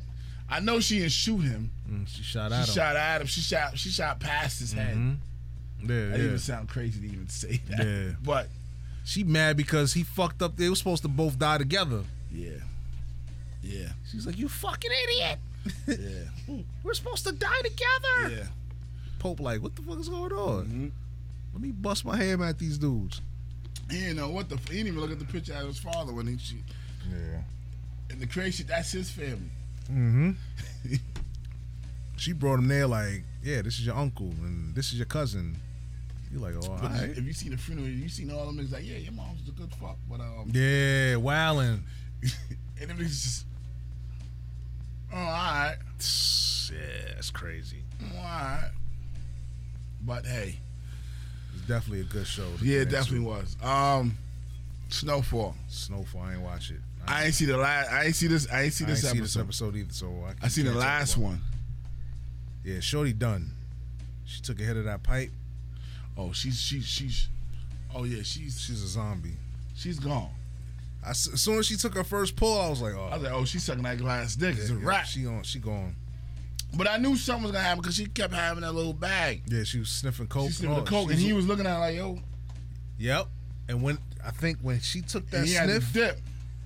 I know she didn't shoot him.
Mm, she shot
she
at him.
shot at him. She shot. She shot past his head.
Mhm. Yeah,
That
yeah.
even sound crazy to even say that.
Yeah.
But
she mad because he fucked up. They were supposed to both die together.
Yeah. Yeah.
She's like, you fucking idiot.
Yeah.
We're supposed to die together.
Yeah.
Pope like, what the fuck is going on?
Mm-hmm.
Let me bust my ham at these dudes.
He didn't know what the. He didn't even look at the picture of his father when he. She,
Yeah.
and the crazy. That's his family.
Mm-hmm. she brought him there like, yeah, this is your uncle and this is your cousin. You like, oh, all
But
right.
if you seen the funeral, you seen all of them. It's like, yeah, your mom's a good fuck, but um,
Yeah, wildin'.
and it was just, oh, all right, Mm,
Yeah, that's crazy.
all right. But hey,
It's definitely a good show.
yeah, it definitely was. Um, Snowfall.
Snowfall. I ain't watch it.
I ain't see the last. I ain't see this. I ain't see this
I ain't
episode.
see this episode either. So I,
I seen the
can't talk
last
about
one.
it. Yeah, Shorty done. She took a hit of that pipe.
Oh, she's she's she's. Oh yeah, she's
she's a zombie.
She's gone.
I s as soon as she took her first pull, I was like, oh,
I was like, oh, she's sucking that glass dick. It's a
yeah,
wrap.
She on. She gone.
But I knew something was gonna happen because she kept having that little bag.
Yeah, she was sniffing coke.
She sniffed
Oh,
the coke,
she
and he was looking at her like, yo,
Yep. And when I think when she took that
he had to
sniff,
dip.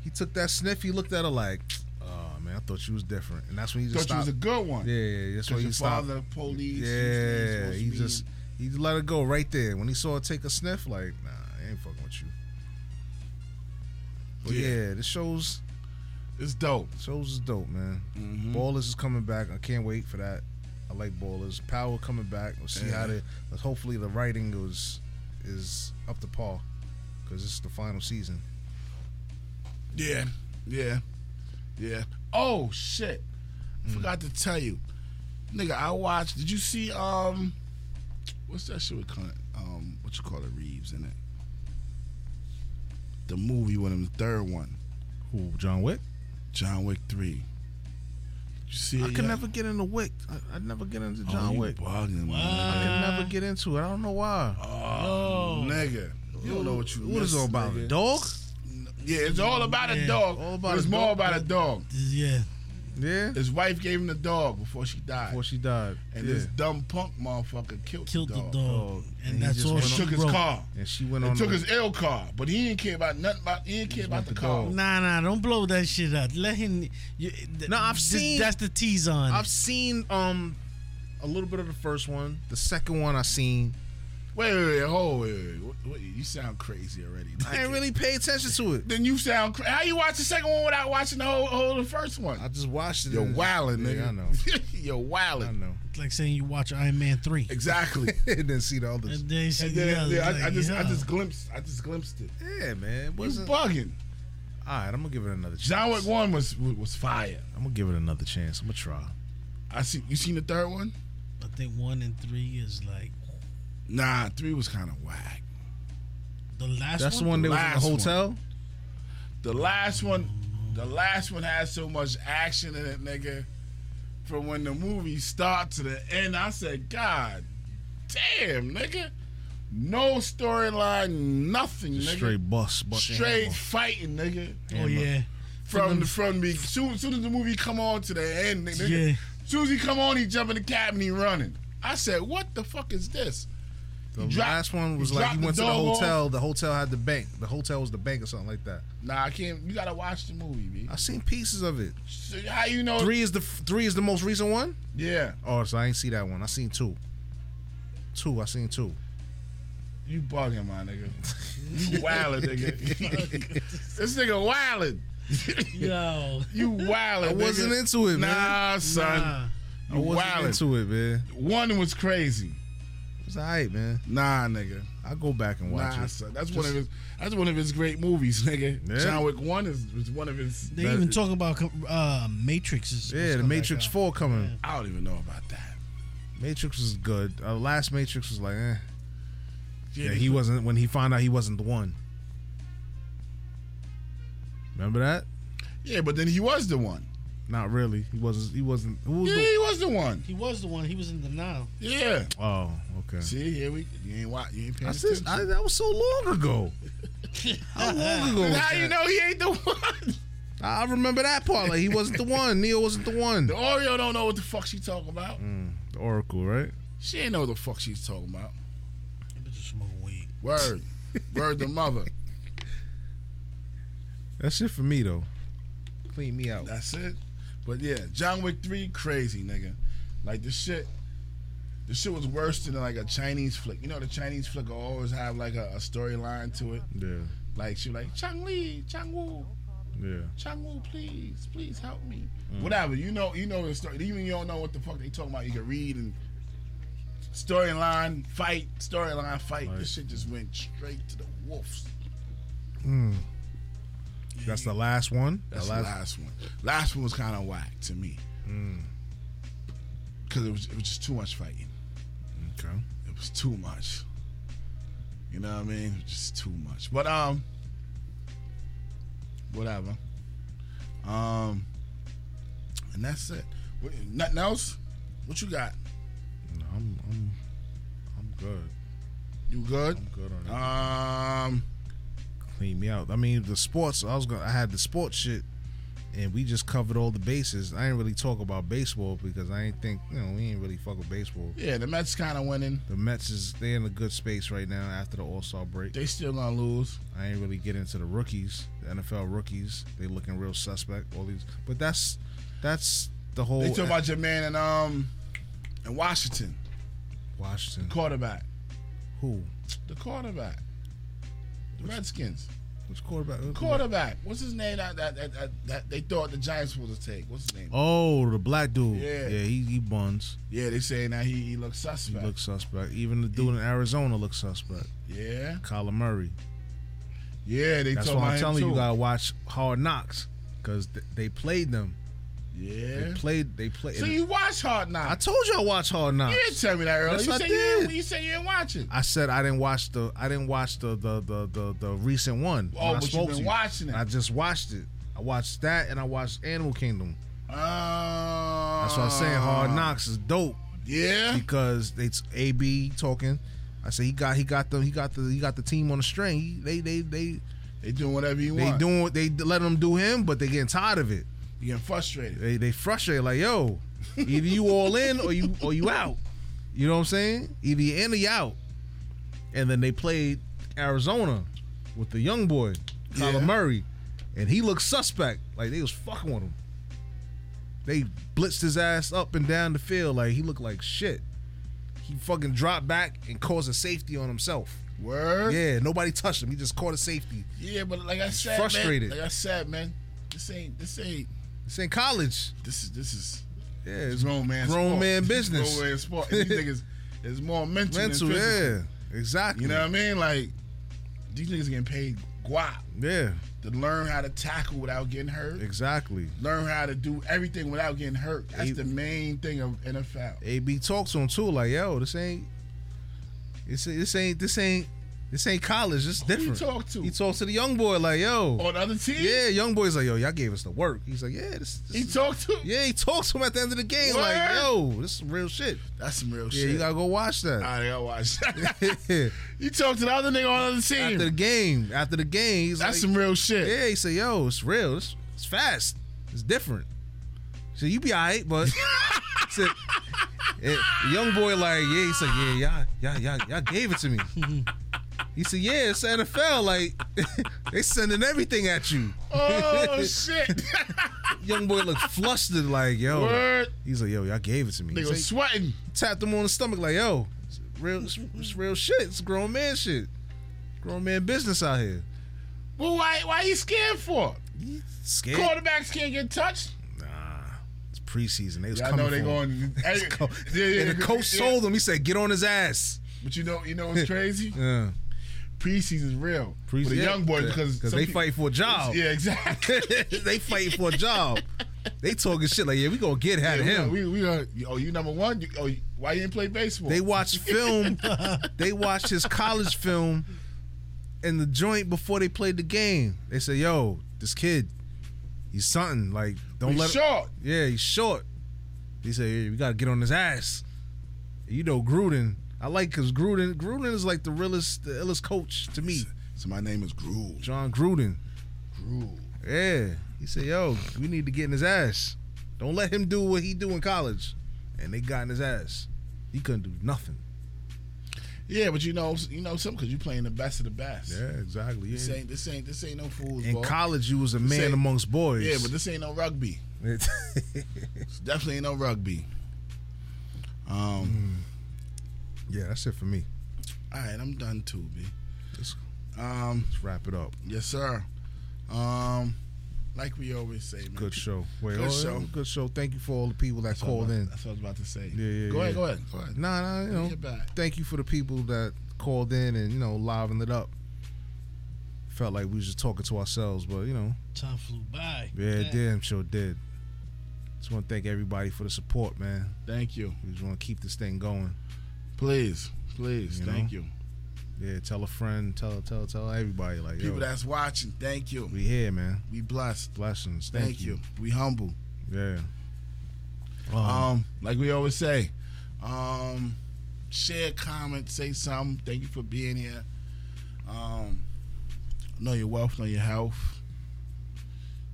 he took that sniff. He looked at her like, "Oh man, I thought you was different." And that's when he just
thought you was a
stopped.
good one.
Yeah, yeah, yeah, that's why
Because
he
your
stopped.
father, police. you was
yeah,
supposed to
he
be
just he let her go right there. When he saw her take a sniff, like, "Nah, I ain't fucking with you." But yeah,
Yeah.
this shows
it's dope.
Shows is dope, man. Ballers is coming back. I can't wait for that. I like Ballers. Power coming back. We'll see how
Yeah.
they. but Hopefully the writing was is up to par because this is the final season.
Yeah, yeah, yeah. Oh shit! I
Hmm.
Forgot to tell you, nigga. I watched. Did you see um, what's that shit with Clint? Um, what you call it? Reeves in it. The movie with him, the third one.
Who? John Wick.
John Wick three. Did you see?
I
it
can
yet?
never get into Wick. I, I never get into
Oh,
John
you
Wick.
bugging, man.
I can never get into it. I don't know why.
Oh, nigga. You don't know what you
What is
missed,
it about?
nigga.
A dog?
Yeah, it's all about a
Yeah,
dog.
all about
it's
a
more
dog.
about a dog.
Yeah.
Yeah.
His wife gave him the dog before she died.
Before she died.
and
yeah.
this dumb punk motherfucker killed,
Killed
the
the
dog.
dog. And, that's
just
all
went
she
Took his
wrote.
car.
and she went on.
And took
the-
his L car, but he didn't care about nothing about. He didn't care about
want
the
the
car.
dog.
Nah, nah, don't blow that shit up. Let him. You, th-
No, I've
this-
seen-
That's the tease on.
I've seen um a little bit of the first one. The second one I seen.
Wait, wait, wait, hold, wait, wait. What, what, you sound crazy already.
I didn't really pay attention to it.
Then you sound. Cra- How you watch the second one without watching the whole, whole of the first one?
I just watched it.
You're
and-
wildin', nigga.
Yeah, I know.
You're
I
wildin'.
know.
It's like saying you watch Iron Man 3.
Exactly.
and then see the others.
And then you see
And
the
then,
other,
yeah,
like,
I, I just, I
yeah.
just glimpsed, I just glimpsed it.
Yeah, man. It
You
wasn't. All
bugging.
right, I'm gonna give it another. chance.
John Wick one was was fire.
I'm gonna give it another chance. I'm gonna try.
I see. You seen the third one?
I think one and three is like
Nah, three was kind of whack.
the last
That's the
one.
one that was in the
last one.
hotel.
The last one, the last one has so much action in it, nigga. From when the movie start to the end, I said, God damn, nigga. No storyline, nothing,
Just
nigga.
straight bust, bust and
Straight
hammer.
fighting, nigga.
Oh, yeah.
From the from the soon, soon as the movie come on to the end, nigga.
Yeah.
Soon as he come on, he jump in the cab and he running. I said, what the fuck is this?
The
dropped-
last one was
he
like he
dropped
went
the
to the
dog
hotel. The hotel had the bank. The hotel was the bank or something like that.
Nah, I can't. You gotta watch the movie, B.
I seen pieces of it.
So how you know?
Uh, Three is the three is the most recent one.
Yeah,
Oh, so I ain't see that one. I seen two. Two, I seen two.
you bugging, my nigga. You wildin', nigga. this nigga wildin'.
Yo.
You wildin'.
I wasn't
nigga.
into it, man.
Nah, son.
Nah.
I
You
wasn't
wildin'.
into it, man.
One was crazy.
It's alright, man.
Nah, nigga.
I'll go back and watch
nah,
it.
son. That's one of his. That's one of his great movies, nigga.
Yeah.
John Wick One is, is one of his.
They even talk about com- uh, Matrix. Is,
Yeah, the Matrix Four coming.
I don't even know about that.
Matrix was good. Uh, last Matrix was like, eh.
Yeah,
Yeah, he wasn't when he found out he wasn't the one. Remember that?
yeah, but then he was the one.
Not really. He wasn't. He wasn't. Who was
Yeah,
the,
he was the one.
He was the one. He was in denial.
Yeah.
Oh, okay.
See, here we. You ain't watch. You ain't paying
I said,
attention.
I, that was so long ago. How long ago? was
How you
that?
know he ain't the one?
I I remember that part. Like he wasn't the one. Neo wasn't the one.
The Oreo don't know what the fuck she talking about.
Mm, the Oracle, right?
She ain't know what the fuck she's talking about. Word, word the mother.
That's it for me though.
Clean me out. That's it. But yeah, John Wick three crazy nigga. Like this shit, this shit was worse than like a Chinese flick. You know the Chinese flick will always have like a, a storyline to it.
Yeah,
Like she like Chang Li, Chang Wu,
yeah.
Chang Wu, please, please help me.
Mm.
Whatever you know, you know the story. Even you don't know what the fuck they talking about. You can read and storyline fight, storyline fight. This shit just went straight to the wolves.
Mm. That's the last one.
That's the last one. Hmm. Last one was kind of whack to me. Because it was, it was just too much fighting.
Okay.
It was too much. You know what I mean? It was just too much. But, um, whatever. Um, and that's it. What, nothing else? What you got?
No, I'm, I'm, I'm good.
You good?
I'm good on
that. Um,
clean me out. I mean, the sports. I was gonna. I had the sports shit, and we just covered all the bases. I didn't really talk about baseball because I ain't think you know we ain't really fuck with baseball.
Yeah, the Mets kind of winning.
The Mets is they in a good space right now after the All Star break.
They still gonna lose.
I ain't really get into the rookies, the NFL rookies. They looking real suspect. All these, but that's that's the whole.
They talking about your man in, um, in Washington,
Washington
quarterback.
Who?
The quarterback. The Redskins.
Which quarterback?
Quarterback. What's his name that that, that, that, that they thought the Giants was to take? What's his name?
Oh, the black dude.
Yeah.
yeah. He he buns.
Yeah, they saying that he, he looks
He
suspect.
looks suspect. Even the dude in Arizona looks suspect.
yeah.
Kyler Murray.
Yeah, they
That's
talking
why
about
I'm
him
telling you,
too.
you gotta watch Hard Knocks because th- they played them.
Yeah.
They played. They played.
So you watch Hard Knocks.
I told you I watch Hard Knocks.
You didn't tell me that earlier.
Yes,
you
I
said
did.
You, didn't- you said you didn't watch it.
I said I didn't watch the I didn't watch the the the the, the recent one.
Oh,
when I
but you
spoke
been
to
watching it.
I just watched it. I watched that and I watched Animal Kingdom.
Uh,
That's why I'm saying Hard Knocks is dope.
Yeah,
because it's AB talking. I said he got he got the he got the he got the team on the string. He, they they they
they doing whatever you
they
want.
doing what they letting them do him, but they getting tired of it.
You getting frustrated.
They they frustrated like yo, either you all in or you or you out. You know what I'm saying? Either you in or you out. And then they played Arizona with the young boy Kyler
Yeah.
Murray, and he looked suspect. Like they was fucking with him. They blitzed his ass up and down the field. Like he looked like shit. He fucking dropped back and caused a safety on himself.
Word.
Yeah, nobody touched him. He just caught a safety.
Yeah, but like I said,
frustrated.
Man, like I said, man, this ain't this ain't
This ain't college.
this is this is
Yeah,
it's grown man
grown
sport.
man business.
grown man sport. And these niggas is more mental, than
Mental,
physical.
yeah, exactly.
You know what I mean? Like these niggas getting paid guap
Yeah,
to learn how to tackle without getting hurt.
exactly.
Learn how to do everything without getting hurt. That's the main thing of NFL.
AB talks to him too, like, yo, this ain't, this, this ain't, this ain't, this ain't college. It's
Who you
different.
talk to? Oh,
He talks to the young boy, like, yo,
On the other team?
yeah, young boy's like, yo, y'all gave us the work. He's like, yeah, this, this
He talked to?
yeah, he talks to him at the end of the game,
Word?
like, yo, this is real shit.
That's some real
yeah,
shit.
you gotta go watch that.
I gotta watch
after
you talked to the other nigga on the other team.
the game, after the game, he's
That's
like,
some real shit.
yeah, he said, yo, it's real. It's, it's fast. It's different. So you be alright, but He said, eh, young boy like, yeah, he said, yeah, y'all, y'all, y'all, y'all gave it to me. He said, yeah, it's NFL. Like, they sending everything at you.
Oh shit.
young boy looked flustered, like, yo.
Word.
He's like, yo, y'all gave it to me.
Nigga
He
was
said,
sweating.
tapped him on the stomach, like, yo, it's real, it's, it's real shit. It's grown man shit. Grown man business out here.
Well, why why you scared for?
Scared.
Quarterbacks can't get touched.
It's preseason. They was
Yeah, I
coming
know they
for him.
going. Hey,
Co-
yeah, yeah,
and the coach
yeah.
sold him. He said, "Get on his ass."
But you know, you know what's crazy?
Yeah,
Preseason's real for the
Yeah,
young boys
yeah,
because some
they
peop-
fight for a job.
Yeah, exactly.
they fighting for a job. They talking shit like, "Yeah, we gonna get at
Yeah,
him."
We, we, we are. Oh, you number one. You, oh, you- why you didn't play baseball?
they watched film. they watched his college film in the joint before they played the game. They said, "Yo, this kid, He's something. Like don't
He's
let
short.
Yeah, he's short. He said, "Yeah, we gotta get on his ass." You know Gruden. I like cause Gruden. Gruden is like the realest, the illest coach to me.
So my name is Gruden.
John Gruden.
Gruden.
Yeah. He said, "Yo, we need to get in his ass. Don't let him do what he do in college." And they got in his ass. He couldn't do nothing.
Yeah, but you know, you know something because you playing the best of the best.
Yeah, exactly.
This
Yeah.
ain't this ain't this ain't no fool's
In
ball.
college, you was a
This
man
ain't-
amongst boys.
Yeah, but this ain't no rugby. It's definitely ain't no rugby. Um,
yeah, that's it for me.
All right, I'm done too, B.
Let's,
um,
let's wrap it up.
Yes, sir. Um, like we always say, man.
Good show. Wait,
good
oh,
show.
Good show. Thank you for all the people that
That's what I
called
was-
in.
Uh-huh. That's what I was about to say.
Yeah, yeah.
Go
yeah.
ahead, go ahead, go ahead.
Nah, nah, you know.
Get back.
Thank you for the people that called in and you know livened it up. Felt like we was just talking to ourselves, but you know,
Time flew by.
yeah, it did. I'm sure it did. Just want to thank everybody for the support, man.
Thank you.
We just want to keep this thing going.
Please, please, thank you.
Yeah, tell a friend, tell tell tell everybody like yo,
People that's watching, thank you.
we here, man.
We blessed.
Blessings. Thank,
Thank you. We humble.
Yeah.
Um, like we always say, um, share, comment, say something. Thank you for being here. Um, know your wealth, know your health.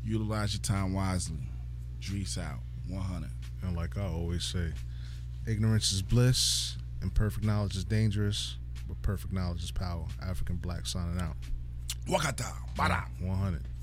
Utilize your time wisely. Drees out, one hundred.
And like I always say, ignorance is bliss, and perfect knowledge is dangerous, but perfect knowledge is power. African Black signing out.
Wakata, bada.
100.